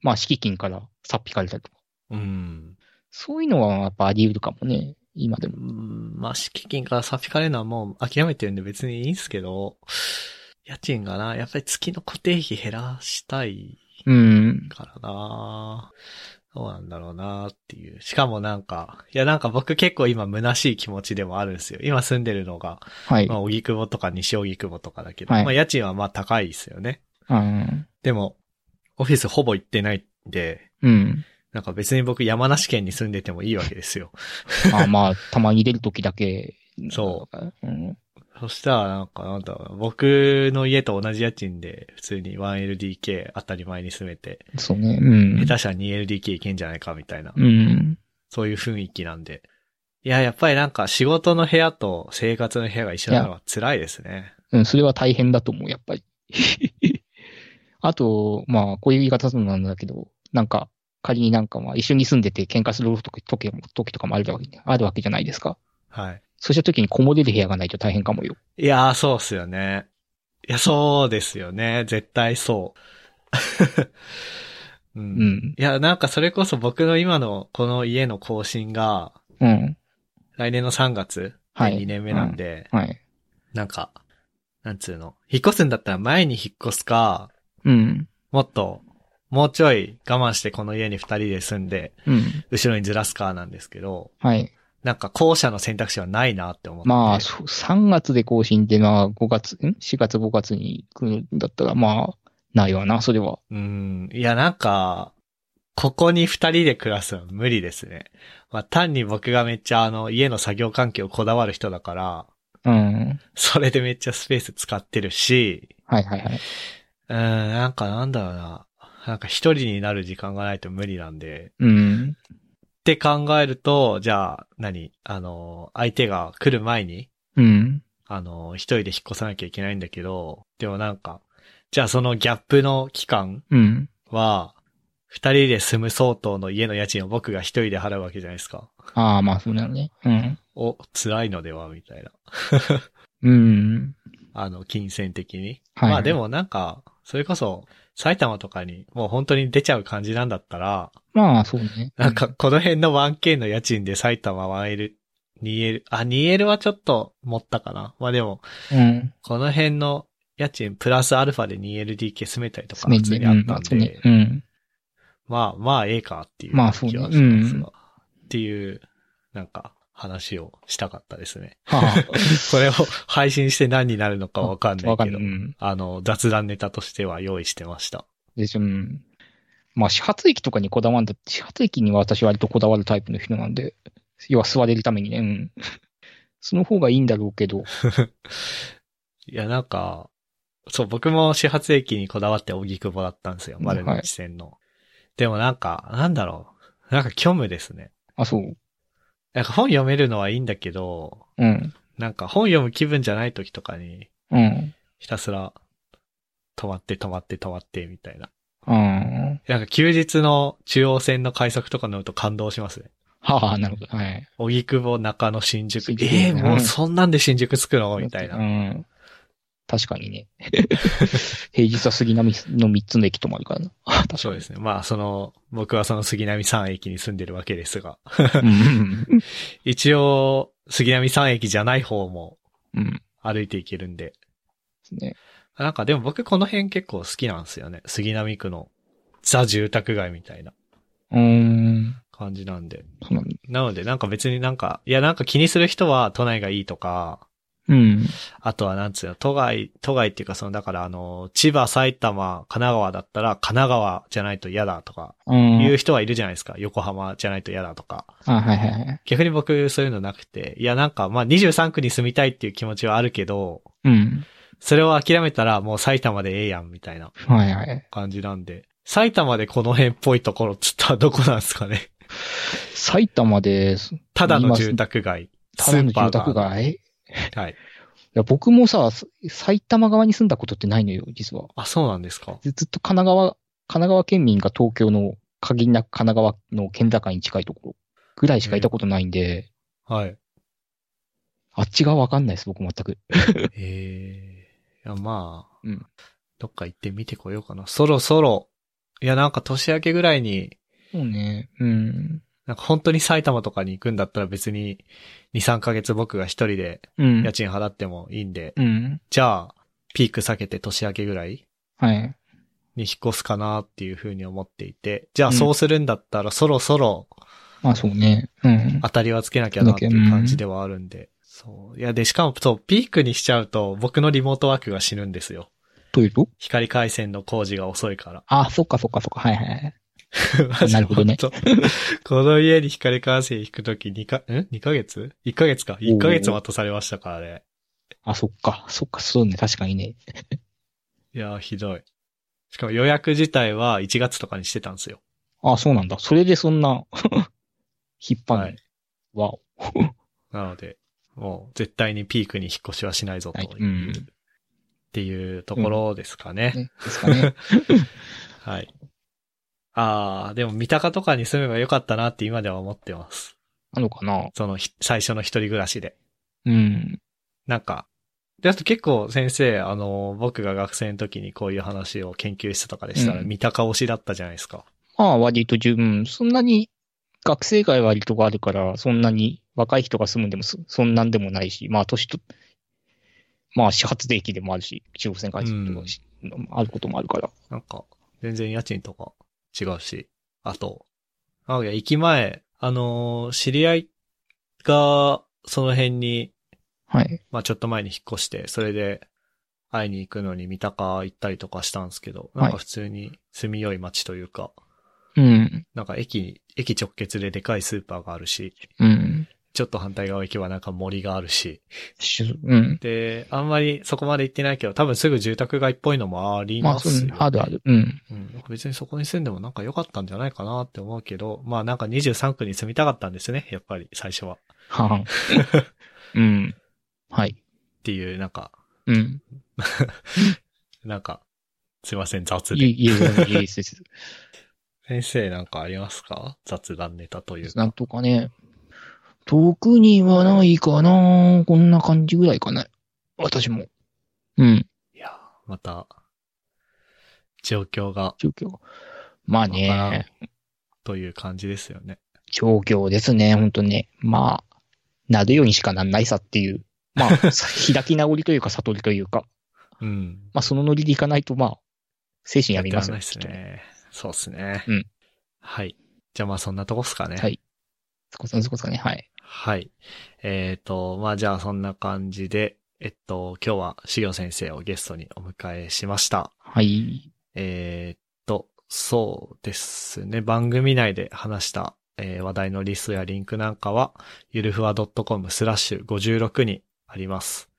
[SPEAKER 2] まあ敷金からさっぴかれたりとか。
[SPEAKER 1] うん。
[SPEAKER 2] そういうのはやっぱあり得るかもね、今でも
[SPEAKER 1] う。んまあ、敷金から差し引かれるのはもう諦めてるんで別にいいんすけど、家賃がな、やっぱり月の固定費減らしたい
[SPEAKER 2] うん。
[SPEAKER 1] からなどうなんだろうなっていう。しかもなんか、いやなんか僕結構今虚しい気持ちでもあるんですよ。今住んでるのが、
[SPEAKER 2] はい。
[SPEAKER 1] まあ、荻窪とか西荻窪とかだけど、
[SPEAKER 2] はい
[SPEAKER 1] まあ、家賃はまあ高いですよね。
[SPEAKER 2] うん。
[SPEAKER 1] でも、オフィスほぼ行ってないんで、
[SPEAKER 2] うん。
[SPEAKER 1] なんか別に僕山梨県に住んでてもいいわけですよ。 *laughs*
[SPEAKER 2] まあまあ、たまに出る時だけ。。
[SPEAKER 1] そう
[SPEAKER 2] うん。
[SPEAKER 1] そしたら、なんか、なんだろう僕の家と同じ家賃で、普通に 1LDK 当たり前に住めて、
[SPEAKER 2] そうね。うん。
[SPEAKER 1] 下手したら 2LDK いけんじゃないか、みたいな、
[SPEAKER 2] うん。
[SPEAKER 1] そういう雰囲気なんで。いや、やっぱりなんか仕事の部屋と生活の部屋が一緒なのは辛いですね。
[SPEAKER 2] うん、それは大変だと思う、やっぱり。 *laughs* あと、まあ、こういう言い方するのなんだけど、なんか、仮になんかまあ、一緒に住んでて喧嘩する時時時とかもあるわけ、あるわけじゃないですか。
[SPEAKER 1] はい。
[SPEAKER 2] そうした時にこもれる部屋がないと大変かもよ。
[SPEAKER 1] いやー、そうっすよね。いや、そうですよね。絶対そう。う。
[SPEAKER 2] うん
[SPEAKER 1] *laughs* い
[SPEAKER 2] ん。
[SPEAKER 1] や、なんかそれこそ僕の今のこの家の更新が、
[SPEAKER 2] うん。
[SPEAKER 1] 来年の3月で
[SPEAKER 2] はい
[SPEAKER 1] 2年目なんで、
[SPEAKER 2] はい。
[SPEAKER 1] なんか、なんつうの。引っ越すんだったら前に引っ越すか、
[SPEAKER 2] うん。
[SPEAKER 1] もっと、もうちょい我慢してこの家に2人で住んで、
[SPEAKER 2] うん。
[SPEAKER 1] 後ろにずらすかなんですけど、
[SPEAKER 2] はい。
[SPEAKER 1] なんか後者の選択肢はないなって思って。
[SPEAKER 2] まあ、そう3月で更新ってのは5月、ん ?4 月5月に来るんだったら、まあ、ないわな、それは。
[SPEAKER 1] うん。いや、なんか、ここに二人で暮らすのは無理ですね。まあ、単に僕がめっちゃあの、家の作業環境こだわる人だから、
[SPEAKER 2] うん。
[SPEAKER 1] それでめっちゃスペース使ってるし、
[SPEAKER 2] はいはいはい。
[SPEAKER 1] うん、なんかなんだろうな。なんか一人になる時間がないと無理なんで。
[SPEAKER 2] うん。
[SPEAKER 1] って考えると、じゃあ、何あの、相手が来る前に、
[SPEAKER 2] うん。
[SPEAKER 1] あの、一人で引っ越さなきゃいけないんだけど、でもなんか、じゃあそのギャップの期間
[SPEAKER 2] うん。
[SPEAKER 1] は、二人で住む相当の家の家賃を僕が一人で払うわけじゃないですか。
[SPEAKER 2] ああ、まあ、そうなのね。うん。
[SPEAKER 1] お、辛いのではみたいな。
[SPEAKER 2] うん。
[SPEAKER 1] あの、金銭的に。
[SPEAKER 2] はい。
[SPEAKER 1] まあで。もなんか、それこそ、埼玉とかにもう本当に出ちゃう感じなんだったら、
[SPEAKER 2] まあ、そうね。
[SPEAKER 1] なんかこの辺の 1K の家賃で埼玉 1L、2L、あ、2L はちょっと持ったかな。まあでも、
[SPEAKER 2] うん。
[SPEAKER 1] この辺の家賃プラスアルファで 2LDK 住めたりとか普
[SPEAKER 2] 常に
[SPEAKER 1] 通
[SPEAKER 2] ね。
[SPEAKER 1] にあ
[SPEAKER 2] う
[SPEAKER 1] っ
[SPEAKER 2] ん。
[SPEAKER 1] たん
[SPEAKER 2] まあ
[SPEAKER 1] で、
[SPEAKER 2] そうね。うん。
[SPEAKER 1] まあまあええかっていう
[SPEAKER 2] まあそうね
[SPEAKER 1] 気はします
[SPEAKER 2] うん
[SPEAKER 1] が。っていう、なんか話をしたかったですね。
[SPEAKER 2] は
[SPEAKER 1] *laughs* これを配信して何になるのかわかん
[SPEAKER 2] あ、
[SPEAKER 1] な
[SPEAKER 2] わ
[SPEAKER 1] い
[SPEAKER 2] か
[SPEAKER 1] け
[SPEAKER 2] んな
[SPEAKER 1] ど
[SPEAKER 2] い。う、ん。
[SPEAKER 1] あの、雑談ネタとしては用意してました。
[SPEAKER 2] でしょ、うん。まあ、始発駅とかにこだわるんだ。始発駅には私割とこだわるタイプの人なんで、要は座れるためにね、うん。その方がいいんだろうけど、
[SPEAKER 1] いや、なんか、そう、僕も始発駅にこだわって荻窪だったんですよ。
[SPEAKER 2] うん
[SPEAKER 1] 丸の内線の。でもなんか、なんだろう。なんか虚無ですね。
[SPEAKER 2] あ、そう。
[SPEAKER 1] なんか本読めるのはいいんだけど、
[SPEAKER 2] うん。
[SPEAKER 1] なんか本読む気分じゃない時とかに、
[SPEAKER 2] うん。
[SPEAKER 1] ひたすら、止まって止まって止まって、みたいな。
[SPEAKER 2] うん。
[SPEAKER 1] なんか休日の中央線の快速とか乗ると感動しますね。
[SPEAKER 2] はあ、なるほど。はい。
[SPEAKER 1] 荻窪中野新宿。
[SPEAKER 2] 新宿
[SPEAKER 1] ええ
[SPEAKER 2] うん
[SPEAKER 1] もうそんなんで新宿着くのみたいうな。
[SPEAKER 2] ん。確かにね。 *laughs* 平日は杉並の3つの駅止まるからな。確か
[SPEAKER 1] そうですね。まあ、その、僕はその杉並3駅に住んでるわけですが。
[SPEAKER 2] に。うん
[SPEAKER 1] 一応、杉並3駅じゃない方も
[SPEAKER 2] うん。うん。で
[SPEAKER 1] 歩いていけるんで。
[SPEAKER 2] すね。
[SPEAKER 1] なんかでも僕この辺結構好きなんですよね。杉並区のザ住宅街みたいな
[SPEAKER 2] うーん。
[SPEAKER 1] 感じなんで。
[SPEAKER 2] そうなんだ
[SPEAKER 1] なのでなんか別になんか、いやなんか気にする人は都内がいいとか、
[SPEAKER 2] うん。
[SPEAKER 1] あとはなんつうの、都外、都外っていうかその、だからあの、千葉、埼玉、神奈川だったら、神奈川じゃないと嫌だとか、
[SPEAKER 2] うん。
[SPEAKER 1] いう人はいるじゃないですか。横浜じゃないと嫌だとか。
[SPEAKER 2] あ、はいはいはい。
[SPEAKER 1] 逆に僕そういうのなくて、いやなんかまあ23区に住みたいっていう気持ちはあるけど、
[SPEAKER 2] うん。
[SPEAKER 1] それを諦めたらもう埼玉でええやんみたいな
[SPEAKER 2] はいはい。
[SPEAKER 1] 感じなんで、埼玉でこの辺っぽいところっつったらどこなんですかね。
[SPEAKER 2] 埼玉で、
[SPEAKER 1] ただの住宅街。
[SPEAKER 2] ただの住
[SPEAKER 1] スーパ
[SPEAKER 2] 宅
[SPEAKER 1] ーが
[SPEAKER 2] 街い
[SPEAKER 1] はい。
[SPEAKER 2] や、僕もさ、さ埼玉側に住んだことってないのよ、実は。
[SPEAKER 1] あ、そうなんですか。
[SPEAKER 2] ずずっと神奈川、神奈川県民が東京の限りなく神奈川の県境に近いところぐらいしかいたことないんで、
[SPEAKER 1] はい。
[SPEAKER 2] あっち側わかんないです、僕全く。
[SPEAKER 1] ええいやまあ、
[SPEAKER 2] うん
[SPEAKER 1] どっか行ってみてこようかな。そろそろ、いやなんか年明けぐらいに、
[SPEAKER 2] そうね。うん。
[SPEAKER 1] なんか本当に埼玉とかに行くんだったら別に2、3ヶ月僕が一人で
[SPEAKER 2] うん
[SPEAKER 1] 家。賃払ってもいいんで、
[SPEAKER 2] うん。
[SPEAKER 1] じゃあ、ピーク避けて年明けぐらい
[SPEAKER 2] はい。
[SPEAKER 1] に引っ越すかなっていうふうに思っていて、じゃあそうするんだったらそろそろ
[SPEAKER 2] まあそうね。うん。
[SPEAKER 1] 当たりはつけなきゃなっていう感じではあるんで。そう。いや、で、しかも、そう、ピークにしちゃうと僕のリモートワークが死ぬんですよ。
[SPEAKER 2] というと
[SPEAKER 1] 光回線の工事が遅いから。
[SPEAKER 2] あ、そっかそっかそっか。はいはいはい。 *laughs* なるほ
[SPEAKER 1] *laughs*
[SPEAKER 2] どね
[SPEAKER 1] 本当この家に光回線引くとき2か、ん ?2 ヶ月 ?1 ヶ月か。1ヶ月待たされましたからね。
[SPEAKER 2] あ、そっか。そっか、そうね。確かにね。
[SPEAKER 1] いやー、ひどい。しかも予約自体は1月とかにしてたんですよ。
[SPEAKER 2] あ、そうなんだ。それでそんな、 *laughs* 引っ張る。
[SPEAKER 1] はい
[SPEAKER 2] わお。
[SPEAKER 1] なので、もう絶対にピークに引っ越しはしないぞという、
[SPEAKER 2] はいうん
[SPEAKER 1] っていうところですかね。
[SPEAKER 2] ね、ですかね。 *laughs*
[SPEAKER 1] はい。ああ、でも三鷹とかに住めばよかったなって今では思ってます。
[SPEAKER 2] なのかな
[SPEAKER 1] そのひ最初の一人暮らしで。
[SPEAKER 2] うん。
[SPEAKER 1] なんか、で、あと結構先生、あの、僕が学生の時にこういう話を研究室とかでしたら、
[SPEAKER 2] うん
[SPEAKER 1] 三鷹推しだったじゃないですか。
[SPEAKER 2] まあ、割と十分。そんなに、学生街割とがあるから、そんなに若い人が住むんでもそ、そんなんでもないし、まあ、年と、まあ、始発で駅でもあるし、中央線開通とかしあることもあるから。
[SPEAKER 1] なんか、全然家賃とか違うし。あと、あ、いや、駅前、あのー知り合いが、その辺に、
[SPEAKER 2] はい。
[SPEAKER 1] まあちょっと前に引っ越して、それで、会いに行くのに三鷹行ったりとかしたんですけど、なん
[SPEAKER 2] は
[SPEAKER 1] か
[SPEAKER 2] い
[SPEAKER 1] 普通に住みよい街というか、
[SPEAKER 2] うん。
[SPEAKER 1] なんか駅、駅直結ででかいスーパーがあるし、
[SPEAKER 2] うん。
[SPEAKER 1] ちょっと反対側行けばなんか森があるし、
[SPEAKER 2] しうん。
[SPEAKER 1] で、あんまりそこまで行ってないけど、多分すぐ住宅街っぽいのもあり
[SPEAKER 2] まあ、
[SPEAKER 1] ま
[SPEAKER 2] そ
[SPEAKER 1] すよ、
[SPEAKER 2] う
[SPEAKER 1] ね。
[SPEAKER 2] ね。あるある。うん。
[SPEAKER 1] うん、別にそこに住んでもなんか良かったんじゃないかなって思うけど、まあなんか23区に住みたかったんですね、やっぱり最初は。っ *laughs*
[SPEAKER 2] ははうん。はい。
[SPEAKER 1] ていう、なんか、
[SPEAKER 2] うん。
[SPEAKER 1] なんか、すいません、雑
[SPEAKER 2] い
[SPEAKER 1] で。
[SPEAKER 2] い、いい、いいいいです。
[SPEAKER 1] 先生なんかありますか雑談ネタという
[SPEAKER 2] なん
[SPEAKER 1] か。
[SPEAKER 2] とかね。特にはないかなこんな感じぐらいかな。私も。うん。
[SPEAKER 1] いや、また、状況が、
[SPEAKER 2] 状況。まあ
[SPEAKER 1] わからん
[SPEAKER 2] ね、
[SPEAKER 1] という感じですよね。
[SPEAKER 2] 状況ですね、ほんとね。まあ、なるようにしかなんないさっていう。ま
[SPEAKER 1] *laughs*
[SPEAKER 2] あ、さ開き直りというか悟りというか。
[SPEAKER 1] うん。
[SPEAKER 2] まあ、そのノリでいかないと、まあ、精神やり
[SPEAKER 1] や
[SPEAKER 2] ま
[SPEAKER 1] って
[SPEAKER 2] す
[SPEAKER 1] らんない
[SPEAKER 2] ね。
[SPEAKER 1] っす
[SPEAKER 2] きっとね。
[SPEAKER 1] ね。そうですね。
[SPEAKER 2] うん
[SPEAKER 1] はい。じゃあまあそんなとこっすかね。
[SPEAKER 2] はいそこそこそこそね。はい。
[SPEAKER 1] はい。えっ、と、まあ、じゃあそんな感じで、えっと、今日はしげ先生をゲストにお迎えしました。
[SPEAKER 2] はい。
[SPEAKER 1] えっと、そうですね。番組内で話した、えー話題のリストやリンクなんかは、ゆるふわ .com スラッシュ56にあります。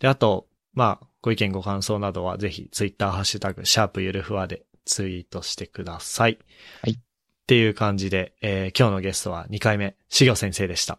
[SPEAKER 1] で、あと、まあ、ご意見ご感想などはぜひ、ツイッターハッシュタグ、シャープゆるふわでツイートしてください。
[SPEAKER 2] はい
[SPEAKER 1] っていう感じで、えー今日のゲストは2回目、しぎょ先生でした。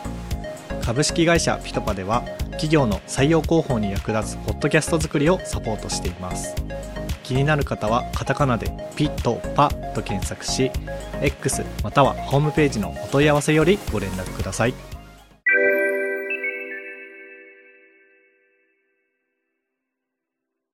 [SPEAKER 1] 株式会社ピトパでは企業の採用広報に役立つポッドキャスト作りをサポートしています気になる方はカタカナでピトパと検索し X またはホームページのお問い合わせよりご連絡ください。